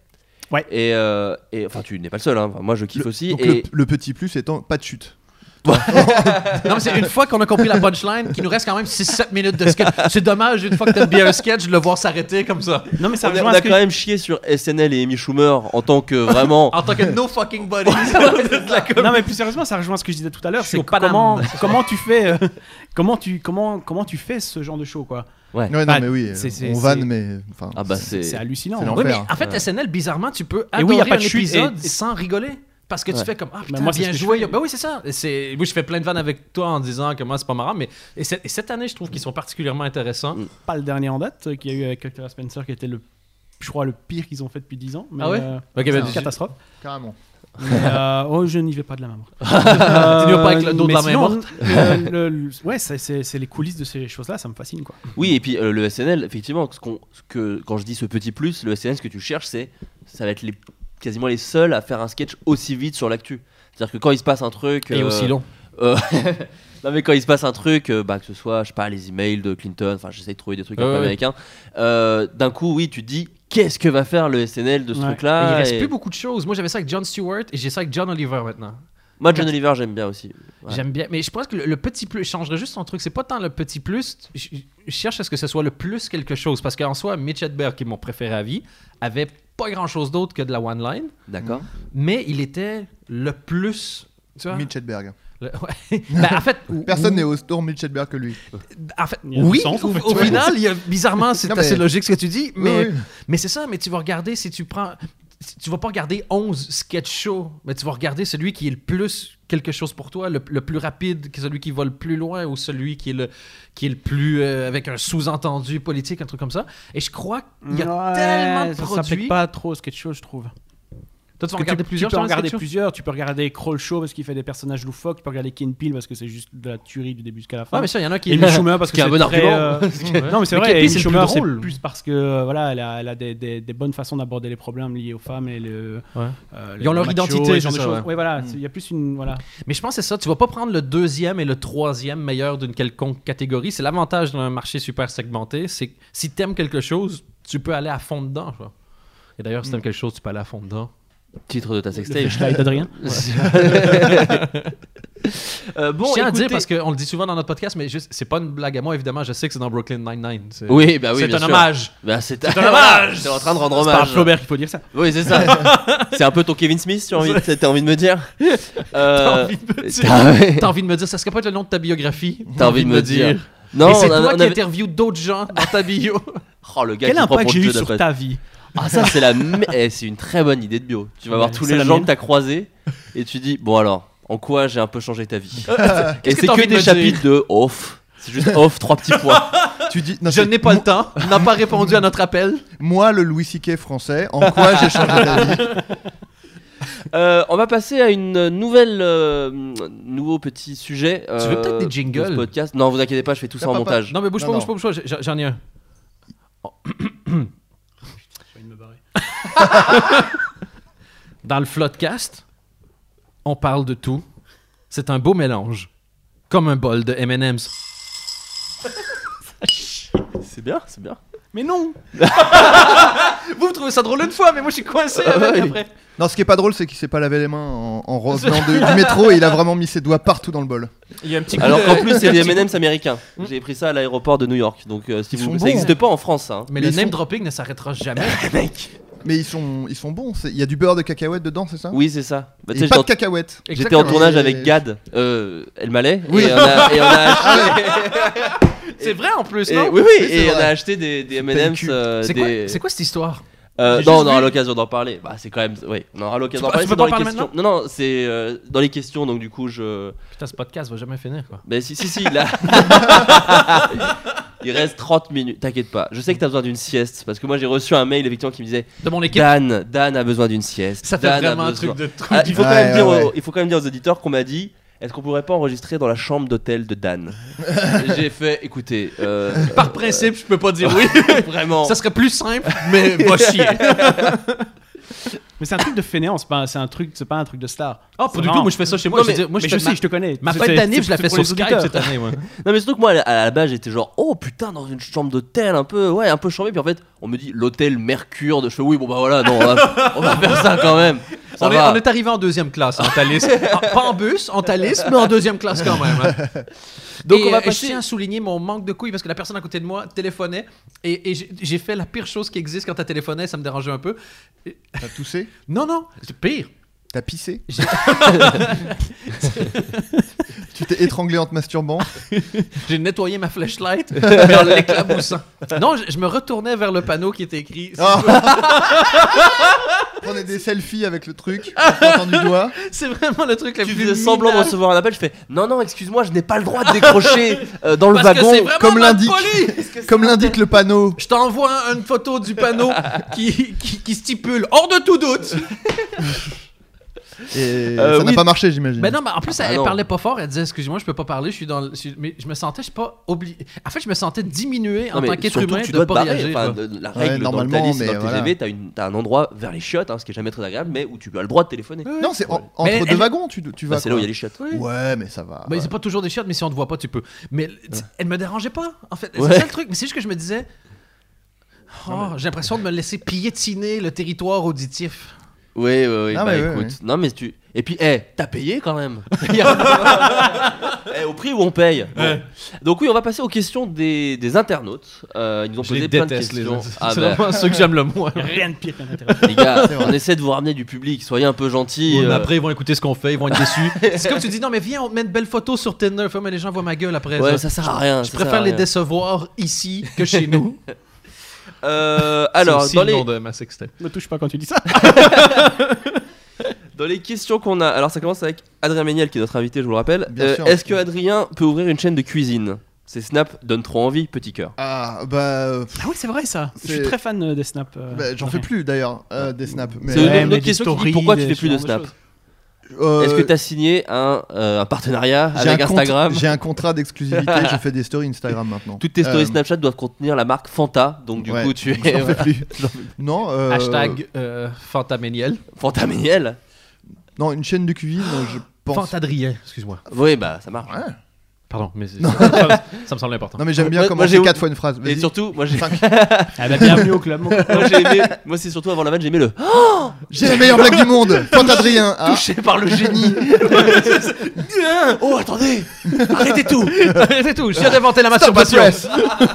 Ouais.
Et euh, et- enfin, tu n'es pas le seul, hein. Enfin, moi je kiffe aussi.
Donc
et
le, le petit plus étant pas de chute.
Non, mais c'est une fois qu'on a compris la punchline, qu'il nous reste quand même 6-7 minutes de sketch. C'est dommage, une fois que t'aimes bien un sketch, de le voir s'arrêter comme ça.
Non, mais ça
on a,
rejoint
on
à
a
ce que-
quand même chié sur SNL et Amy Schumer en tant que vraiment.
En tant que no fucking buddies. de la com-
Non mais plus sérieusement, ça rejoint ce que je disais tout à l'heure.
C'est
sur
Paname.
comment comment tu fais euh, comment tu comment comment tu fais ce genre de show quoi.
Ouais, non,
Bah,
mais oui, euh,
c'est- c'est-
on
c'est-
vanne, mais. Enfin,
Ah bah c'est.
C'est hallucinant.
c'est
hein.
Oui, mais
Enfer.
en fait, SNL, bizarrement, tu peux
Et
adorer
oui, y a pas
un
de chute et-
épisode sans rigoler. Parce que tu
Ouais.
fais comme Ah putain,
Mais moi, c'est
bien
ce que je
joué.
fais.
Ben oui, c'est ça. C'est- Moi, je fais plein de vannes avec toi en disant que moi, c'est pas marrant. Mais et cette, et cette année, je trouve qu'ils sont particulièrement intéressants.
Mm.
Pas le dernier en date euh, qu'il y a eu avec Clara Spencer qui était le je crois le pire qu'ils ont fait depuis 10 ans. Mais,
Ah ouais
euh,
Ok,
c'est
ben,
une
tu-
catastrophe.
carrément.
Mais, euh, oh, je n'y vais pas de la main morte.
Tu n'y vas pas avec le dos de
mais
la main
sinon,
morte.
le- le- le- ouais, c'est- c'est c'est les coulisses de ces choses-là, ça me fascine quoi.
Oui, et puis euh, le SNL, effectivement, ce qu'on- ce que, quand je dis ce petit plus, le SNL, ce que tu cherches, c'est ça va être les, quasiment les seuls à faire un sketch aussi vite sur l'actu. C'est-à-dire que quand il se passe un truc.
Et
euh,
aussi long.
euh, non, mais quand il se passe un truc, euh, bah, que ce soit, je sais pas, les emails de Clinton, enfin, j'essaie de trouver des trucs un
Ouais,
peu
ouais.
américains. euh, D'un coup, oui, tu te dis, qu'est-ce que va faire le SNL de ce
Ouais.
Mais
truc-là
il reste
Ah, Et
plus beaucoup de choses. Moi, j'avais ça avec John Stewart et j'ai ça avec John Oliver maintenant.
Moi, John Oliver, j'aime bien aussi. Ouais.
J'aime bien. Mais je pense que le, le petit plus, je changerais juste son truc. C'est pas tant le petit plus. Je, je cherche à ce que ce soit le plus quelque chose. Parce qu'en soi, Mitch Hedberg, qui est mon préféré à vie, avait pas grand chose d'autre que de la one line.
D'accord
Mais il était le plus. Tu vois?
Mitch Hedberg.
Le- ouais. Ben, en fait, ou-
Personne
ou-
n'est au store Mitch Hedberg que lui.
en fait,
Il y a du
oui,
sens, en
au,
fait.
au
Ouais.
final, il y a- bizarrement, c'est
Non,
assez
mais-
logique ce que tu dis,
Oui,
mais,
oui.
mais c'est ça, mais tu vas regarder si tu prends. si- Tu vas pas regarder 11 sketch shows, mais tu vas regarder celui qui est le plus quelque chose pour toi, le, le plus rapide, que celui qui va le plus loin ou celui qui est le, qui est le plus. euh, avec un sous-entendu politique, un truc comme ça. Et je crois qu'il y a
Ouais,
tellement de
ça
produits.
s'applique pas trop ce quelque chose, je trouve.
Toi, tu vas
Parce que
regarder
tu,
plusieurs,
tu peux
toi,
en
un
regarder
sketch show?
plusieurs. Tu peux regarder Kroll Show parce qu'il fait des personnages loufoques. Tu peux regarder Ken Peel parce que c'est juste de la tuerie du début jusqu'à la fin.
Ouais, mais ça, il y en a qui.
et Amy Schumer parce que
qui a un
c'est
bon
très,
argument.
euh, non mais c'est
Mais
vrai.
Ken
et
Peel,
Amy
c'est le plus
Schumer c'est
drôle.
plus parce que euh, voilà, elle a, elle a des, des- des bonnes façons d'aborder les problèmes liés aux femmes et le.
Ouais.
euh,
Ils ont
le
leur
macho
identité,
et ce genre
c'est
de
ça,
choses.
ouais.
Ouais, voilà. c'est- Il y a plus une voilà.
Mais je pense que c'est ça. Tu vas pas prendre le deuxième et le troisième meilleur d'une quelconque catégorie. C'est l'avantage d'un marché super segmenté. C'est que si t'aimes quelque chose, tu peux aller à fond dedans. quoi. Et d'ailleurs, si t'aimes
Mm.
quelque chose, tu peux aller à fond dedans.
Titre de ta
Le
sextape.
Schlide d'Adrien.
Euh, bon,
je tiens à
écoutez-
dire parce qu'on le dit souvent dans notre podcast, mais juste, c'est pas une blague à moi, évidemment. Je sais que c'est dans Brooklyn Nine-Nine. C'est-
Oui, bah oui,
c'est
bien
un
sûr.
hommage.
Bah, c'est
C'est un hommage.
T'es en train de rendre
C'est par
hommage. Euh,
Flaubert qu'il faut dire ça.
Oui, c'est ça. c'est un peu ton Kevin Smith, tu as envie, t'as envie de me dire. Euh, T'as
T'as envie de me dire, ça serait pas le nom de ta biographie
t'as envie de me dire. Non,
et c'est
on a-
toi
on
qui
avait-
interviews d'autres gens dans ta bio.
Oh, le gars
Quel
qui
impact
propose
j'ai
deux
eu sur
d'après.
ta vie
Ah, ça, c'est la. me- eh, c'est une très bonne idée de bio. Tu vas voir
Ouais,
tous
c'est
les
la
gens
mienne.
que t'as croisés et tu dis, bon alors, en quoi j'ai un peu changé ta vie Et
que
c'est
t'as
que
envie de
des
me dire
chapitres de off. C'est juste off, trois petits points.
Tu dis, non,
Je
c'est
n'ai pas le
mo-
temps, n'a pas répondu à notre appel.
Moi, le Louis C.K. français, en quoi j'ai changé ta vie
Euh, on va passer à une nouvelle. euh, nouveau petit sujet.
veux
euh,
peut-être des
de ce
jingles
podcast. Non, vous inquiétez pas, je fais tout ça
Pas,
en
pas, pas.
montage.
Non, mais bouge
Non,
pas,
non.
bouge pas, bouge pas, j'ai- j'en ai un.
Je vais me barrer.
Dans le Floodcast, on parle de tout. C'est un beau mélange. Comme un bol de M&M's.
C'est bien, c'est bien.
Mais non.
Vous, vous trouvez ça drôle une fois, mais moi, je suis coincé avec après.
Non, ce qui est pas drôle, c'est qu'il s'est pas lavé les mains en, en revenant de- du métro et il a vraiment mis ses doigts partout dans le bol.
Il y a un petit
Alors qu'en plus, c'est des M&M's américains.
Mm.
J'ai pris ça à l'aéroport de New York. Donc, euh, si
Ils
vous,
sont
ça
bons.
n'existe pas en France. hein.
Mais
Mais
le
ils
name
sont-
dropping ne s'arrêtera jamais.
Mais ils sont, ils sont bons. c'est- Il y a du beurre de cacahuète dedans, c'est ça
Oui, c'est ça. Bah, tu sais,
Et pas
j'étais
de
en-
cacahuète.
J'étais en
Exactement.
tournage
Et-
avec Gad, euh, El Malais,
Oui.
et on a, et on a
Ah
acheté,
C'est vrai en plus,
et-
non?
oui, oui,
Oui, c'est
et on
vrai.
a acheté des, des M&M's.
cul.
euh,
C'est quoi,
des-
c'est quoi cette histoire?
Euh,
J'ai
non,
juste
on aura
vu.
l'occasion d'en parler. Bah, c'est quand même, oui, on aura l'occasion
peux-
d'en parler.
tu
c'est
peux
dans
pas
les
parler
questions. Non, non, c'est euh, dans les questions. Donc du coup, je,
Putain, ce podcast va jamais finir, quoi.
ben si, si, si, là. Il reste 30 minutes, t'inquiète pas. Je sais que t'as besoin d'une sieste parce que moi j'ai reçu un mail effectivement qui me disait
De mon équipe,
Dan, Dan a besoin d'une sieste.
ça fait
Dan a
vraiment un
besoin-
truc de truc.
Ah, il, faut quand
Ouais,
même dire
ouais,
aux-
ouais.
il faut quand même dire aux auditeurs qu'on m'a dit Est-ce qu'on pourrait pas enregistrer dans la chambre d'hôtel de Dan J'ai fait, écoutez, euh,
Par principe, je peux pas dire oui.
vraiment.
Ça serait plus simple, mais va chier.
Mais c'est un truc de fainéant, c'est pas, c'est un truc, c'est pas un truc de star.
Ah,
C'est marrant.
je fais ça chez
Non, mais,
veux dire,
mais
fais
je
ma-
sais, je te connais.
Ma
C'est-
fête
c'est-
d'année,
c'est-
je la
c'est
fais
pour les
sur Skype
auditeurs.
cette année, moi.
Non mais surtout que moi à la- à la base j'étais genre oh putain dans une chambre d'hôtel un peu ouais un peu chambé puis en fait on me dit l'hôtel Mercure de je fais oui bon bah voilà non on va, on va faire ça quand même ça
On est,
va.
on est arrivé en deuxième classe, en Thalys. Ah, pas en bus, en Thalys, mais en deuxième classe quand même. hein.
Donc,
Et,
on va
euh,
passer-
Je tiens à souligner mon manque de couilles parce que la personne à côté de moi téléphonait et, et j'ai- j'ai fait la pire chose qui existe quand t'as téléphoné, ça me dérangeait un peu.
T'as toussé
Non, non, c'est pire.
T'as pissé
J'ai-
Tu t'es étranglé en te masturbant
J'ai nettoyé ma flashlight, mais en l'éclaboussant. Non, je, je me retournais vers le panneau qui était écrit.
Ah. Prenez des selfies avec le truc, en pointant du doigt.
C'est vraiment le truc le
tu
plus.
faisais semblant de
minable.
recevoir un appel je fais non non excuse-moi je n'ai pas le droit de décrocher euh, dans le
Parce que
wagon
c'est vraiment
comme
mal
l'indique.
poli.
Comme l'indique le panneau.
Je t'envoie une photo du panneau qui, qui, qui stipule hors de tout doute.
Et
Euh,
ça n'a
oui.
pas marché, j'imagine.
Mais Ben non, mais en plus,
Ah
elle, elle
non.
parlait pas fort. Elle disait, excusez-moi, je peux pas parler. Je suis dans. le- je suis- mais je me sentais, je suis pas obligé. En fait, je me sentais diminué
Non,
en
mais
tant qu'être
surtout
humain
que tu
de
dois te
pas
barrer.
réagir.
Enfin,
quoi.
de- de- la règle dans le
normalement,
Thalys,
mais
dans le TGV,
voilà.
t'as, une- t'as un endroit vers les chiottes, hein, ce qui est jamais très agréable, mais où tu as le droit de téléphoner.
Non, c'est en- entre
Mais elle-
deux
elle-
wagons, tu, tu vas.
Bah, c'est là où il
quoi.
y a les Bah, chiottes.
Ouais, mais ça va.
Mais
ouais.
Ben, c'est pas toujours des chiottes, mais si on te voit pas, tu peux. Mais tu sais, elle me dérangeait pas, en fait.
Ouais.
C'est ça le truc. Mais c'est juste que je me disais. Oh, j'ai l'impression de me laisser piétiner le territoire auditif.
Oui, oui, oui.
Ah,
bah,
mais oui,
écoute. Non, mais tu. Et puis, eh, t'as payé quand même. Il y a- Eh, au prix où on paye. Bon. Donc, oui, on va passer aux questions des, des internautes. Euh, ils nous ont
Je
posé
les
plein de
déteste, les
questions.
autres.
Ah,
c'est
bah,
vraiment ceux que j'aime le moins.
Rien de pire qu'un internet.
les gars,
C'est vrai.
on essaie de vous ramener du public. Soyez un peu gentils.
Ouais, mais
euh.
Après, ils vont écouter ce qu'on fait, ils vont être déçus. c'est comme tu dis, non, mais viens, on te met une belle photo sur Tinder. Faut, mais les gens voient ma gueule après.
Ouais, ça
ça.
sert à rien.
Je
ça sert à
préfère les
rien.
décevoir ici que chez nous.
Euh, alors,
C'est
dans
aussi le
les,
nom de ma sextape.
Me touche pas quand tu dis ça.
Dans les questions qu'on a, alors ça commence avec Adrien Méniel qui est notre invité, je vous le rappelle. Euh,
Bien sûr.
Est-ce que Adrien peut ouvrir une chaîne de cuisine Ces snaps donnent trop envie, petit cœur.
Ah, bah. euh,
Ah oui, c'est vrai ça. Je
C'est-
suis très fan euh, des snaps. euh,
bah, J'en fais plus d'ailleurs, euh, des snaps. Mais,
Bah, C'est
Ouais,
une
mais
autre
des
question qui dit
stories,
pourquoi tu
des-
fais plus
ce
de
genre de
snaps
euh,
Est-ce que tu as signé un, euh, un partenariat
j'ai
avec
un compte-
Instagram
J'ai un contrat d'exclusivité, je fais des stories Instagram maintenant.
Toutes tes stories
Euh,
Snapchat doivent contenir la marque Fanta, donc du
ouais,
coup tu
j'en
es
fais plus. Non, euh,
Hashtag euh, Fantaméniel.
Fanta Méniel.
Non, une chaîne de cuisine, euh, je pense.
Fantadrien, excuse-moi.
Oui, bah ça marche.
Ouais.
Pardon, mais c'est- ça, ça me semble important.
Non, mais j'aime bien
Moi- moi,
commencer
j'ai-
quatre fois une phrase.
Et
Vas-y.
surtout, moi j'ai,
Ah bah, bienvenue au club. mon-
moi, j'ai aimé- moi, c'est surtout avant la vanne, j'ai aimé le
J'ai la meilleure blague du monde Fantadrien ah.
touché par le génie. oh attendez, arrêtez tout.
C'est tout, je viens d'inventer la
Stop the
masturbation.
press.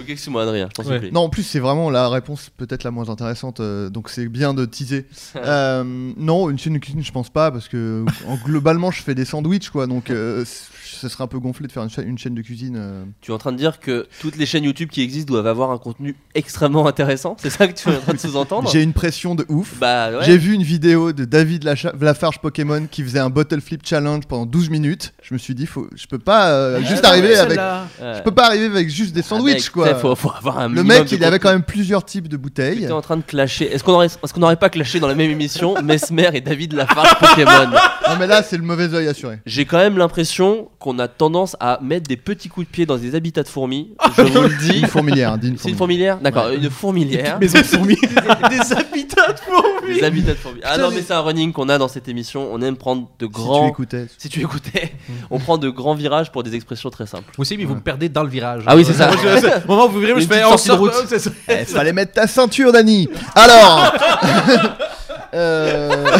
Ok, excuse-moi Adrien, je t'en
Ouais.
supplie.
hein. Non, en plus, c'est vraiment la réponse peut-être la moins intéressante, euh, donc c'est bien de teaser. Euh, non, une chaîne de cuisine, je pense pas, parce que en- globalement, je fais des sandwichs, quoi, donc euh, c- ça serait un peu gonflé de faire une, cha- une chaîne de cuisine. euh.
Tu es en train de dire que toutes les chaînes YouTube qui existent doivent avoir un contenu extrêmement intéressant C'est ça que tu es en train de sous-entendre
J'ai une pression de ouf.
Bah ouais.
J'ai vu une vidéo de David Lacha- Lafarge Pokémon qui faisait un bottle flip challenge pendant 12 minutes. Je me suis dit, faut, je peux pas
Ah
euh, juste arriver
Ah,
avec,
Euh,
je peux pas arriver avec juste des sandwichs
avec,
quoi.
t'sais, Faut, faut avoir un
Le
minimum
mec,
de
il avait
contenu.
quand même plusieurs types de bouteilles.
T'es en train de clasher. Est-ce qu'on aurait, est-ce qu'on n'aurait pas clashé dans la même émission Mesmer et David Lafarge Pokémon
Non mais là, c'est le mauvais oeil assuré.
J'ai quand même l'impression qu'on a tendance à mettre des petits coups de pied dans des habitats de fourmis. Je vous le dis.
Ah, Une fourmilière, dis une
C'est une fourmilière
fourmilière.
D'accord,
Ouais.
une fourmilière.
Maison de fourmis.
Des habitats de fourmis.
Des habitats de fourmis. Ah non, mais c'est un running qu'on a dans cette émission. On aime prendre de
Si
grands.
tu écoutais.
Si tu écoutais, on prend de grands virages pour des expressions très simples.
Vous aussi, mais vous me perdez dans le virage.
Ah oui, c'est ça.
Moi, je- Au moment où vous virez, je
Une
fais
petite
on
sortie de
sort
route.
route. C'est ça.
Eh, fallait mettre ta ceinture, Dani. Alors. Euh,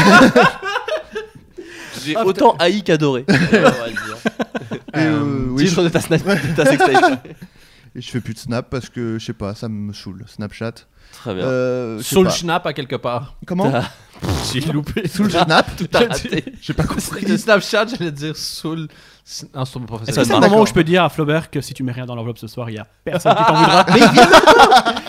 J'ai autant haï qu'adoré.
et, euh, oui, je,
Titre de ta snap- de ta sextape.
et je fais plus de snap parce que je sais pas, ça me saoule. Snapchat.
Très bien.
Euh, je sais
Soul
pas.
Schnapp à quelque part.
Comment
J'ai loupé.
Soul snap.
T'as raté.
J'ai pas
De
compris.
Snapchat, j'allais dire Soul. Non, c'est pas
Est-ce que
professionnel.
C'est le
D'accord.
moment où je peux dire à Flaubert que si tu mets rien dans l'enveloppe ce soir, il y a personne qui t'en voudra.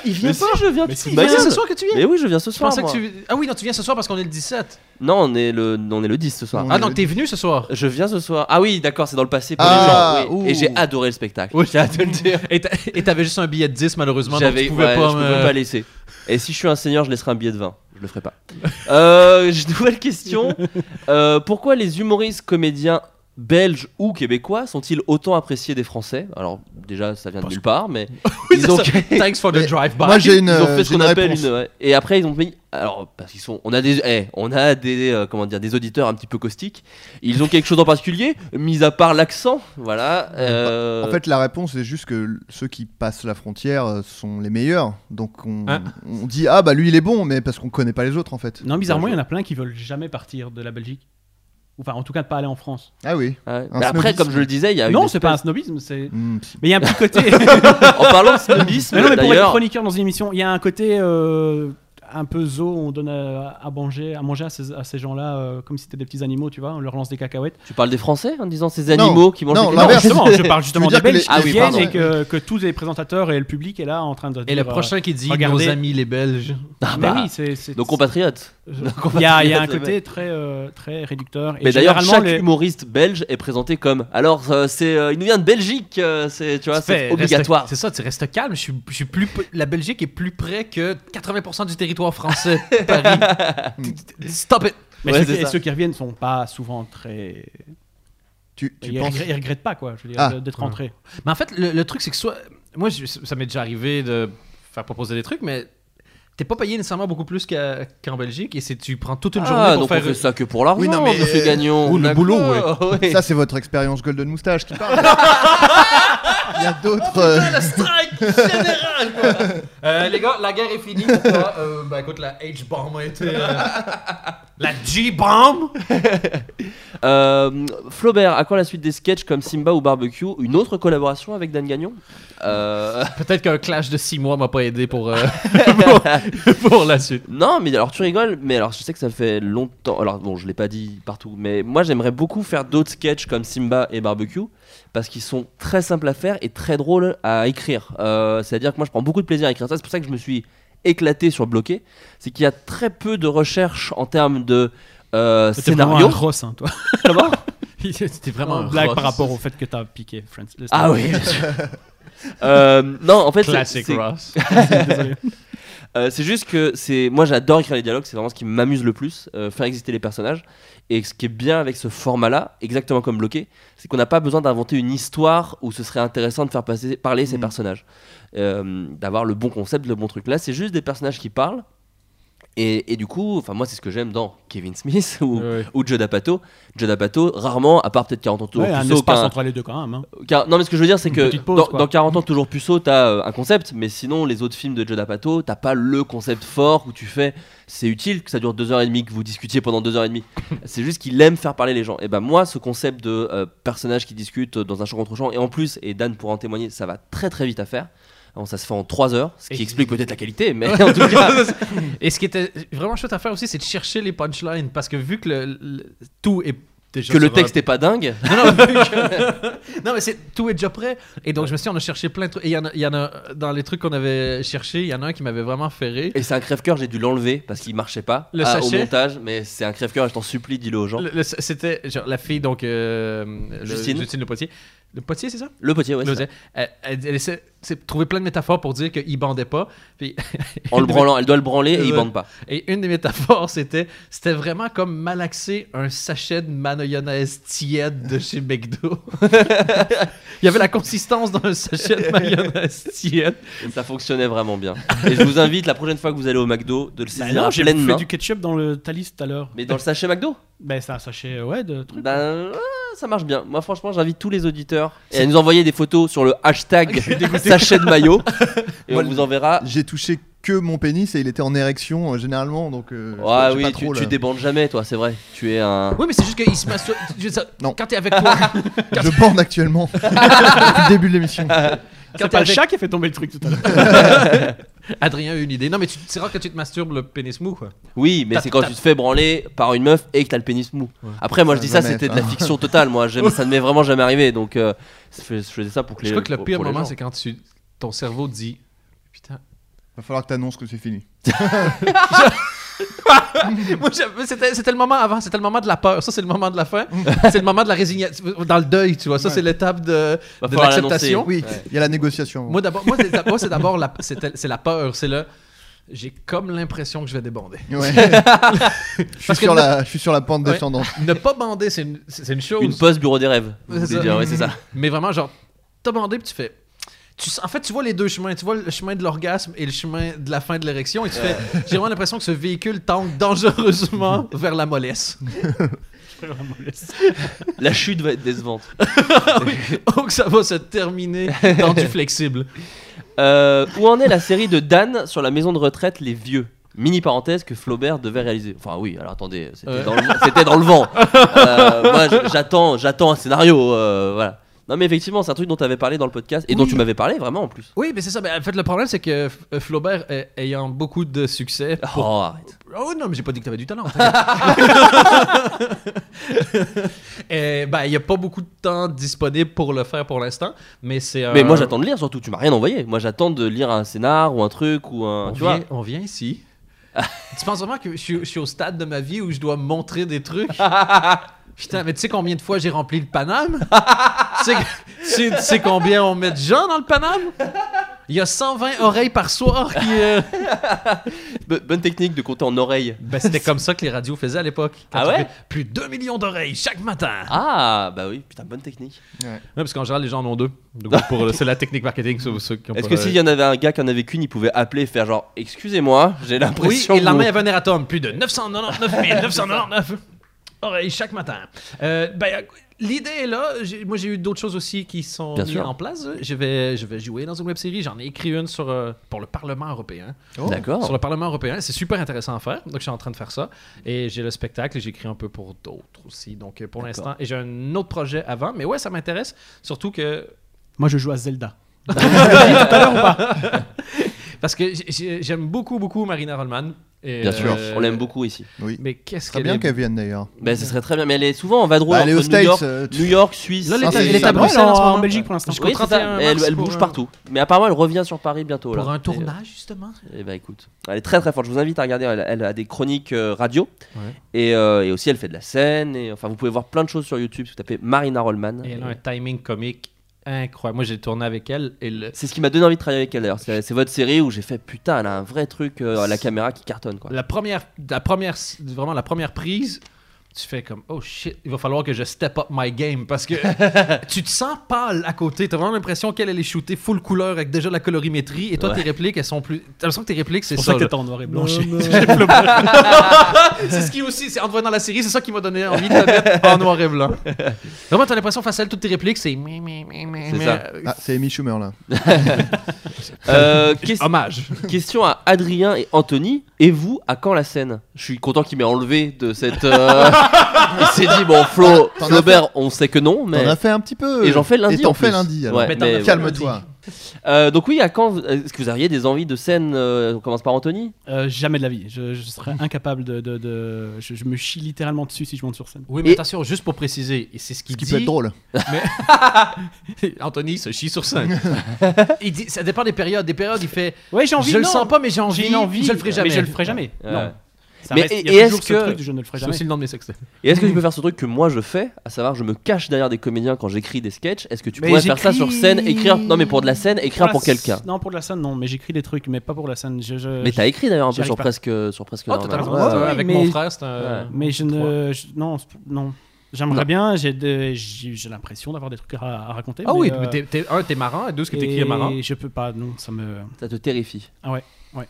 Il vient pas, je viens.
Mais si,
il
Mais
vient.
c'est ce soir que tu viens.
Mais oui, je viens bah, ce
Je
soir.
pensais que
moi.
tu. Ah oui, non, tu viens ce soir parce qu'on est le 17.
Non, on est le, on est le 10 ce soir.
On
Ah,
est
donc
le-
t'es venu ce soir.
Je viens ce soir. Ah oui, d'accord, c'est dans le passé pour
Ah,
les gens. oui.
ouh.
Et j'ai adoré le spectacle.
Oui.
J'ai hâte de le dire.
Et t'a- et t'avais juste un billet de 10, malheureusement. Donc
J'avais,
tu pouvais
ouais,
pas.
je
me-
pouvais pas laisser. Et si je suis un seigneur, je laisserai un billet de vin. Je le ferai pas. euh, j'ai une nouvelle question. Euh, pourquoi les humoristes, comédiens belges ou québécois sont-ils autant appréciés des Français Alors déjà, ça vient de nulle part, mais ils ont,
Thanks for the
Mais
drive
Moi,
by.
j'ai une,
ils ont fait
euh,
ce
j'ai
qu'on
une
appelle
réponse.
une. ouais. Et après, ils ont mis. Alors, parce qu'ils sont. On a des. eh, on a des. euh, comment dire Des auditeurs un petit peu caustiques. Ils ont quelque chose en particulier, mis à part l'accent. Voilà. euh,
En fait, la réponse est juste que l- ceux qui passent la frontière euh, sont les meilleurs. Donc on,
Hein
on dit ah bah lui il est bon, mais parce qu'on connaît pas les autres en fait.
Non, bizarrement, il y en a plein qui veulent jamais partir de la Belgique. Enfin, en tout cas, de pas aller en France.
Ah oui.
ouais.
un
Mais après,
snobisme.
comme je le disais, il y a.
non,
une
c'est pas un snobisme, c'est.
Hmm, psy.
Mais il y a un petit côté.
espèce- En parlant de snobisme,
mais non, mais pour être
d'ailleurs.
chroniqueur dans une émission, il y a un côté euh, un peu zoo. On donne à, à manger, à manger à ces, à ces gens-là euh, comme si c'était des petits animaux, tu vois. On leur lance des cacahuètes.
Tu parles des Français en disant ces
Non,
animaux qui mangent.
non,
des-
l'inverse.
justement, je parle justement
veux
des
dire que
Belges
les-
qui
Ah oui,
viennent
pardon.
et que, que tous les présentateurs et le public est là en train de.
Et le
dire, euh,
prochain qui dit
regardez.
nos amis les Belges.
Ah
Mais
bah,
oui, c'est. c'est-
Nos compatriotes.
Je-
Nos
Il y a, il y a un
compatriotes,
côté très, euh, très réducteur. Et
Mais d'ailleurs,
généralement,
chaque
les-
humoriste belge est présenté comme. Alors, euh, c'est, euh, il nous vient de Belgique, euh, c'est, tu vois, c'est
Fait,
obligatoire.
reste- C'est ça, tu restes calme. Je suis, je suis plus, p- la Belgique est plus près que 80% du territoire français. Paris. Stop it.
mais
Ouais,
ceux,
c'est
qui, et
ça.
ceux qui reviennent sont pas souvent très.
Tu, tu
Ils,
penses
regr- ils regrettent pas, quoi, je veux dire,
Ah.
de- d'être rentrés.
Mais en fait, le, le truc, c'est que soit. Moi, je- ça m'est déjà arrivé de faire proposer des trucs, mais t'es pas payé nécessairement beaucoup plus qu'à- qu'en Belgique. Et c'est tu prends toute une
Ah,
journée pour
donc
faire.
on fait ça que pour l'argent,
Oui, non, mais-
monsieur Gagnon.
Ou le
D'accord,
boulot, ouais.
oui.
Ça c'est votre expérience Golden Moustache qui parle. Il y a d'autres. euh,
Ah, le strike général! quoi. Euh, les gars, la guerre est finie. Pourquoi? Euh, bah écoute, la H-bomb a été. euh, La G-bomb?
Euh, Flaubert, à quand la suite des sketchs comme Simba ou Barbecue Une autre collaboration avec Dan Gagnon Euh,
Peut-être qu'un clash de 6 mois m'a pas aidé pour, euh, pour, pour la suite.
Non, mais alors tu rigoles, mais alors je sais que ça fait longtemps. Alors bon, je l'ai pas dit partout, mais moi j'aimerais beaucoup faire d'autres sketchs comme Simba et Barbecue parce qu'ils sont très simples à faire et très drôles à écrire. Euh, C'est-à-dire que moi je prends beaucoup de plaisir à écrire ça. C'est pour ça que je me suis éclaté sur Bloqué. C'est qu'il y a très peu de recherche en termes de euh,
T'es vraiment
scénario.
un grosse, hein, toi.
Comment
C'était vraiment un
Une blague
ross.
par rapport au fait que t'as piqué Friends.
Ah oui, bien sûr. Euh, non, en fait, c'est-
Classic
c'est-
Ross.
Désolé.
Euh, c'est juste que c'est moi j'adore écrire les dialogues, c'est vraiment ce qui m'amuse le plus, euh, faire exister les personnages. Et ce qui est bien avec ce format-là, exactement comme bloqué, c'est qu'on n'a pas besoin d'inventer une histoire où ce serait intéressant de faire passer, parler ces
Mm.
personnages, Euh, d'avoir le bon concept, le bon truc. Là, c'est juste des personnages qui parlent. Et, et du coup, enfin moi c'est ce que j'aime dans Kevin Smith ou, ou Joe D'Apato. Joe D'Apato, rarement, à part peut-être 40 ans toujours
Ouais, un
plus haut
espace
qu'un-
entre les deux quand même. hein.
car- non, mais ce que je veux dire, c'est
Une
que
petite pause,
dans,
quoi.
dans 40 ans, toujours puceau, t'as euh, un concept, mais sinon, les autres films de Joe D'Apato, t'as pas le concept fort où tu fais c'est utile que ça dure 2h30, que vous discutiez pendant 2h30. c'est juste qu'il aime faire parler les gens. Et ben, moi, ce concept de euh, personnage qui discute dans un champ contre champ, et en plus, et Dan pourra en témoigner, ça va très très vite à faire. Alors, ça se fait en 3 heures, ce qui
Et-
explique peut-être la qualité, mais en tout cas.
Et ce qui était vraiment chouette à faire aussi, c'est de chercher les punchlines parce que vu que le, le- tout est déjà
Que le
sur un-
texte est pas dingue.
Non, non, vu que- non, mais c'est tout est déjà prêt. Et donc je me suis, dit, on a cherché plein de trucs. Et il y en a, il y en a dans les trucs qu'on avait cherché, il y en a un qui m'avait vraiment fait rire.
Et c'est un crève-coeur, j'ai dû l'enlever parce qu'il marchait pas
Le
à- au
sachet
montage, mais c'est un crève-coeur, je t'en supplie, dis-le aux gens.
Le- le- C'était genre la fille donc euh, le-
Justine.
Justine le potier. Le potier, c'est ça?
Le potier, ouais.
Le
c'est ça.
potier. Elle, elle- elle essaie c'est de trouver plein de métaphores pour dire qu'il bandait pas. Puis
En le branlant, elle doit le branler et il
Ouais.
bande pas.
Et une des métaphores, c'était c'était vraiment comme malaxer un sachet de mayonnaise tiède de chez McDo. Il y avait la consistance d'un sachet de mayonnaise tiède.
Et ça fonctionnait vraiment bien. Et je vous invite la prochaine fois que vous allez au McDo de le
Bah
saisir
non,
à
j'ai
pleine
fait
main.
du ketchup dans le talis tout à l'heure.
Mais dans le sachet McDo
Ben, c'est un sachet, euh, ouais, de trucs.
Ben euh, ça marche bien. Moi franchement j'invite tous les auditeurs et à nous envoyer des photos sur le hashtag sachet de maillot et on
Moi,
vous enverra.
J'ai touché que mon pénis et il était en érection euh, généralement, donc. euh,
Ah
je sais
oui,
pas
tu,
trop,
tu
là.
débandes jamais toi, c'est vrai. Tu es un.
Oui, mais c'est juste qu'il se masturbe. je veux dire,
Non.
Quand t'es avec toi.
Je bande actuellement depuis le début de l'émission.
Ah.
Quand
C'est
t'es
pas le
avec...
chat qui a fait tomber le truc tout à l'heure.
Adrien a eu une idée. Non, mais tu- c'est rare que tu te masturbes le pénis mou, quoi.
Oui, mais
Tap,
c'est quand
tap.
tu te fais branler par une meuf et que t'as le pénis mou. Après moi je
Ça
dis
va
ça c'était de
jamais,
la fiction totale. Moi j'aime- ça ne m'est vraiment jamais arrivé donc euh, je fais- je faisais ça pour que les.
je crois que le
pour-
pire
pour les
moment,
gens.
c'est quand tu... ton cerveau dit. Putain.
Va falloir que t'annonces que c'est fini.
Moi, j'avais- c'était c'était le moment avant, c'était le moment de la peur. Ça, c'est le moment de la fin. c'est le moment de la résignation. Dans le deuil, tu vois. Ça,
Ouais.
c'est l'étape de,
Va
de
falloir
l'acceptation.
l'annoncer.
Oui, il y a la négociation.
Moi d'abord, moi, c'est- moi, c'est d'abord la, c'était- c'est la peur, c'est le. j'ai comme l'impression que je vais débander.
Ouais. je, suis
Parce que
sur
le-
la, je suis sur la pente
Ouais.
descendante.
ne pas bander, c'est une, c'est- c'est une chose.
Une pause bureau des rêves. vous
C'est
voulez
ça.
dire, ouais, c'est ça.
Mais vraiment, genre, t'as bandé puis tu fais. Tu, s- en fait, tu vois les deux chemins. Tu vois le chemin de l'orgasme et le chemin de la fin de l'érection. Et tu fais. J'ai vraiment l'impression que ce véhicule tangue dangereusement vers la mollesse.
La chute va être décevante.
Ah Donc, ça va se terminer dans du flexible.
Euh, où en est la série de Dan sur la maison de retraite Les Vieux Mini parenthèse que Flaubert devait réaliser. Enfin oui, alors attendez, c'était
Ouais.
dans, le- c'était dans le vent. Euh, moi, j- j'attends, j'attends un scénario. euh, voilà. Non mais effectivement, c'est un truc dont tu avais parlé dans le podcast et dont tu m'avais parlé vraiment en plus.
Oui, mais c'est ça. Mais en fait, le problème, c'est que F- Flaubert, euh, ayant beaucoup de succès.
Oh, arrête.
Oh non, mais j'ai pas dit que t'avais du talent. Et, ben, il n'y a pas beaucoup de temps disponible pour le faire pour l'instant. Mais c'est.
Mais
un-
moi j'attends de lire surtout, tu m'as rien envoyé. Moi j'attends de lire un scénar ou un truc ou un...
On,
tu
vient,
vois
on vient ici. tu penses vraiment que je suis, je suis au stade de ma vie où je dois montrer des trucs? Putain, mais tu sais combien de fois j'ai rempli le Paname? tu, sais, tu sais- tu sais combien on met de gens dans le Paname? Il y a 120 oreilles par soir qui. euh,
Bo- Bonne technique de compter en oreille.
Ben, c'était comme ça que les radios faisaient à l'époque. Quand
Ah
il y
ouais?
avait Plus de 2 millions d'oreilles chaque matin.
Ah bah oui, putain, bonne technique.
parce qu'en général, les gens en ont deux. Donc, pour, c'est la technique marketing. Ceux, ceux qui ont
Est-ce
pas-
que s'il y en avait un gars qui en avait qu'une, il pouvait appeler et faire genre excusez-moi, j'ai
Oui,
l'impression
et
que
la
vous-
main avait un atome. Plus de 999 999 oreilles chaque matin. Euh, ben, euh, L'idée est là. J'ai- Moi, j'ai eu d'autres choses aussi qui sont
Bien
mises
sûr.
en place. Je vais, je vais jouer dans une web série. J'en ai écrit une sur, euh, pour le Parlement européen.
D'accord.
Sur le Parlement européen. C'est super intéressant à faire. Donc, je suis en train de faire ça. Et j'ai le spectacle et j'écris un peu pour d'autres aussi. Donc, euh, pour
D'accord.
l'instant. Et j'ai un autre projet avant. Mais ouais, ça m'intéresse. Surtout que
Moi, je joue à Zelda.
Parce que j'ai- j'ai- j'aime beaucoup, beaucoup Marina Rollman. Et,
Bien sûr,
euh,
on l'aime beaucoup ici.
Mais qu'est-ce
Très
qu'elle
bien
est...
qu'elle vienne d'ailleurs.
Ben, ce serait très bien, mais elle est souvent en vadrouille
Bah, elle est
entre
aux
New,
States,
York,
euh, tu-
New York, Suisse.
Là, elle
Ah,
est-
c'est-
elle est à
c'est-
Bruxelles
ouais,
en, ce
en
moment. en
moment.
Belgique pour l'instant.
Je-
Oui,
Jusqu'au
c'est ça,
31
mais elle,
mars
elle
pour,
bouge
euh,
partout. Mais apparemment, elle revient sur Paris bientôt.
Pour
là.
un tournage, justement.
Et, bah écoute, elle est très très forte. Je vous invite à regarder. Elle, elle a des chroniques euh, radio
Ouais.
et, euh, et aussi elle fait de la scène. Et enfin, vous pouvez voir plein de choses sur YouTube. Si vous tapez Marina Rollman,
Et elle a un timing comique incroyable. Moi, j'ai tourné avec elle. Et le-
c'est ce qui m'a donné envie de travailler avec elle. D'ailleurs, c'est c'est votre série où j'ai fait putain, elle a un vrai truc euh, à la caméra qui cartonne quoi.
la, première, la première, vraiment la première prise, tu fais comme oh shit, il va falloir que je step up my game parce que tu te sens pâle à côté. T'as vraiment l'impression qu'elle elle est shootée full couleur avec déjà la colorimétrie. Et toi,
Ouais.
tes répliques, elles sont plus. T'as l'impression que tes répliques, c'est
C'est pour ça
ça.
que
là.
t'étais en noir et blanc. chez-
c'est ce qui aussi, c'est en te voyant dans la série, c'est ça qui m'a donné envie de la mettre en noir et blanc. Vraiment, t'as l'impression face à elle, toutes tes répliques, c'est.
C'est
C'est
ça.
Ah, c'est Amy Schumer là.
Euh, qu'est-
Hommage.
question à Adrien et Anthony. Et vous, à quand la scène Je suis content qu'il m'ait enlevé de cette. euh, Il s'est dit bon, Flo,
T'en as
Flaubert, on sait que non, mais.
T'en as fait un petit peu.
Et j'en fais lundi.
Et t'en
en
fais
plus.
lundi. alors.
Ouais,
Mais t'en as
mais-
fait
Calme-toi.
Euh, donc oui, à quand est-ce que vous auriez des envies de scène euh, On commence par Anthony.
Euh, jamais de la vie. Je, je serais incapable de. de- de- Je, je me chie littéralement dessus si je monte sur scène.
Oui, mais
Et-
attention, juste pour préciser, et c'est ce
Ce
qu'il
qui
dit.
peut être drôle.
Anthony se chie sur scène. il dit, ça dépend des périodes. Des périodes, il fait.
Ouais, j'ai envie.
je le
non.
sens pas, mais j'ai envie.
J'ai une envie.
Je le ferai jamais.
Mais je le ferai jamais.
Ouais.
Non. Ça
Mais
reste-
et-
il y a
et est-ce
toujours ce
que-
truc du je ne le ferai
C'est
jamais.
aussi le nom de mes sexes.
Et est-ce que tu peux faire ce truc que moi je fais, à savoir je me cache derrière des comédiens quand j'écris des sketchs Est-ce que tu
Mais
pourrais faire ça
j'écris-
sur scène Écrire Non, mais pour de la scène, écrire pour
la-
quelqu'un.
Ah, Non, pour de la scène, non. Mais j'écris des trucs, mais pas pour la scène. Je, je-
Mais t'as écrit d'ailleurs un
Euh, j'y
peu sur
arrive pas.
presque, sur presque.
Oh,
Normal.
totalement.
Ouais, ouais, ouais,
avec
mais-
mon frère, c'est un.
Ouais.
Mais je ne. je- non, c'est- non. J'aimerais
Non.
bien. J'ai des- j'ai j'ai l'impression d'avoir des trucs à, à raconter.
Ah
mais,
oui,
euh,
mais t'es- t'es- un, t'es marrant, et deux, ce que t'écris
et
est marrant.
Je peux pas. Non, ça me.
Ça te terrifie.
Ah ouais, ouais.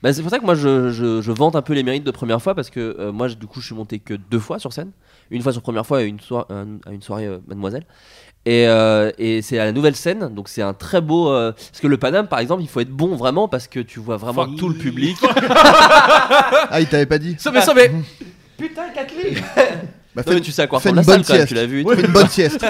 Bah, c'est pour ça que moi je, je, je vante un peu les mérites de première fois parce que euh, moi je- du coup je suis monté que deux fois sur scène. Une fois sur première fois et une soir- un- à une soirée euh, mademoiselle. Et, euh, et c'est à la nouvelle scène, donc c'est un très beau. euh, parce que le Paname par exemple, il faut être bon vraiment parce que tu vois vraiment
Faut-
tout le public.
Ah, il t'avait pas dit.
Sauvé, sauvé!
Bah,
Non,
fais,
mais tu sais à quoi
fais
ressemble
une
la
bonne
salle quand même, tu l'as
sieste.
vu. et tout.
fais une bonne sieste.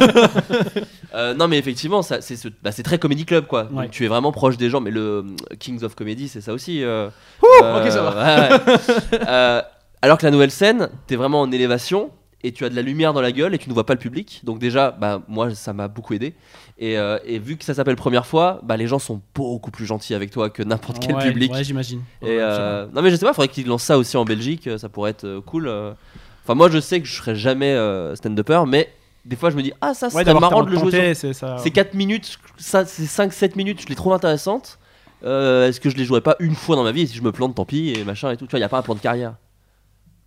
Euh, non, mais effectivement, ça, c'est, ce- bah, c'est très comedy club, quoi. Donc,
Ouais.
tu es vraiment proche des gens, mais le euh, Kings of Comedy, c'est ça aussi. euh,
ok, ça
ouais, ouais. Euh, alors que la nouvelle scène, t'es vraiment en élévation et tu as de la lumière dans la gueule et tu ne vois pas le public. Donc déjà, bah, moi, ça m'a beaucoup aidé. Et, euh, et vu que ça s'appelle première fois, bah, les gens sont beaucoup plus gentils avec toi que n'importe quel
Ouais,
public.
Ouais, j'imagine.
Et,
Ouais,
euh, non mais je sais pas, faudrait qu'ils lancent ça aussi en Belgique, euh, ça pourrait être euh, cool. euh. Enfin moi je sais que je serai jamais euh, stand-upper, mais des fois je me dis ah ça
Ouais,
serait
d'avoir
marrant
marrant
de le jouer. sur-
c'est ça.
C'est 4 minutes, ça c'est 5-7 minutes, je les trouve intéressantes. euh, est-ce que je les jouerais pas une fois dans ma vie et si je me plante, tant pis et machin et tout. Tu vois, il n'y a pas un plan de carrière.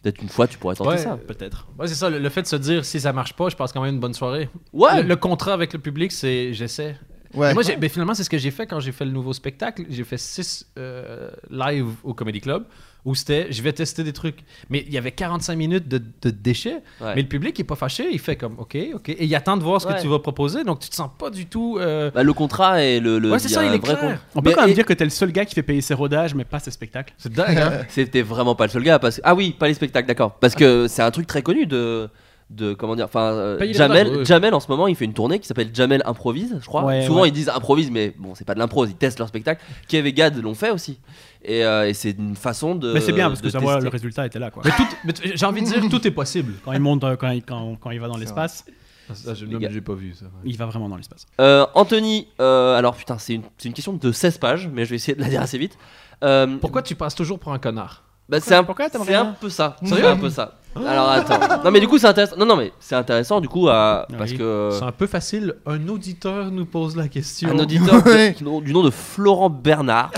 Peut-être une fois, tu pourrais tenter
Ouais.
ça.
Peut-être.
Ouais, c'est ça, le, le fait de se dire si ça marche pas, je passe quand même une bonne soirée.
Ouais,
Le, le contrat avec le public, c'est j'essaie.
Ouais.
Moi, j'ai- ben, finalement, c'est ce que j'ai fait quand j'ai fait le nouveau spectacle. J'ai fait six euh, live au Comedy Club où c'était je vais tester des trucs. Mais il y avait 45 minutes de, de déchets.
Ouais.
Mais le public il est pas fâché. Il fait comme OK, OK. Et il attend de voir ce
Ouais.
que tu vas proposer. Donc, tu te sens pas du tout. euh,
Bah, le contrat et le. le
Ouais, c'est
il y a
ça, il
un
est
vrai
clair.
con-
On peut
Mais-
quand même
et-
dire que t'es le seul gars qui fait payer ses rodages, mais pas ses spectacles.
C'est dingue, hein?
C'était vraiment pas le seul gars parce que ah oui pas les spectacles d'accord parce que c'est un truc très connu de de comment dire enfin euh,
Payer les
Jamel
rodages, ouais.
Jamel en ce moment il fait une tournée qui s'appelle Jamel improvise je crois
Ouais,
souvent
ouais.
ils disent improvise mais bon c'est pas de l'impro ils testent leur spectacle Kev et Gad l'ont fait aussi et, euh, et c'est une façon de
Mais c'est bien parce
Euh, de
que ça voit
tester.
le résultat était là quoi.
Mais tout- mais t- j'ai envie de dire tout est possible.
Quand il monte, euh, quand il, quand, quand il va dans l'espace,
je
non, mais
j'ai pas vu ça.
il va vraiment dans l'espace.
Euh, Anthony euh, alors putain c'est une, c'est une question de 16 pages mais je vais essayer de la dire assez vite Euh,
Pourquoi tu passes toujours pour un connard
Bah, c'est un,
pourquoi t'aimerais
c'est un
bien Mmh.
peu ça. C'est
Sérieux
un peu ça. Alors attends. Non mais du coup c'est intéressant. Non non mais c'est intéressant du coup à- parce
Ah Oui.
que euh,
C'est un peu facile. Un auditeur nous pose la question.
un auditeur de-
Ouais.
qui- du nom de Florent Bernard.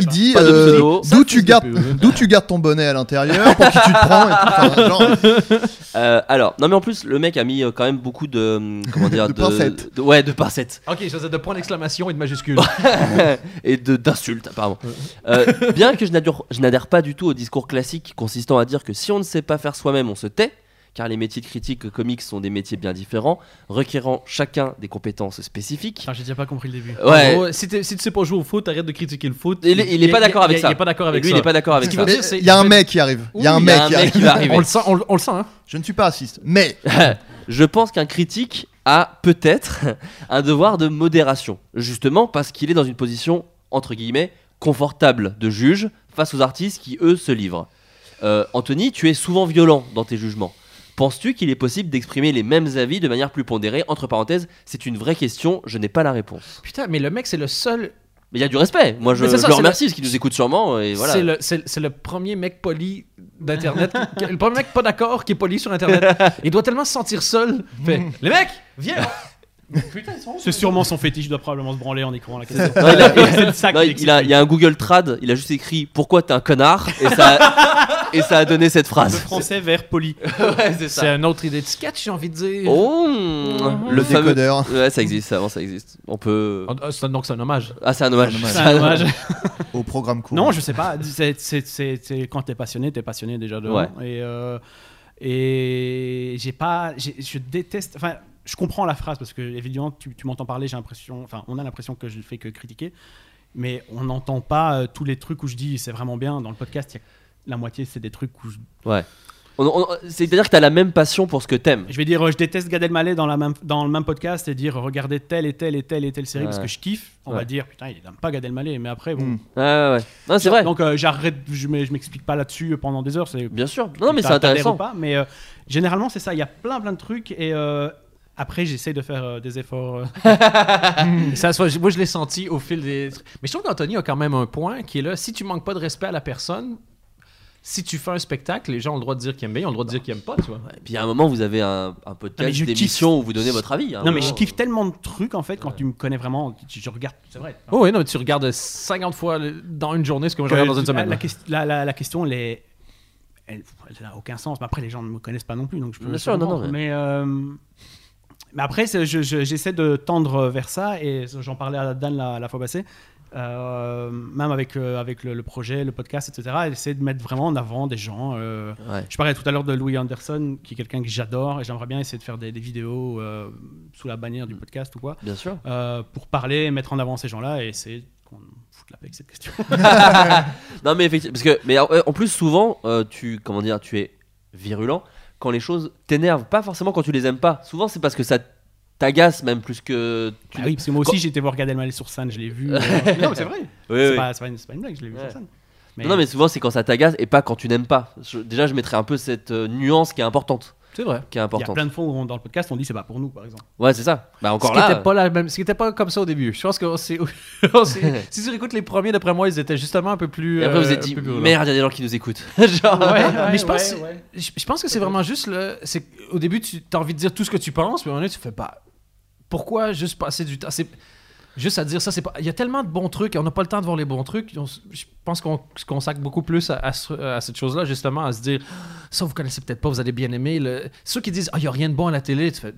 Il dit
Pas de
euh,
pseudo.
d'où tu gardes
hein.
d'où tu gardes ton bonnet à l'intérieur pour qui tu te prends et tout. Enfin, genre,
Euh, alors non mais en plus le mec a mis euh, quand même beaucoup de hum, comment dire
De pincettes.
de- ouais de pincettes
Ok, je faisais de points d'exclamation et de majuscules.
et de d'insultes apparemment. Euh, bien que je n'adhère, je n'adhère pas du tout au discours classique consistant à dire que si on ne sait pas faire soi-même on se tait. Car les métiers de critique euh, comics sont des métiers bien différents, requérant chacun des compétences spécifiques.
Putain, j'ai déjà pas compris le début.
En
Ouais,
gros, si, t'es- si tu sais pas jouer au foot, arrête de critiquer le foot.
Il est- il est
y a-
pas d'accord
y a-
avec
y a-
ça.
Il est pas d'accord
Et
avec
lui,
ça.
il est pas d'accord avec ça.
veut
mais
dire, c'est-
il y a un
je-
mec qui arrive. Il y a un
Oui,
mec qui arrive.
qui va arriver.
On le sent, on, le- on le sent, hein.
Je ne suis pas raciste, mais
Je pense qu'un critique a peut-être un devoir de modération, justement parce qu'il est dans une position, entre guillemets, confortable de juge face aux artistes qui, eux, se livrent. Euh, Anthony, tu es souvent violent dans tes jugements. Penses-tu qu'il est possible d'exprimer les mêmes avis de manière plus pondérée Entre parenthèses, c'est une vraie question, je n'ai pas la réponse.
Putain, mais le mec, c'est le seul.
Mais il y a du respect, moi je,
Mais c'est ça,
je le
c'est
remercie, parce qu'il nous écoute sûrement, et voilà.
C'est le, c'est- c'est le premier mec poli d'internet. qui- qui- le premier mec pas d'accord qui est poli sur internet. Il doit tellement se sentir seul. Fait, les mecs, viens.
C'est sûrement son fétiche, il doit probablement se branler en écrivant la question.
Non, il a-
C'est le sac
Non,
qui
il, il a, il y a un Google Trad, il a juste écrit pourquoi t'es un connard et ça, a- et ça a donné cette
Le
phrase.
français vers poli.
Ouais, c'est
C'est une autre idée de sketch, j'ai envie de dire.
Oh,
le
le fameux.
décodeur.
Ouais, ça existe, ça, bon, ça existe. On peut.
Ah, c'est un- donc, c'est un hommage.
Ah, c'est un hommage.
C'est un
C'est un hommage.
Au programme court.
Non, je sais pas. C'est- c'est- c'est- c'est- quand t'es passionné, t'es passionné déjà de
Ouais.
Et, euh, et j'ai pas. j'ai- Je déteste. Enfin, je comprends la phrase parce que, évidemment, tu, tu m'entends parler, j'ai l'impression. Enfin, on a l'impression que je ne fais que critiquer. Mais on n'entend pas euh, tous les trucs où je dis c'est vraiment bien. Dans le podcast, il y a la moitié, c'est des trucs où je,
On- on- C'est-à-dire que t'as la même passion pour ce que t'aimes.
je vais dire euh, je déteste Gad Elmaleh dans, la même, dans le même podcast et dire regardez telle et telle et telle et telle série parce
Ouais.
que je kiffe. On
Ouais.
va dire putain, il n'aime pas Gad Elmaleh. Mais après, bon.
Mm.
Ouais, ouais, ouais. Non, c'est vrai.
Donc euh, j'arrête, je m'ai- je m'explique pas là-dessus pendant des heures. C'est
Bien sûr. Non, mais
T'as-
c'est
t'adhères
intéressant.
ou pas, mais euh, généralement, c'est ça. Il y a plein, plein de trucs. Et euh, après, j'essaye de faire euh, des efforts. euh.
Ça, soit- moi, je l'ai senti au fil des. Mais je trouve qu'Anthony a quand même un point qui est là. Si tu manques pas de respect à la personne, si tu fais un spectacle, les gens ont le droit de dire qu'ils aiment bien, ils ont le droit de dire qu'ils aiment pas, tu vois.
Et Puis à un moment, vous avez un, un
Non,
podcast
mais je
d'émission où vous donnez votre avis. hein.
non, mais je kiffe tellement de trucs, en fait, quand tu me connais vraiment. Je, je regarde, c'est vrai.
Oh oui, non, mais tu regardes 50 fois le- dans une journée ce que moi je regarde dans une
La-
semaine.
La, quest- la, la- la question, elle est- Elle elle n'a aucun sens. Mais après, les gens ne me connaissent pas non plus, donc je peux.
Bien
je peux
sûr, non,
comprendre.
non,
Mais, euh, mais après, c'est- je- je- j'essaie de tendre vers ça, et j'en parlais à Dan la, la fois passée. euh, même avec, euh, avec le, le projet, le podcast, etc. et Essayer de mettre vraiment en avant des gens. euh,
Ouais.
Je parlais tout à l'heure de Louis Anderson, qui est quelqu'un que j'adore, et j'aimerais bien essayer de faire des, des vidéos euh, sous la bannière du
Mm.
podcast ou quoi,
Bien sûr.
euh, pour parler, et mettre en avant ces gens-là, et essayer qu'on foute la paix avec cette question.
Non, mais effectivement. Parce que, mais euh, en plus, souvent, euh, tu, comment dire, tu es virulent quand les choses t'énervent. Pas forcément quand tu les aimes pas. Souvent, c'est parce que ça t'agace même plus que. Tu...
Ah oui, parce que moi
Quand-
aussi j'ai été voir Gad Elmaleh sur scène, je l'ai vu. euh, mais non, mais c'est vrai.
Oui,
c'est
oui.
pas, c'est pas une, c'est pas une blague, je l'ai vu
Ouais.
sur scène.
Non, mais souvent c'est quand ça t'agace et pas quand tu n'aimes pas. Je- déjà, je mettrais un peu cette euh, nuance qui est importante,
C'est vrai.
qui est
il y a
importante.
plein de fois où on- dans le podcast on dit c'est pas pour nous, par exemple.
Ouais, c'est ça. Bah
Ce
encore
qui,
là.
était pas la même, ce qui était pas comme ça au début. Je pense que c'est- on s'est- si tu écoutes les premiers, d'après moi, ils étaient justement un peu plus.
Et après, vous
euh,
êtes
un
dit
peu plus violents.
merde, il y a des gens qui nous écoutent. Genre.
Ah,
mais je pense, je, je pense que c'est vraiment juste le. C'est au bah, début, tu as envie de dire tout ce que tu penses, mais à un moment donné, tu fais pas. Pourquoi juste passer du temps C'est Juste à dire ça, c'est pas. Il y a tellement de bons trucs, et on n'a pas le temps de voir les bons trucs. On s- je pense qu'on se consacre beaucoup plus à, à ce- à cette chose-là, justement, à se dire ça, vous connaissez peut-être pas, vous allez bien aimer. le- Ceux qui disent ah, il n'y a rien de bon à la télé, tu fais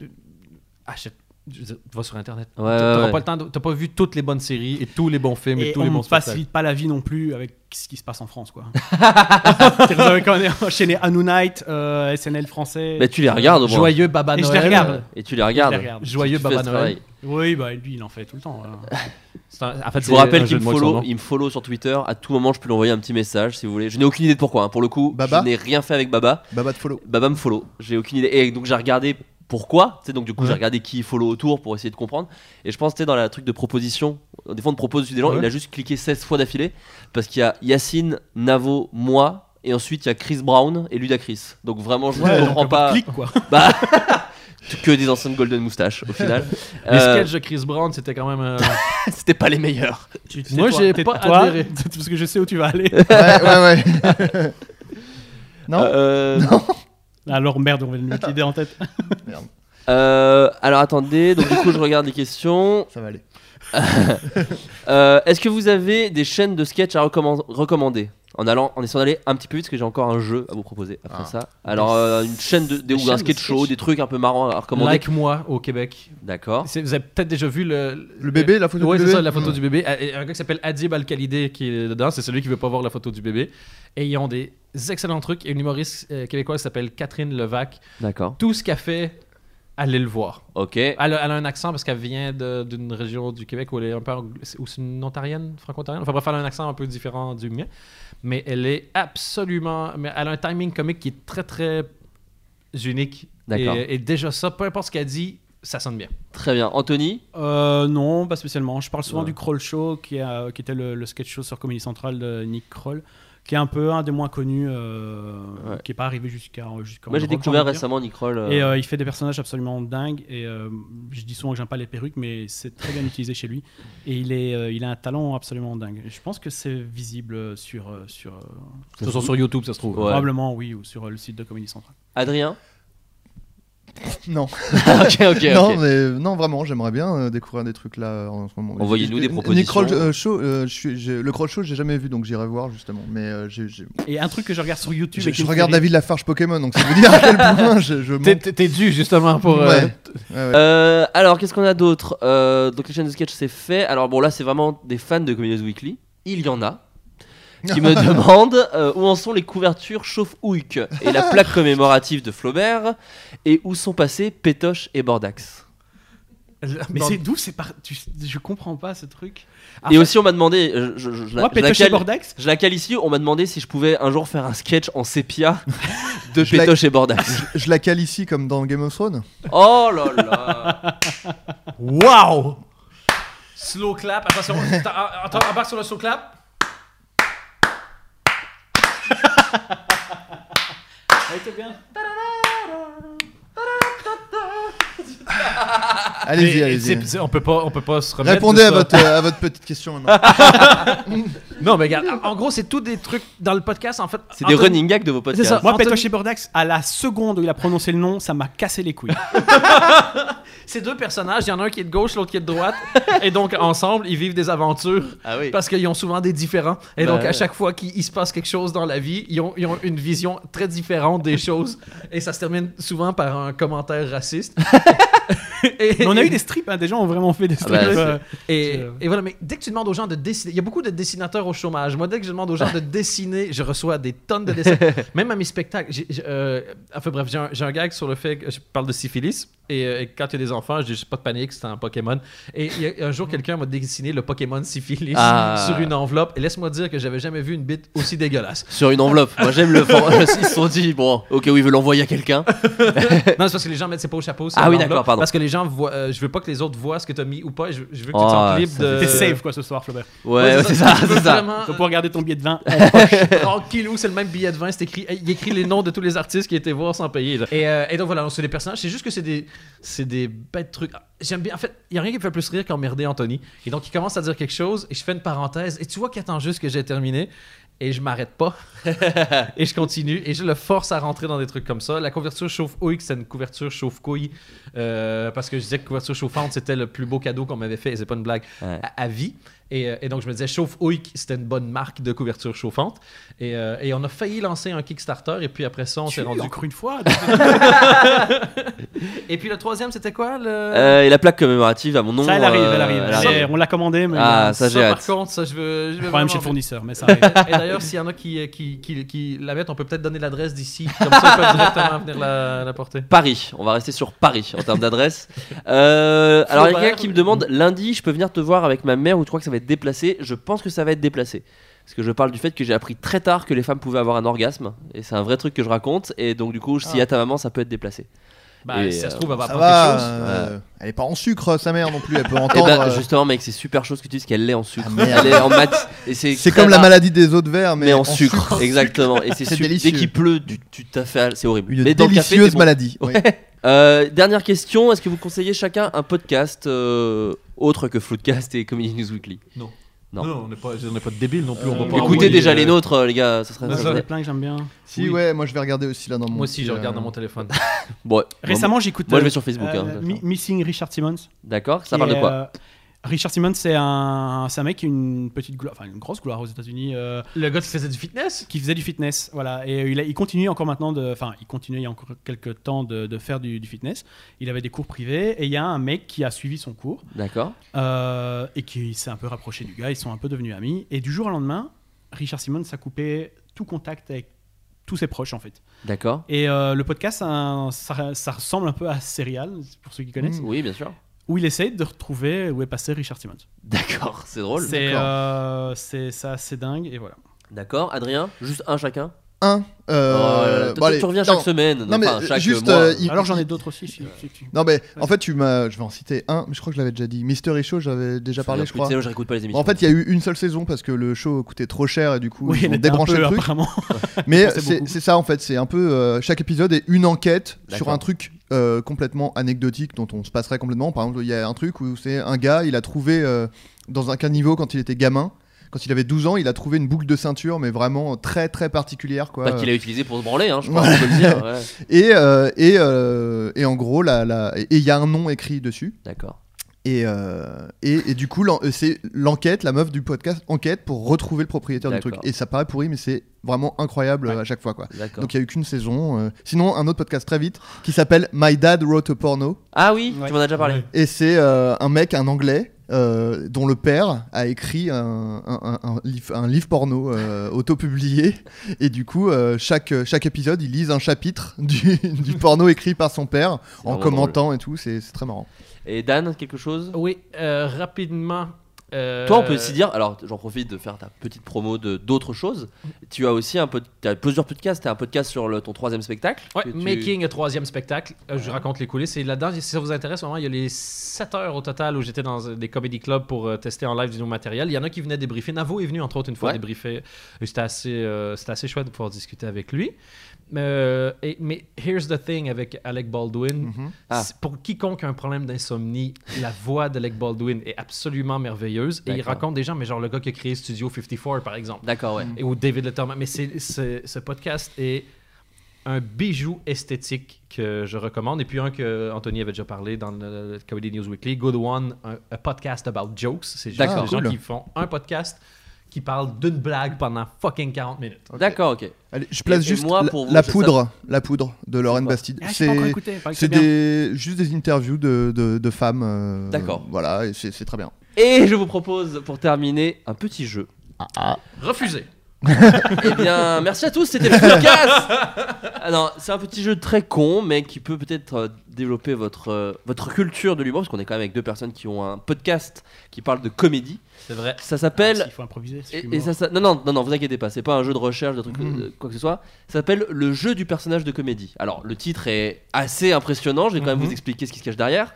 achète, je veux dire, va sur Internet.
Ouais, ouais,
T'auras
ouais.
pas le temps, de- t'as pas vu toutes les bonnes séries et tous les bons films et,
Et
tous les
on
bons
ne
spectacles.
facilite pas la vie non plus avec ce qui se passe en France, quoi. C'est-à-dire, Vous avez quand même enchaîné Hanounite, euh, SNL français.
Bah, tu les regardes au moins.
Joyeux Baba
Et je
Noël.
les regarde.
euh,
Et tu les regardes.
Je les regarde.
Tu
Joyeux
fais
Baba
ce
Noël.
travail.
Oui, bah lui, il en fait tout le temps. euh. voilà.
C'est un- en fait,
Je vous
c'est
rappelle
un
qu'il me
jeu de mots avec son
follow,
nom.
il me follow sur Twitter. À tout moment, je peux lui envoyer un petit message si vous voulez. Je n'ai aucune idée de pourquoi. hein. Pour le coup,
Baba
je n'ai rien fait avec Baba.
Baba de follow.
Baba me follow. J'ai aucune idée. Et donc j'ai regardé pourquoi. Tu sais, donc du coup j'ai regardé qui follow autour pour essayer de comprendre. Et je pense que dans la truc de proposition, des fois on te propose dessus des gens,
Ouais.
il a juste cliqué 16 fois d'affilée parce qu'il y a Yacine, Navo, moi. Et ensuite, il y a Chris Brown et Ludacris. Donc vraiment, je ne comprends pas.
Clique, quoi.
Bah, que des anciennes Golden Moustache au final.
Les
Euh,
sketchs de Chris Brown, c'était quand même. euh,
C'était pas les meilleurs.
Tu- tu
Moi,
tais-toi,
j'ai pas
tais-toi,
adhéré.
Parce que je sais où tu vas aller.
Ouais, ouais, ouais. non
Euh,
Alors merde, on va nous l'idée en tête.
euh, alors attendez, donc du coup je regarde les questions.
Ça va aller.
Euh, Est-ce que vous avez des chaînes de sketch à recommen- recommander en allant, en essayant d'aller un petit peu vite, parce que j'ai encore un jeu à vous proposer après
Ah.
ça. Alors euh, une chaîne de, des-
Des
ou un
chaînes de
sketch show,
sketch.
des trucs un peu marrants à recommander.
like moi au Québec.
D'accord.
C'est- Vous avez peut-être déjà vu le.
Le bébé, la photo
Oh. Ouais,
du
c'est
bébé
ça, la photo du bébé. Euh, et Un gars qui s'appelle Adib Al-Khalidé qui est dedans, c'est celui qui veut pas voir la photo du bébé. Et ils ont des excellents trucs. Et une humoriste euh, québécoise qui s'appelle Catherine Levac.
D'accord.
Tout ce qu'elle fait, allez le voir.
Ok.
Elle a, elle a un accent parce qu'elle vient de- d'une région du Québec où elle est un peu. anglo- Ou c'est une ontarienne, franco-ontarienne. Enfin bref, elle a un accent un peu différent du mien. Mais elle est absolument. Mais elle a un timing comique qui est très très unique.
D'accord.
Et, et déjà ça, peu importe ce qu'elle dit, ça sonne bien.
Très bien. Anthony.
Euh, non, pas spécialement. Je parle souvent
Ouais.
du Kroll Show, qui, est, euh, qui était le, le sketch show sur Comédie Centrale de Nick Kroll, qui est un peu un des moins connus, euh,
Ouais.
qui n'est pas arrivé jusqu'à. jusqu'en
Moi j'ai
Europe,
découvert
j'ai envie de dire.
récemment Nick Roll. euh,
Et euh, il fait des personnages absolument dingues. Et euh, je dis souvent que j'aime pas les perruques, mais c'est très bien utilisé chez lui. Et il, est, euh, il a un talent absolument dingue. Et je pense que c'est visible sur, euh, sur euh,
De toute façon, sur YouTube, ça se trouve.
Ouais.
probablement oui ou sur euh, le site de Comédie Centrale.
Adrien.
Non.
ok ok.
non,
ok.
mais non, vraiment, j'aimerais bien euh, découvrir des trucs là euh, en ce moment.
Envoyez-nous
J'ai-
des
j'ai-
propositions.
Nick Kroll, euh, show, euh, je suis- j'ai- le Kroll Show, j'ai jamais vu, donc j'irai voir justement. Mais euh, j'ai- j'ai-
Et un truc que je regarde sur YouTube.
je,
et qui
je
me
regarde
fait rire-
David Lafarge Pokémon, donc ça veut dire à quel point je, je
T'es-
manque-
T'es t'es dû justement pour. euh,
Ouais. Ouais, ouais.
Euh, alors, qu'est-ce qu'on a d'autre Euh, Donc, les chaînes de sketch, c'est fait. Alors, bon, là, c'est vraiment des fans de Comedians Weekly. Il y en a qui me demandent euh, où en sont les couvertures chauffe-houic et la plaque commémorative de Flaubert et où sont passés Pétoche et Bordax.
Mais
Dans-
c'est d'où c'est par... tu- Je comprends pas ce truc.
et aussi, on m'a demandé, euh, je, je- je la,
Moi,
je la
Pétoche et
cale-
Bordax,
je la cale ici, on m'a demandé si je pouvais un jour faire un sketch en sépia de
Je la-
Pétoche et Bordax.
Je la cale ici comme dans Game of Thrones.
Oh là là
Waouh! Slow clap, attention, t'as- attends, embarque sur le slow clap.
Ah,
Allez-y,
Et-
allez-y.
c'est- c'est- On peut pas, on peut pas se remettre.
Répondez
de
à
ça.
votre, euh, à votre petite question maintenant.
Non, mais regarde, en gros, c'est tout des trucs dans le podcast en fait.
C'est des
Anthony-
running gags de vos podcasts.
ça.
Moi,
Anthony-
Pétoche et Bordax, à la seconde où il a prononcé le nom, ça m'a cassé les couilles.
C'est deux personnages, il y en a un qui est de gauche, l'autre qui est de droite. et donc, ensemble, ils vivent des aventures
Ah oui.
parce qu'ils ont souvent des différents. Et
Bah
donc,
Ben.
ouais.
à chaque fois qu'il il se passe quelque chose dans la vie, ils ont, ils ont une vision très différente des choses. Et ça se termine souvent par un commentaire raciste. Et-
Mais on a eu des strips, hein, des gens ont vraiment fait des
Ah
strips.
bah, c'est-
euh,
Et,
C'est, euh,
et voilà, mais dès que tu demandes aux gens de dessiner, il y a beaucoup de dessinateurs au chômage. Moi, dès que je demande aux gens de dessiner, je reçois des tonnes de dessins. Même à mes spectacles. j'ai- j'ai, euh, enfin bref, j'ai un, j'ai un gag sur le fait que je parle de syphilis. Et, euh, et quand il y a des enfants, je dis, pas de panique, c'est un Pokémon. Et il y a- un jour, quelqu'un m'a dessiné le Pokémon syphilis
Mm. Ah.
sur une enveloppe. Et laisse-moi dire que j'avais jamais vu une bite aussi dégueulasse.
Sur une enveloppe. Moi, j'aime le fond. Ils se sont dit, bon, ok, oui, ils veulent l'envoyer à quelqu'un.
non, c'est parce que les gens mettent ses pas au chapeau. sur
Ah oui,
l'enveloppe,
d'accord, pardon.
Parce que les gens voient. euh, je veux pas que les autres voient ce que t'as mis ou pas. Je, je veux que
Oh,
tu te sentes libre
ça,
de.
T'es safe, quoi, ce soir, Flaubert.
Ouais, ouais, c'est ça,
Tu peux
c'est ça.
vraiment,
Tu vas
euh,
pouvoir garder ton billet de vin.
Ah,
Tranquillou, c'est le même billet de vin, c'est écrit, il écrit les noms de tous les artistes qui étaient voir sans payer. là. Et, euh, et donc voilà, c'est des personnages, c'est juste que c'est des, c'est des bêtes trucs. Ah, J'aime bien, en fait, il n'y a rien qui me fait plus rire qu'emmerder Anthony. Et donc il commence à dire quelque chose, et je fais une parenthèse, et tu vois qu'il attend juste que j'ai terminé. et je m'arrête pas. et je continue et je le force à rentrer dans des trucs comme ça. La couverture chauffe-houille, c'est une couverture chauffe-couille euh, parce que je disais que couverture chauffante, c'était le plus beau cadeau qu'on m'avait fait et c'est pas une blague
Ouais.
à, à vie. Et, euh, et donc, je me disais, chauffe-houille, c'était une bonne marque de couverture chauffante. Et, euh, et on a failli lancer un Kickstarter et puis après ça, on s'est rendu.
encore une fois.
Ah
Et puis le troisième, c'était quoi le...
Euh, et la plaque commémorative à mon nom.
ça, elle arrive,
euh,
elle arrive.
elle
Elle est- on l'a commandé, mais.
Ah, ça, j'ai
par
hâte.
contre, ça, je veux. Je veux
Problème
vraiment-
chez le fournisseur, mais ça arrive.
Et d'ailleurs, s'il y en a qui, qui, qui, qui la mettent, on peut peut-être donner l'adresse d'ici. Comme ça, ils peuvent directement venir la, la porter.
Paris, on va rester sur Paris en termes d'adresse. Euh, alors, il y a quelqu'un
Flaubert.
qui me demande lundi, je peux venir te voir avec ma mère ou tu crois que ça va être déplacé Je pense que ça va être déplacé. Parce que je parle du fait que j'ai appris très tard que les femmes pouvaient avoir un orgasme. Et c'est un vrai truc que je raconte. Et donc, du coup,
Ah.
s'il y a ta maman, ça peut être déplacé.
Bah,
Et,
si ça se
euh,
trouve, elle va
Ça
apprendre
va.
quelque chose.
euh, Elle est pas en sucre, sa mère non plus. Elle peut
Et
Ah,
entendre.
ben,
bah.
euh,
justement, mec, c'est super chose que tu dis, parce qu'elle l'est en sucre.
Ah, merde.
Elle est en maths. Et c'est
C'est
très
comme la
rare.
maladie des eaux de verre, mais,
mais en, sucre, exactement. Et c'est
C'est
sucre.
délicieux.
Dès qu'il pleut, tu, tu t'as fait, à- c'est horrible.
Une
Mais dans le café,
délicieuse
t'es bon.
maladie. oui.
Euh, dernière question, est-ce que vous conseillez chacun un podcast euh, autre que Floodcast et Comedy News Weekly Non.
on n'est pas, on n'est pas débiles non plus. on va
Euh, Bah,
pas
Écoutez
envoyer,
déjà
euh,
les nôtres, euh, les gars. Ça serait,
Moi,
ça
J'en ai
serait-
plein que j'aime bien.
Si,
Oui.
ouais, moi je vais regarder aussi là dans mon.
Moi aussi,
petit,
je
euh,
regarde dans mon téléphone.
Bon,
Récemment, j'écoute.
Moi, je
euh,
vais sur Facebook,
euh,
hein, d'accord.
Mi- Missing Richard Simmons.
D'accord, ça
qui
parle de
est,
quoi
euh, Richard Simmons, c'est un, c'est un mec qui a une petite gloire, enfin une grosse gloire aux États-Unis, euh,
Le gars qui faisait du fitness
qui faisait du fitness, voilà. Et euh, il, a- il continue encore maintenant, de, enfin il continue il y a encore quelques temps de, de faire du, du fitness. Il avait des cours privés et il y a un mec qui a suivi son cours
D'accord.
euh, et qui s'est un peu rapproché du gars. Ils sont un peu devenus amis. Et du jour au lendemain, Richard Simmons a coupé tout contact avec tous ses proches en fait.
D'accord.
Et euh, le podcast, ça, ça- ça ressemble un peu à Serial pour ceux qui connaissent,
Oui, bien sûr.
Mm.
où il essaye de retrouver où est passé Richard Simmons.
D'accord, c'est drôle.
C'est
Oh D'accord.
euh, c'est ça, c'est dingue et voilà.
D'accord, Adrien, juste un chacun.
Un. euh,
Oh là là,
bon,
toi,
allez,
tu reviens
non,
chaque semaine.
Non mais
enfin, chaque
juste.
mois.
euh, il-
Alors j'en ai d'autres aussi. si- si tu-
Non mais en fait tu m'as, je vais en citer un, mais je crois que je l'avais déjà dit. Mystery Show, j'avais déjà parlé, je
Plus, tu
crois.
sais, Je réécoute pas les émissions.
En fait, il y a eu une seule saison parce que le show coûtait trop cher et du coup
Oui,
ils
elle
ont
était un
débranché
peu,
le truc.
apparemment.
Mais
pensais
c'est
beaucoup.
c'est ça en fait, c'est un peu euh, chaque épisode est une enquête sur
D'accord.
un truc euh, complètement anecdotique dont on se passerait complètement. Par exemple, il y a un truc où c'est un gars, il a trouvé euh, dans un caniveau quand il était gamin, quand il avait 12 ans, il a trouvé une boucle de ceinture mais vraiment très très particulière quoi.
Enfin, qu'il a utilisé pour se branler, hein, je crois,
euh, Voilà.
on peut le dire. ouais.
Et euh, et euh, et en gros là là et et il y a un nom écrit dessus.
D'accord.
Et, euh, et, et du coup, l'en- euh, c'est l'enquête, la meuf du podcast enquête pour retrouver le propriétaire du truc.
D'accord.
Et ça paraît pourri, mais c'est vraiment incroyable euh, à chaque fois. quoi.
D'accord.
Donc il n'y a eu qu'une saison. euh. Sinon, un autre podcast très vite qui s'appelle My Dad Wrote a Porno.
Ah oui,
Ouais.
tu m'en as déjà parlé.
Et c'est euh, un mec, un anglais, euh, dont le père a écrit un, un- un- un livre, un livre porno euh, auto-publié. Et du coup, euh, chaque, chaque épisode, il lise un chapitre du, du porno écrit par son père en
vraiment
commentant et tout. C'est c'est très marrant.
Et Dan, quelque chose
Oui, euh, rapidement. euh,
Toi, on peut aussi dire, alors j'en profite de faire ta petite promo de d'autres choses. Tu as aussi un pod- t'as plusieurs podcasts. Tu as un podcast sur le- ton troisième spectacle.
Ouais,
que tu-
Making, euh, troisième spectacle. Euh, Je raconte les coulisses. Et là-dedans, si ça vous intéresse, vraiment, il y a les 7 heures au total où j'étais dans euh, des comedy clubs pour euh, tester en live du nouveau matériel. Il y en a qui venaient débriefer. Navo est venu, entre autres, une fois
Ouais.
débriefer. Et C'était assez, euh, c'était assez chouette de pouvoir discuter avec lui. Euh, et- mais Here's the Thing avec Alec Baldwin.
Mhm.
Ah.
C'est- Pour quiconque a un problème d'insomnie, la voix d'Alec Baldwin est absolument merveilleuse. Et il
D'accord.
raconte des gens, mais genre le gars qui a créé Studio 54, par exemple
D'accord, ouais.
et ou David Letterman. Mais c'est, c'est- ce podcast est un bijou esthétique que je recommande. Et puis un que Anthony avait déjà parlé dans le Comedy News Weekly, Good One, un, a podcast about jokes. C'est juste
D'accord.
des gens
Cool.
qui font un podcast qui parle d'une blague pendant fucking 40 minutes.
D'accord, ok.
Allez, je place
Et- et
juste
moi,
la,
pour vous,
la
je
poudre, la poudre de Lauren
quoi
Bastide.
Ah, j'ai pas encore
c'est
écouté, il paraît que
c'est
bien.
des, juste des interviews de, de, de femmes. euh,
D'accord.
Voilà, et c'est c'est très bien.
Et je vous propose pour terminer un petit jeu.
Refusé.
Eh bien, merci à tous. C'était le podcast. Ah non, c'est un petit jeu très con, mais qui peut peut-être euh, développer votre euh, votre culture de l'humour, parce qu'on est quand même avec deux personnes qui ont un podcast qui parle de comédie.
C'est vrai.
Ça
Ah,
s'appelle
s'il faut improviser. c'est
Et- Et,
humour.
ça, ça- non, non, non, non, vous inquiétez pas, c'est pas un jeu de recherche, de trucs,
Mhm.
euh, quoi que ce soit. Ça s'appelle Le jeu du personnage de comédie. Alors, le titre est assez impressionnant, je vais quand
Hmm.
même vous expliquer ce qui se cache derrière.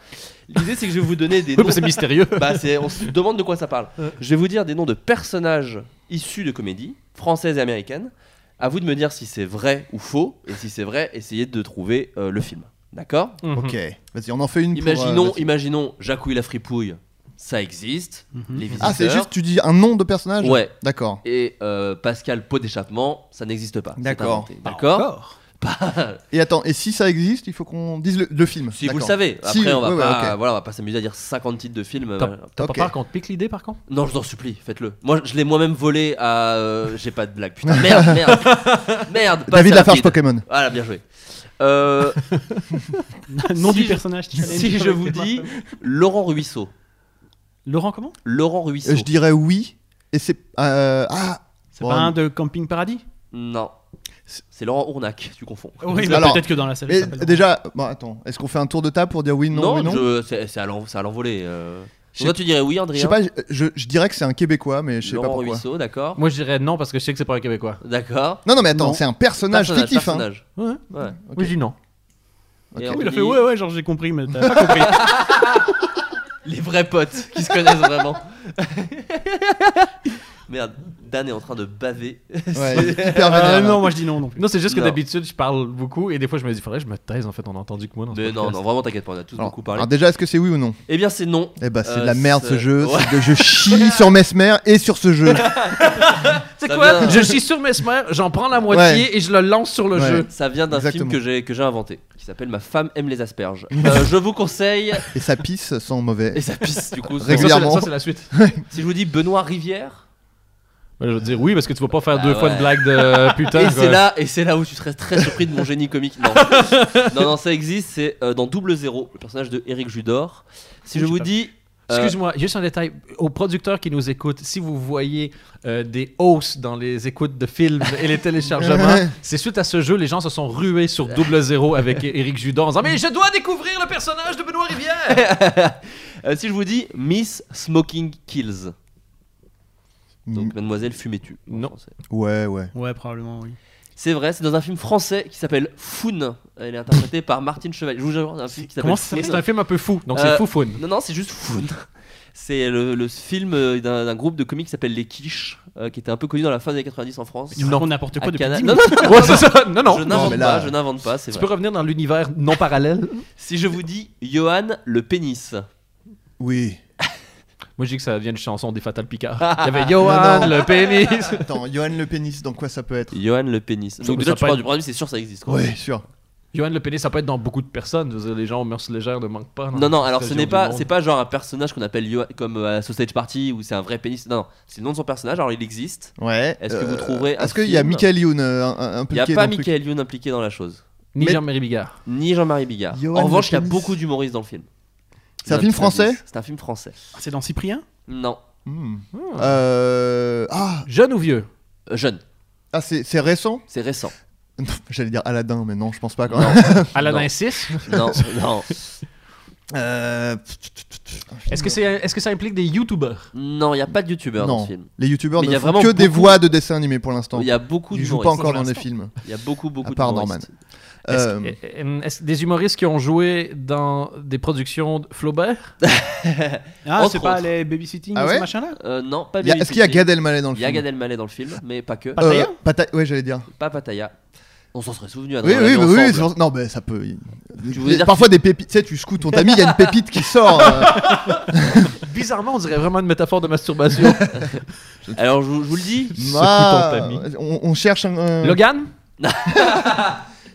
L'idée, c'est que je vais vous donner des noms.
c'est mystérieux.
Bah, c'est- on se demande de quoi ça parle. Je vais vous dire des noms de personnages issus de comédie, françaises et américaines. À vous de me dire si c'est vrai ou faux, et si c'est vrai, essayez de trouver euh, le film. D'accord
Mhm.
Ok, vas-y, on en fait une. pour, euh,
Imaginons,
Bastide.
imaginons Jacouille la fripouille, ça existe.
Mhm.
Les visiteurs.
Ah, c'est juste, tu dis un nom de personnage
Ouais.
D'accord.
Et euh, Pascal, pot d'échappement, ça n'existe pas. C'est
D'accord. Bah,
inventé. D'accord.
Et attends, et si ça existe, il faut qu'on dise le, le film.
Si vous le
D'accord.
savez. Après,
Si,
on va
ouais, ouais,
pas,
ok.
voilà, on va pas s'amuser à dire 50 titres de films.
T'as
euh,
t'as
Ok.
pas peur qu'on te pique l'idée par contre
Non, je vous en supplie, faites-le. Moi, je l'ai moi-même volé à. euh, J'ai pas de blague, putain. Merde, merde, merde. pas assez
David Lafarge
rapide.
Pokémon.
Voilà, bien joué. Euh,
Nom
Si
du
je-
personnage. challenge.
si je vous dis Laurent Ruisseau.
Laurent, comment
Laurent
Euh,
Ruisseau.
je dirais oui. Et c'est. euh, ah
C'est
Bon.
pas un de Camping Paradis
Non. C'est Laurent Ournac, tu confonds.
Oui, mais
Alors,
peut-être que dans la série.
mais
ça s'appelle
déjà, bon, attends, est-ce qu'on fait un tour de table pour dire oui, non, oui, non
je- c'est c'est à l'en- c'est à l'envolée. euh.
Je
Toi, tu dirais oui,
Je
André
sais pas, je, je- je dirais que c'est un Québécois, mais je sais
Laurent
pas pourquoi.
Ruisseau, d'accord.
Moi je dirais non parce que je sais que c'est pas un Québécois.
D'accord.
Non, non, mais attends,
Non.
c'est un personnage, fictif. hein.
personnage.
Ouais.
Ouais.
Ok.
Moi je dis non.
Et
Comme
on
Il a
dit
fait ouais, ouais, genre j'ai compris, mais t'as pas compris.
Les vrais potes qui se connaissent vraiment. Merde, Dan est en train de baver.
Ouais, hyper vénère,
Ah,
là.
Euh, non, moi je dis non non plus.
Non, c'est juste que
Non.
d'habitude je parle beaucoup et des fois je me dis faudrait que je me taise en fait, on a entendu que moi dans ce
Mais non,
podcast.
non, vraiment, t'inquiète pas, on a tous
Alors,
beaucoup parlé.
alors déjà, est-ce que c'est oui ou non
Eh bien, c'est non.
Eh bah, c'est
Euh,
de la merde ce
c'est-
jeu.
Ouais.
c'est de- je chie sur Mesmer et sur ce jeu.
C'est
Ça
quoi
vient-
Je suis sur Mesmer, j'en prends la moitié et je le lance sur le
Ouais.
jeu.
Ça vient d'un film
Exactement.
que j'ai que j'ai inventé, qui s'appelle Ma femme aime les asperges. Euh, je vous conseille
Et ça pisse sans mauvais.
et ça pisse du coup.
Ça, c'est la-
Régulièrement.
Ça c'est la suite.
Si je vous dis Benoît Rivière,
Ben, je veux dire oui parce que tu vas pas faire
Ah
deux fois
ouais.
une blague de euh, putain.
et
quoi.
c'est là et c'est là où tu serais très surpris de mon génie comique. Non, non, non, ça existe. C'est euh, dans Double Zéro, le personnage de Eric Judor. Si
Oh,
Oui,
je
j'ai
vous
pas
dis, euh,
Excuse-moi, juste un détail. Aux producteurs qui nous écoutent, si vous voyez euh, des hausses dans les écoutes de films et les téléchargements,
Ouais.
c'est suite à ce jeu, les gens se sont rués sur Double Zéro avec Eric Judor en disant Mais je dois découvrir le personnage de Benoît Rivière
euh, si je vous dis Miss Smoking Kills, donc
Mm,
Mademoiselle fumez-tu en
Non.
français.
Ouais, ouais.
Ouais, probablement oui.
C'est vrai, c'est dans un film français qui s'appelle Foun. Elle est interprétée par Martine Chevalier. Je vous jure, un film qui s'appelle
Comment ça
Foun.
s'appelle? C'est un film un peu fou, donc c'est
Euh,
foufoune.
Non, non, c'est juste Foun. C'est le, le film euh, d'un d'un groupe de comiques qui s'appelle Les Quiches, euh, qui était un peu connu dans la fin des années 90 en France.
Tu racontes n'importe
À
quoi depuis
Cana-
10
Non,
minutes.
non, non,
Ouais, c'est ça. Non, non.
je
non,
n'invente
mais là-
pas, je n'invente pas, c'est
Tu
vrai.
peux revenir dans l'univers non parallèle
Si je vous dis Johan le pénis,
Oui.
Moi, je dis que ça vient d'une chanson des Fatal Picard. Il y avait
Non,
Johan,
non.
le pénis.
Attends, Johan le pénis, dans quoi ça peut être
Johan le pénis.
Ça-
Donc déjà,
ça
tu
peut
pars
être-
du principe, c'est sûr, ça existe. quoi.
Ouais, sûr.
Johan, le pénis, ça peut être dans beaucoup de personnes. Je veux dire, Les gens aux mœurs légères ne manquent pas. dans
Ah Non, non,
la
alors ce
région
n'est
du
pas,
monde.
c'est pas genre un personnage qu'on appelle Johan, comme euh, à Sausage Party où c'est un vrai pénis. Non, non, c'est le nom de son personnage, alors il existe.
Ouais.
Est-ce que
euh,
vous trouverez un
Est-ce qu'il y a
film
Michael Youn euh, un- un-
Il n'y a
impliqué
pas
dans le truc
Michael Youn impliqué dans la chose,
Ni
Mais-
Jean-Marie Bigard.
ni Jean-Marie Bigard.
Johan
en
le
revanche, il y a
pénis.
beaucoup d'humoristes dans le film.
C'est un film français
C'est un film français.
C'est dans Cyprien
Non,
Hmm. Euh, Ah,
Jeune ou vieux
Euh, jeune,
ah c'est c'est récent
c'est récent.
J'allais dire Aladdin, mais non, je pense pas quand
Non.
même.
Aladdin 6
Non, non,
Euh,
Est-ce que, c'est, est-ce que ça implique des youtubeurs
non, il n'y a pas de youtubeurs dans
Non,
ce film.
les youtubeurs
Mais il y
ne
a
font
vraiment
que des
beaucoup-
voix de dessins animés pour l'instant.
Il y a beaucoup
Ils jouent pas
d'humoristes.
encore dans les
l'instant.
films.
Il y a beaucoup, beaucoup
À part
d'humoristes.
Est-ce-
Euh,
euh, est-ce des humoristes qui ont joué dans des productions de Flaubert
Ah,
Entre
c'est pas
autres.
les babysitting
Ah
ou
ouais
ce machin là
Euh, non, pas
il y a-
Baby
Est-ce qu'il y a
Sitting.
Gad Elmaleh dans le
Il y a
film
Gad Elmaleh dans le film, mais pas que.
Euh,
Pattaya
Pattaya- Ouais, j'allais dire.
Pas Pattaya. On s'en serait souvenu. Adrien, on
Oui,
l'a
oui,
vu
bah oui,
ensemble.
c'est pour- non, mais ça peut.
voulais dire
Parfois des pépites, tu sais, tu secoues ton ami, il y a une pépite qui sort. euh,
Bizarrement, on dirait vraiment une métaphore de masturbation.
Alors je, vous je vous le dis,
ah,
ton ami.
on, on cherche un, un-
Logan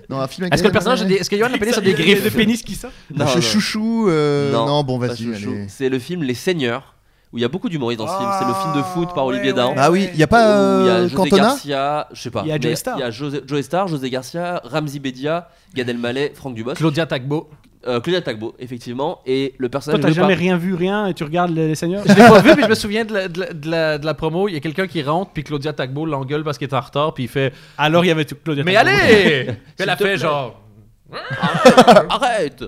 non, un film avec
Est-ce que le
Gad
personnage a des,
Elmaleh.
est-ce que Johan le pénis a des griffes
de pénis qui sort
Non,
Monsieur
non,
Chouchou euh,
Non,
Non, bon,
pas
vas-y.
Chouchou.
allez.
C'est le film Les Seigneurs où il y a beaucoup d'humoristes dans ce film. C'est le film de foot par
Ah,
Olivier
ouais,
Dahan.
ouais.
Ah oui, il y a pas
où il y a
euh,
José
Cantona
Garcia, je sais pas.
Il y a
mais
Joey Starr.
Il y a José, Joey Star, José Garcia, Ramzi Bedia, Gad Elmaleh, Franck Dubos,
Claudia Tagbo.
euh, Claudia Tagbo, effectivement, et le
Toi,
personnage.
t'as
de
jamais
Pape-
rien vu, rien, et tu regardes les, les seigneurs
Je l'ai pas vu, mais je me souviens de la, de la- de la- de la promo. Il y a quelqu'un qui rentre, puis Claudia Tagbo l'engueule parce qu'il est en retard, puis il fait
Alors il y avait tout- Claudia.
Mais
Tagbo.
allez Puis Elle a
S'il te
fait
plaît.
genre.
hein.
Arrête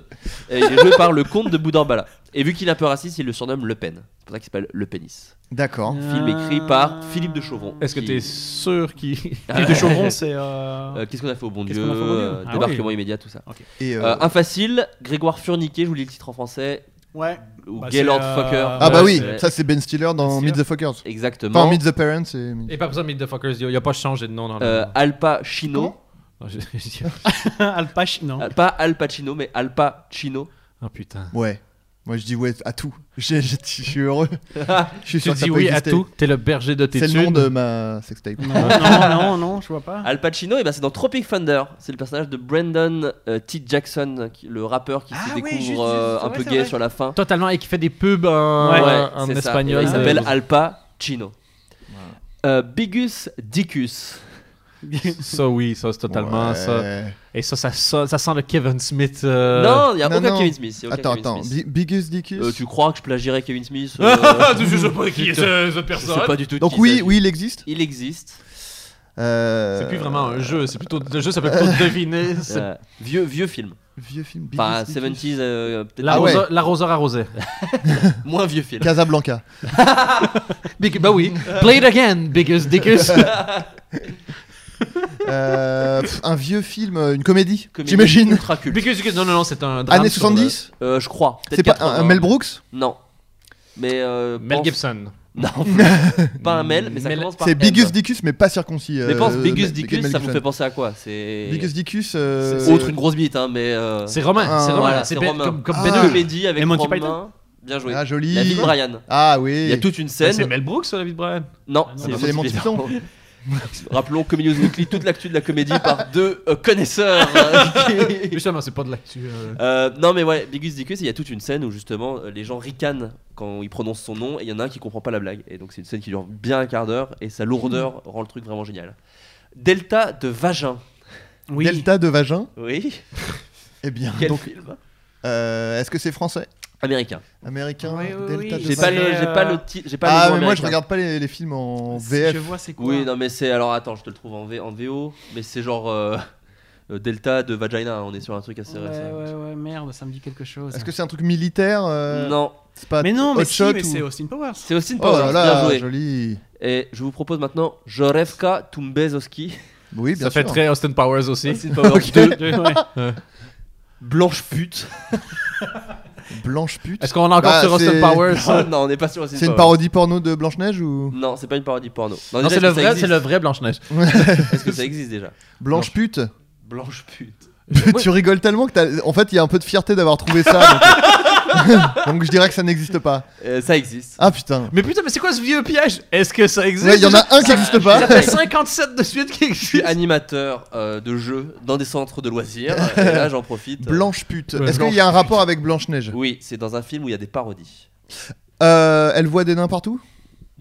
Et il est joué par le comte de Boudarbala. Et vu qu'il est un peu raciste, il le surnomme Le Pen. C'est pour ça qu'il s'appelle Le Pénis.
D'accord.
Film écrit par Philippe de Chauvron.
Est-ce que
qui-
t'es sûr qu'il.
Ah,
Les Chauvron, c'est. euh,
euh, Qu'est-ce qu'on a fait au bon
Qu'est-ce
Dieu
qu'on a fait au bon Dieu
euh,
Ah
Débarquement immédiat, tout ça.
Et, euh,
Euh, infacile, Grégoire Furniquet, je vous lis le titre en français,
Ouais.
ou
Bah,
Gaylord
c'est, euh,
Fucker.
ah bah
Euh,
oui,
c'est-
ça c'est Ben Stiller dans
Ben
Meet
Stiller.
the Fuckers.
Exactement.
Enfin, Meet the Parents et.
Et pas pour ça, Meet the Fuckers, il n'y a pas changé de nom dans le.
Euh, Al Pacino,
Non, je- je-
Al Pacino.
Euh, pas Al Pacino, mais Al Pacino,
oh putain.
Ouais. Moi, je dis ouais à tout. J'ai- j'ai- Je, suis heureux. Je suis
Tu
sûr que ça
dis
peut
oui
exister.
à tout. T'es le berger de tes
C'est le nom
thunes.
de ma sextape.
Non, non, non, non, je vois pas.
Al Pacino, et ben c'est dans Tropic Thunder. C'est le personnage de Brandon euh, T. Jackson, qui- le rappeur qui
Ah
se
oui,
découvre
juste,
euh,
juste,
un
ouais,
peu
c'est
gay
vrai.
sur la fin.
Totalement, et qui fait des pubs en,
Ouais,
en
c'est ça.
espagnol.
Il s'appelle
Euh,
Al Pacino. Euh, Bigus Dicus.
Ça, oui, ça, c'est totalement
Ouais.
ça. Et ça, ça, sent- ça sent le Kevin Smith. euh,
non, il n'y a
non,
aucun
non.
Kevin Smith. y a aucun
Attends,
Kevin
attends.
Smith.
Bi- Biggest Dickus.
Euh, tu crois que je plagierais Kevin Smith euh,
je Ah, sais pas qui est ce- cette
Je
personne.
sais pas du tout. de
Donc
qui il
oui,
s'agit.
oui, il existe.
Il existe.
Euh,
C'est plus vraiment un jeu, c'est plutôt le jeu, ça peut plutôt deviner. c'est-
Euh, vieux, vieux film.
Vieux film. Biggest
Enfin,
Dickus.
70s, euh, peut-être
Ah ouais.
L'arroseur l'arroseur arrosé.
moins vieux film.
Casablanca.
Big- bah oui. Play it again, biggest dickest.
Euh, pff, un vieux film, euh, une comédie,
Comédie
j'imagine.
Ultra culte.
biggest dickest. Non, non, non, c'est un drame.
Années
sur
70
Euh, je crois. Peut-être
C'est pas un-
80.
un Mel Brooks
Non. Mais. euh,
le- Mel
pense-
Gibson.
Non. pas un Mel, mais ça
Mel-
commence par.
C'est
M.
Biggest Dickus, mais pas circoncis.
Mais
euh,
pense Bigus
Mel-
Dicus,
Mel
ça vous
Gibson.
fait penser à quoi C'est.
Biggest Dickus. euh,
Autre une grosse bite, hein, mais. euh,
C'est Romain.
Ah,
c'est Romain.
Voilà,
c'est
c'est
Ben-
Romain.
comme, comme
Ah.
Benoît.
Benoît Comédie avec
Et Monty
Romain.
Python
Bien joué.
Ah, joli.
La vie de Brian.
Ah oui.
Il y a toute une
Ben, C'est
scène.
Mel Brooks, ça, la vie de Brian.
Non,
Ah, non,
c'est
c'est les Monty Python.
Rappelons Comedy News Weekly, toute l'actu de la comédie par deux euh, connaisseurs. euh, qui-
Justement, c'est pas de l'actu. euh,
Euh, non mais ouais, Bigus Dicus, il y a toute une scène où justement euh, les gens ricanent quand ils prononcent son nom et il y en a un qui comprend pas la blague. Et donc c'est une scène qui dure bien un quart d'heure et sa lourdeur rend le truc vraiment génial. Delta de vagin.
Oui.
Delta de vagin.
Oui.
Eh bien,
Quel
donc,
film
euh, est-ce que c'est français
américain.
Américain
Oui, oui,
Delta
oui.
de
J'ai pas, le-
vagin.
j'ai pas le titre, j'ai pas
Ah,
le nom
mais moi je
américain.
regarde pas les, les films en
Je
VF.
vois, c'est quoi
Oui, non mais c'est alors attends, je te le trouve en, V- en VO, mais c'est genre euh, euh, Delta de vagina. On est sur un truc assez
Ouais,
récent.
ouais, ouais, merde, ça me dit quelque chose.
Est-ce que c'est un truc militaire euh,
Non,
C'est pas
Mais non, mais,
Hot
si,
Shot
mais
ou-
c'est Austin Powers.
c'est Austin
Oh
Powers.
là
bien
là,
joué.
joli.
Et je vous propose maintenant Jorevka Tumbezoski.
Oui, bien
Ça fait
sûr.
très Austin Powers aussi.
Austin Powers
Ok.
2,
Deux, ouais.
Blanche pute.
Blanche pute.
Est-ce qu'on est encore
Bah,
sur Austin
c'est-
Powers
Non, non, on n'est pas sur Austin
C'est une
Powers.
parodie porno de Blanche Neige ou
Non, c'est pas une parodie porno.
Non,
déjà,
c'est le
est-ce que ça
vrai, c'est
existe
le vrai Blanche-Neige.
Est-ce que ça existe déjà
Blanche pute
Blanche pute.
Tu rigoles tellement que t'as- en fait il y a un peu de fierté d'avoir trouvé ça. donc... euh, Donc, je dirais que ça n'existe pas.
Euh, ça existe.
Ah putain.
Mais putain, mais c'est quoi ce vieux piège Est-ce que ça
Il
existe
y en a un qui n'existe
Ça
pas.
fait 57 de suite qui
Je suis
existe.
animateur euh, de jeux dans des centres de loisirs. et là, j'en profite.
Blanche pute.
Ouais,
Est-ce qu'il y a un rapport avec Blanche Neige
Oui, c'est dans un film où il y a des parodies.
Euh, Elle voit des nains partout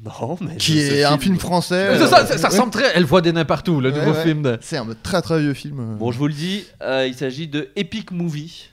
Non, mais.
Qui
ce
est un film français.
Ça,
euh,
ça- ça ressemble très. Elle voit des nains partout, le
Ouais,
nouveau
ouais.
film de.
C'est un très très vieux film.
Bon, je vous le dis, euh, il s'agit de Epic Movie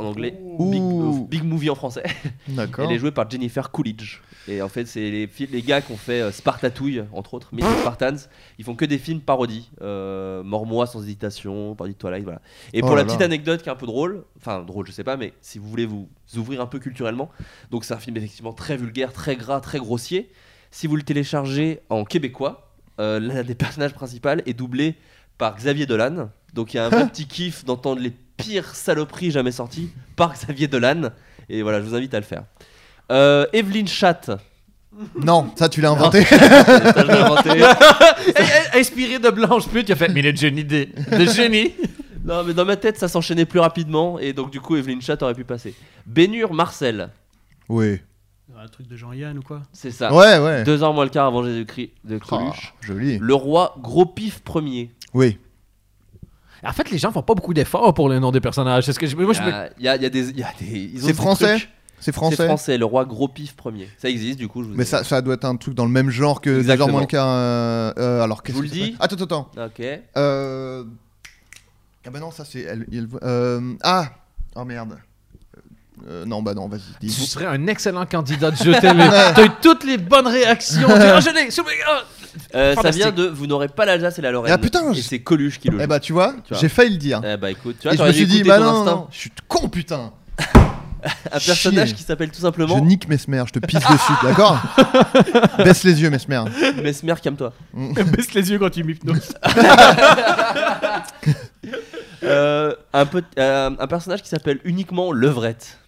en anglais.
Ouh.
Big, euh, Big Movie en français.
D'accord.
Elle est jouée par Jennifer Coolidge. Et en fait, c'est les, fi- les gars qui ont fait euh, Spartatouille, entre autres, mais Spartans. Ils font que des films parodies. Euh, Mors-moi sans hésitation, Parodie de Twilight, voilà. Et pour
Oh
la
là
petite
là.
anecdote qui est un peu drôle, enfin drôle, je sais pas, mais si vous voulez vous ouvrir un peu culturellement, donc c'est un film effectivement très vulgaire, très gras, très grossier. Si vous le téléchargez en québécois, euh, l'un des personnages principaux est doublé par Xavier Dolan. Donc il y a un vrai petit kiff d'entendre les pires saloperies jamais sorties par Xavier Dolan. Et voilà, je vous invite à le faire. Euh, Evelyn Chatt.
Non, ça tu l'as inventé.
Ça, je l'ai inventé.
Inspiré de Blanche Pute, il a fait. Mais le génie des. De génie.
non, mais dans ma tête, ça s'enchaînait plus rapidement. Et donc, du coup, Evelyn Chatt aurait pu passer. Bénur Marcel.
Oui.
Un truc de Jean-Yann ou quoi
C'est ça.
Ouais, ouais.
Ah. Deux ans moins le quart avant Jésus-Christ de Coluche.
Ah, joli.
Le roi Gros Pif premier.
Oui.
En fait, les gens font pas beaucoup d'efforts pour le nom des personnages. C'est ce que je- moi,
Il
je
y
me-
a, il y a- il y a des. il y a des- ils ont
C'est
des
français
trucs.
C'est
C'est
français.
français, le roi Gros Pif premier. Ça existe, du coup, je vous
Mais
ai-
ça, ça doit être un truc dans le même genre que
Exactement.
Déjà moins le cas. euh, euh, alors, qu'est-ce
vous
que
le
ça
dis
peut- Attends, attends, attends.
Ok.
Euh... Ah bah non, ça c'est. elle- il- euh, Ah Oh merde. Euh, non, bah non, vas-y.
Tu
dis.
serais un excellent candidat de jeu télé. T'as eu toutes les bonnes réactions. T'es enchaîné. soumis, ah.
Euh, ça
Fantastique.
vient de Vous n'aurez pas l'Alsace et la Lorraine.
Ah, putain,
Et
je-
c'est Coluche qui le joue.
Eh bah, tu vois,
Tu vois.
j'ai failli le dire.
Eh bah, écoute, tu vois,
Et je me
t'aurais dû
suis dit,
écouter
bah
ton
non,
instinct.
non, je suis con, putain.
Un personnage
Chier.
qui s'appelle tout
Je
simplement
nique Mesmer, je te pisse dessus, d'accord Baisse les yeux, Mesmer.
Mesmer, calme-toi.
Baisse les yeux quand il m'hypnose.
Euh, un, peu- euh, un personnage qui s'appelle uniquement Levrette.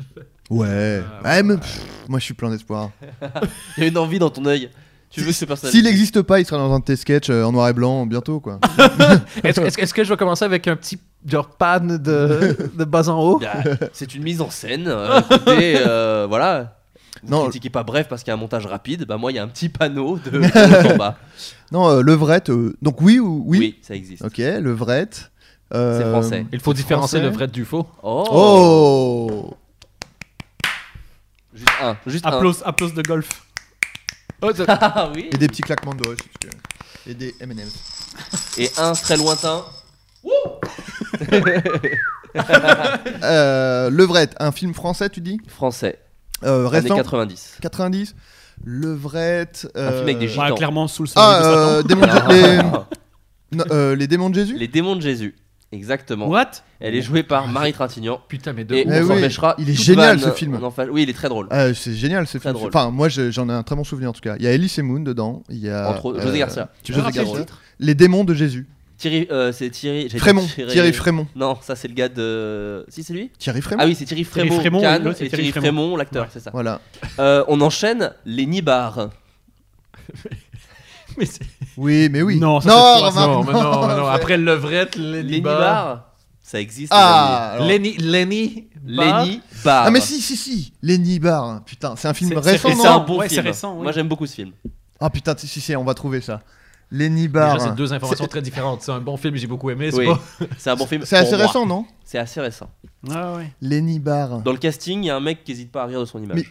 Ah,
Ouais. Ouais, mais pff, moi je suis plein d'espoir.
Il y a une envie dans ton œil. Tu veux ce personnage
S'il n'existe pas, il sera dans un de tes sketchs euh, en noir et blanc bientôt, quoi.
Est-ce est-ce- est-ce que je vais commencer avec un petit genre pan de, de bas en haut
Bah, C'est une mise en scène. euh, écoutez, euh, voilà.
Non.
Non. Critique est pas bref parce qu'il y a un montage rapide. Bah moi, il y a un petit panneau de, de haut en bas.
Non, euh, Levrette. euh, donc oui ou oui.
Oui, ça existe.
Ok, Levrette. euh,
C'est français.
Il faut différencier
Français.
le vrai du faux.
Oh,
Oh.
Juste un. Juste un.
Applause, applause de golf.
Oh,
Ah oui.
Et des petits claquements de doigts. si tu veux. Et des M&M's.
Et un très lointain.
Euh, Levrette, un film français, tu dis
Français.
euh,
Années
Récent.
90.
90. Levrette.
Un film avec des
euh,
gitans.
Ouais, clairement, sous le soleil
Ah,
de
euh,
Satan.
démons de-
Ah.
les... non, euh, les démons de Jésus.
Les démons de Jésus. Exactement.
What
Elle est jouée par Marie Trintignant.
Putain, mais de
Et
ouf. hein.
Eh
on
oui,
s'empêchera.
il est
toute
génial,
vanne,
ce film.
on en fa- Oui, il est très drôle.
Ah, c'est génial ce
Très
film.
drôle.
Enfin, moi je- j'en ai un très bon souvenir en tout cas. Il y a Elise et Moon dedans. Il y a
Entre autres, José
euh,
Garcia. Ah,
Tu
José
Ah,
veux dire
Garcia.
le Les démons de Jésus.
Thierry, euh, c'est Thierry. j'allais
Frémont.
dire
Thierry, Frémont.
Non, ça c'est le gars de. Si c'est lui
Thierry Frémont.
Ah oui, c'est Thierry
Thierry
Frémont.
Frémont,
Cannes,
l'autre, c'est
et
Thierry
Thierry
Frémont.
Frémont, l'acteur, c'est ça.
Voilà.
Euh, on enchaîne les Nibars.
Mais c'est-
Oui, mais oui.
Non, ça, c'est trois.
remarque,
non, mais non, mais non.
c'est-
Après levrette,
Les
Lenny Bar.
Nibars, ça existe.
Ah, alors-
Lenny, Lenny,
Bah,
les amis.
Bar.
Les Nibars.
Ah, mais si, si, si. Lenny Bar. hein. Putain, c'est un film
C'est-
récent,
Et
c'est
c'est un
non
récent.
bon
Ouais, c'est
film.
récent, oui.
Moi j'aime beaucoup ce film.
Ah putain, si, si, si, on va trouver ça. Lenny
Déjà,
Bar.
c'est deux informations très différentes. C'est un bon film, j'ai beaucoup aimé. c'est
Oui.
pas-
C'est un bon film.
C'est assez
pour moi.
récent, non
C'est assez récent.
Ah ouais.
Lenny Bar.
Dans le casting, il y a un mec qui hésite pas à rire de son image.
Mais-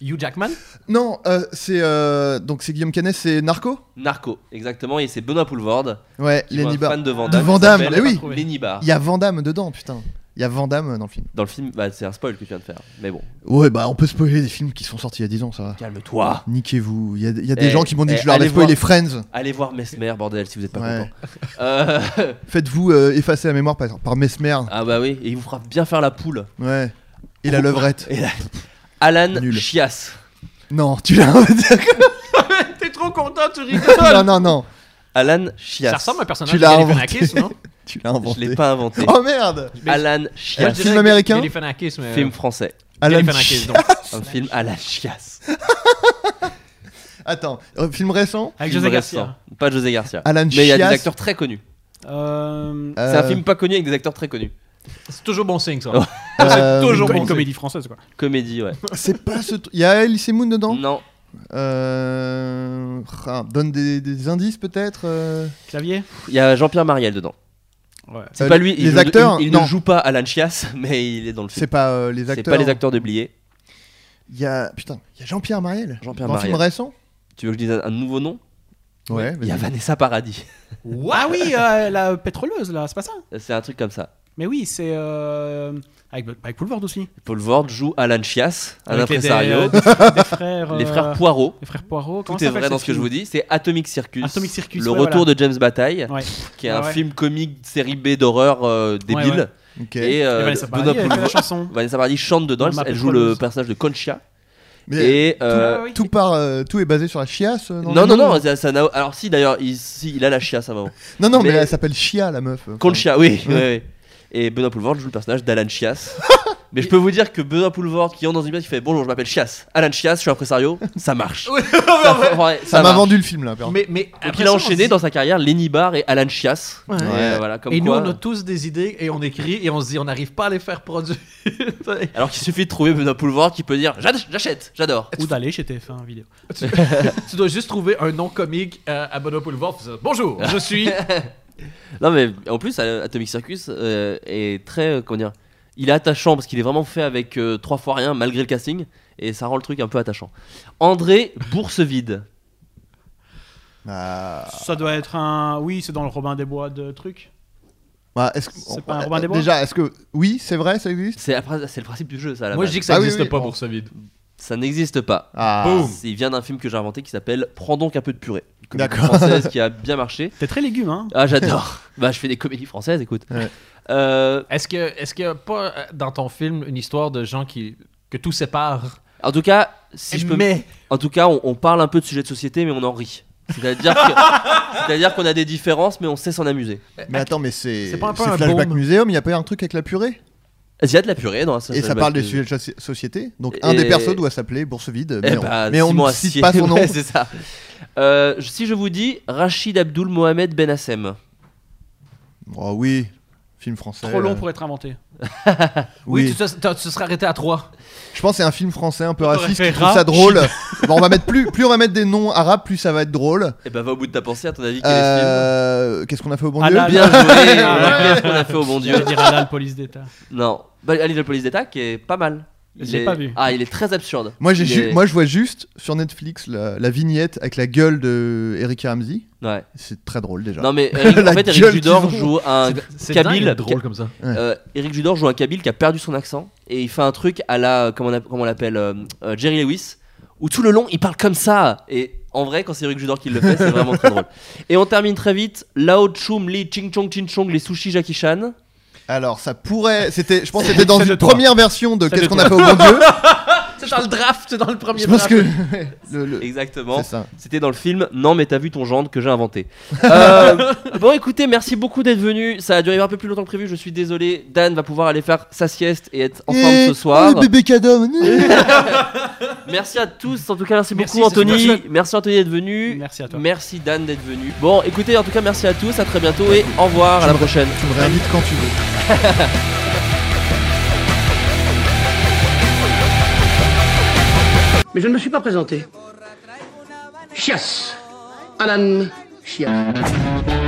Hugh Jackman
Non, euh, c'est euh, donc c'est Guillaume Canet, c'est Narco.
Narco, exactement, et c'est Benoît Poulvorde,
Ouais,
qui est
Lenny
un
Bar.
fan de Van
De
Damme.
Van
qui
Damme,
s'appelle
mais oui.
Lenny Barr.
Il y a Van Damme dedans, putain. Il y a Van Damme dans le film.
Dans le film, bah, c'est un spoil que tu viens de faire. Mais bon,
Ouais, bah on peut spoiler des films qui sont sortis il y a 10 ans, ça va.
calme-toi.
Niquez-vous. Il y a, il y a des
Eh,
gens qui m'ont dit
eh,
que je leur avais
allez
spoilé Friends.
Allez voir Mesmer, bordel, si vous êtes pas
Ouais.
content. Euh,
Faites-vous euh, effacer la mémoire par, par Mesmer.
ah bah oui, et il vous fera bien faire la poule.
Ouais. Et
Oh.
la levrette.
Et là- Alan
Nul.
Chias.
Non, tu l'as.
T'es trop content, tu rigoles.
non, non, non.
Alan Chias.
Ça ressemble à un personnage
Tu
de
l'as
Galifianakis, non
Tu l'as
Je l'ai
inventé.
pas inventé.
Oh merde
Alan
Moi,
Chias.
je dirais
film américain
Galifianakis,
euh,
mais.
Film français.
Alan
Galifianakis,
Ch-
donc.
Un film Alan Chias.
Attends, euh, film récent
Avec
Film
José
récent.
Garcia.
Pas José Garcia.
Alan
Mais il y a
Chias.
des acteurs très connus.
Euh,
C'est un
Euh,
film pas connu avec des acteurs très connus.
C'est toujours bon signe, ça.
Ouais.
euh,
toujours
bon,
une comédie française quoi.
Comédie, ouais.
C'est pas ce. Il y a Elise Moon dedans
Non,
Euh, ah, Donne des, des indices peut-être euh,
Clavier
il y a Jean-Pierre Mariel dedans.
Ouais.
C'est
Euh,
pas lui. il
les
joue-
acteurs,
Il, il
non.
ne joue pas Alan Chias, mais il est dans le film.
C'est pas euh, les
C'est
acteurs.
pas les acteurs de Blié.
Il y a. Putain, il y a Jean-Pierre Mariel.
Jean-Pierre
Dans un film
Mariel.
récent
Tu veux que je dise un un nouveau nom
Ouais,
Il y a
vas-y.
Vanessa Paradis.
Ah oui, euh, la pétroleuse là, c'est pas ça
C'est un truc comme ça.
Mais oui, c'est euh, avec, avec Boulevard aussi.
Paul Ward joue Alan Chias, un
Avec les-
impresario.
des- euh, des frères. euh,
Les frères Poirot.
Les frères Poirot.
Tout est vrai dans ce que je vous dis. C'est Atomic Circus.
Atomic Circus,
Le
ouais,
retour
voilà.
de James Bataille,
Ouais.
qui est un
Ouais, ouais.
film comique série B d'horreur euh, débile.
Ouais, ouais.
Ok.
Et, euh,
Et Vanessa
Benoît
Paradis, elle fait la
Poulvord-
chanson.
Vanessa Paradis chante dedans.
Dans
Elle,
ma
elle joue le
Pétroleuse.
personnage de Concha.
Mais-
Et euh,
Ah oui.
Tout, part, euh, tout est basé sur la chiasse euh, dans
non,
le
non,
nom
non, ça- ça n'a- alors si d'ailleurs, il, si, il a la chiasse avant.
Non, non, mais,
Mais-
elle s'appelle Chia, la meuf. euh,
Concha, oui. ouais, ouais. Et Benoît Poulvord joue le personnage d'Alan Chias. Mais je peux vous dire que Benoît Poulvord qui entre dans une pièce, il fait Bonjour, je m'appelle Chias. Alan Chias, je suis impresario. Ça marche. ça ouais,
Ça
ça
m'a
marche.
vendu le film, là. pardon.
Mais, mais
Donc il
après
a
ça, on
enchaîné
se dit-
dans sa carrière Lenny Barr et Alan Chias.
Ouais.
Et, euh, voilà, comme
Et nous,
quoi-
on a tous des idées et on écrit et on se dit, on n'arrive pas à les faire produire. tu
Alors qu'il suffit de trouver Benoît Poulvord qui peut dire J'ad- J'achète, j'adore.
Ou d'aller chez TF1 vidéo.
dois juste trouver un nom comique euh, à Benoît Poulevard. Bonjour, je suis.
Non mais en plus euh, Atomic Circus euh, est très euh, comment dire il est attachant parce qu'il est vraiment fait avec euh, trois fois rien malgré le casting et ça rend le truc un peu attachant. André Boursevide.
Ah.
Ça doit être un. Oui, c'est dans le Robin des Bois de truc.
Bah, est-ce que-
C'est pas un Robin des Bois
Déjà, est-ce que. Oui, c'est vrai, ça existe
C'est après- c'est le principe du jeu ça. à la
Moi, je
base.
dis que ça
Ah oui,
n'existe
oui,
pas
bon.
pour ce vide.
ça n'existe pas.
Ah.
Il vient d'un film que j'ai inventé qui s'appelle Prends donc un peu de purée. Une comédie
D'accord.
Française qui a bien marché.
T'es très légume, hein
Ah j'adore. bah je fais des comédies françaises écoute.
Ouais.
Euh,
Est-ce que, est-ce qu'il n'y a pas euh, dans ton film une histoire de gens qui que tout sépare
en tout cas si je peux
Mais
En tout cas, on, on parle un peu de sujets de société, mais on en rit. C'est-à-dire que- c'est-à-dire qu'on a des différences, mais on sait s'en amuser.
Mais attends, mais c'est.
C'est pas un peu
c'est
un
Flashback
baume
Museum, il y a pas eu un truc avec la purée
Il y a de la purée dans Assassin's
Et ça
Creed
parle des
Black
sujets de soci- société. Donc un des
Et-
persos doit s'appeler Bourse Vide.
Eh
Mais on,
ben,
mais on
Simon
ne
Astier,
cite pas son nom.
ouais, c'est ça. Euh, si je vous dis Rachid Abdul Mohamed Ben Hassem.
oh oui, film français.
Trop long
euh,
pour être inventé.
Oui.
Oui, tu te- tu te serais arrêté à 3.
Je pense que c'est un film français un peu
T'aurais
raciste
fait
qui trouve ça
Rachid.
drôle. bon, on va mettre plus, plus on va mettre des noms arabes, plus ça Eh bah, va être drôle.
Et ben va au bout de ta pensée, à ton avis, quel est
Euh, Qu'est-ce qu'on a fait au bon
Ah
Dieu
là,
ce film Bien joué,
Ah,
qu'est-ce qu'on a fait au bon
Je
Dieu
vais dire Alan, police d'État.
Non, bah, Ali de la police d'État qui est pas mal. Il
J'ai
est-
pas vu.
Ah, il est très absurde.
Moi, j'ai
Il
ju-
est-
moi, je vois juste sur Netflix la, la vignette avec la gueule de Erika Ramsey.
Ouais.
C'est très drôle déjà.
Non mais Eric,
La
en fait, Eric
gueule
Judor
qu'ils ont.
joue un Kabyle.
dingue, drôle comme ça.
Euh, Eric Judor joue un Kabyle qui a perdu son accent et il fait un truc à la comment on, app- comment on l'appelle euh, euh, Jerry Lewis où tout le long il parle comme ça et en vrai quand c'est Eric Judor qui le fait c'est vraiment très drôle. Et on termine très vite Lao Chum Li Ching Chong Ching Chong les sushis Jackie Chan.
Alors, ça pourrait. C'était, je pense, que c'était dans
Celle
une
de toi.
première version de
Celle
Qu'est-ce
de
qu'on a fait au bon Dieu.
C'est dans le draft, c'est dans le premier
Je pense
draft.
que le- le-
Exactement.
c'est ça.
C'était dans le film Non mais t'as vu ton gendre que j'ai inventé. Euh, bon écoutez merci beaucoup d'être venu. Ça a duré un peu plus longtemps que prévu. Je suis désolé. Dan va pouvoir aller faire sa sieste et être en forme
Eh,
ce soir.
eh, bébé cadom.
Merci à tous, en tout cas, merci,
Merci,
beaucoup
c'était
Anthony.
chouette.
Merci Anthony d'être venu.
Merci à toi.
Merci Dan d'être venu. Bon, écoutez, en tout cas, merci à tous, à très bientôt et au revoir, à la prochaine.
tu me réinvites quand tu veux.
Mais je ne me suis pas présenté. Chias. Alan Chias.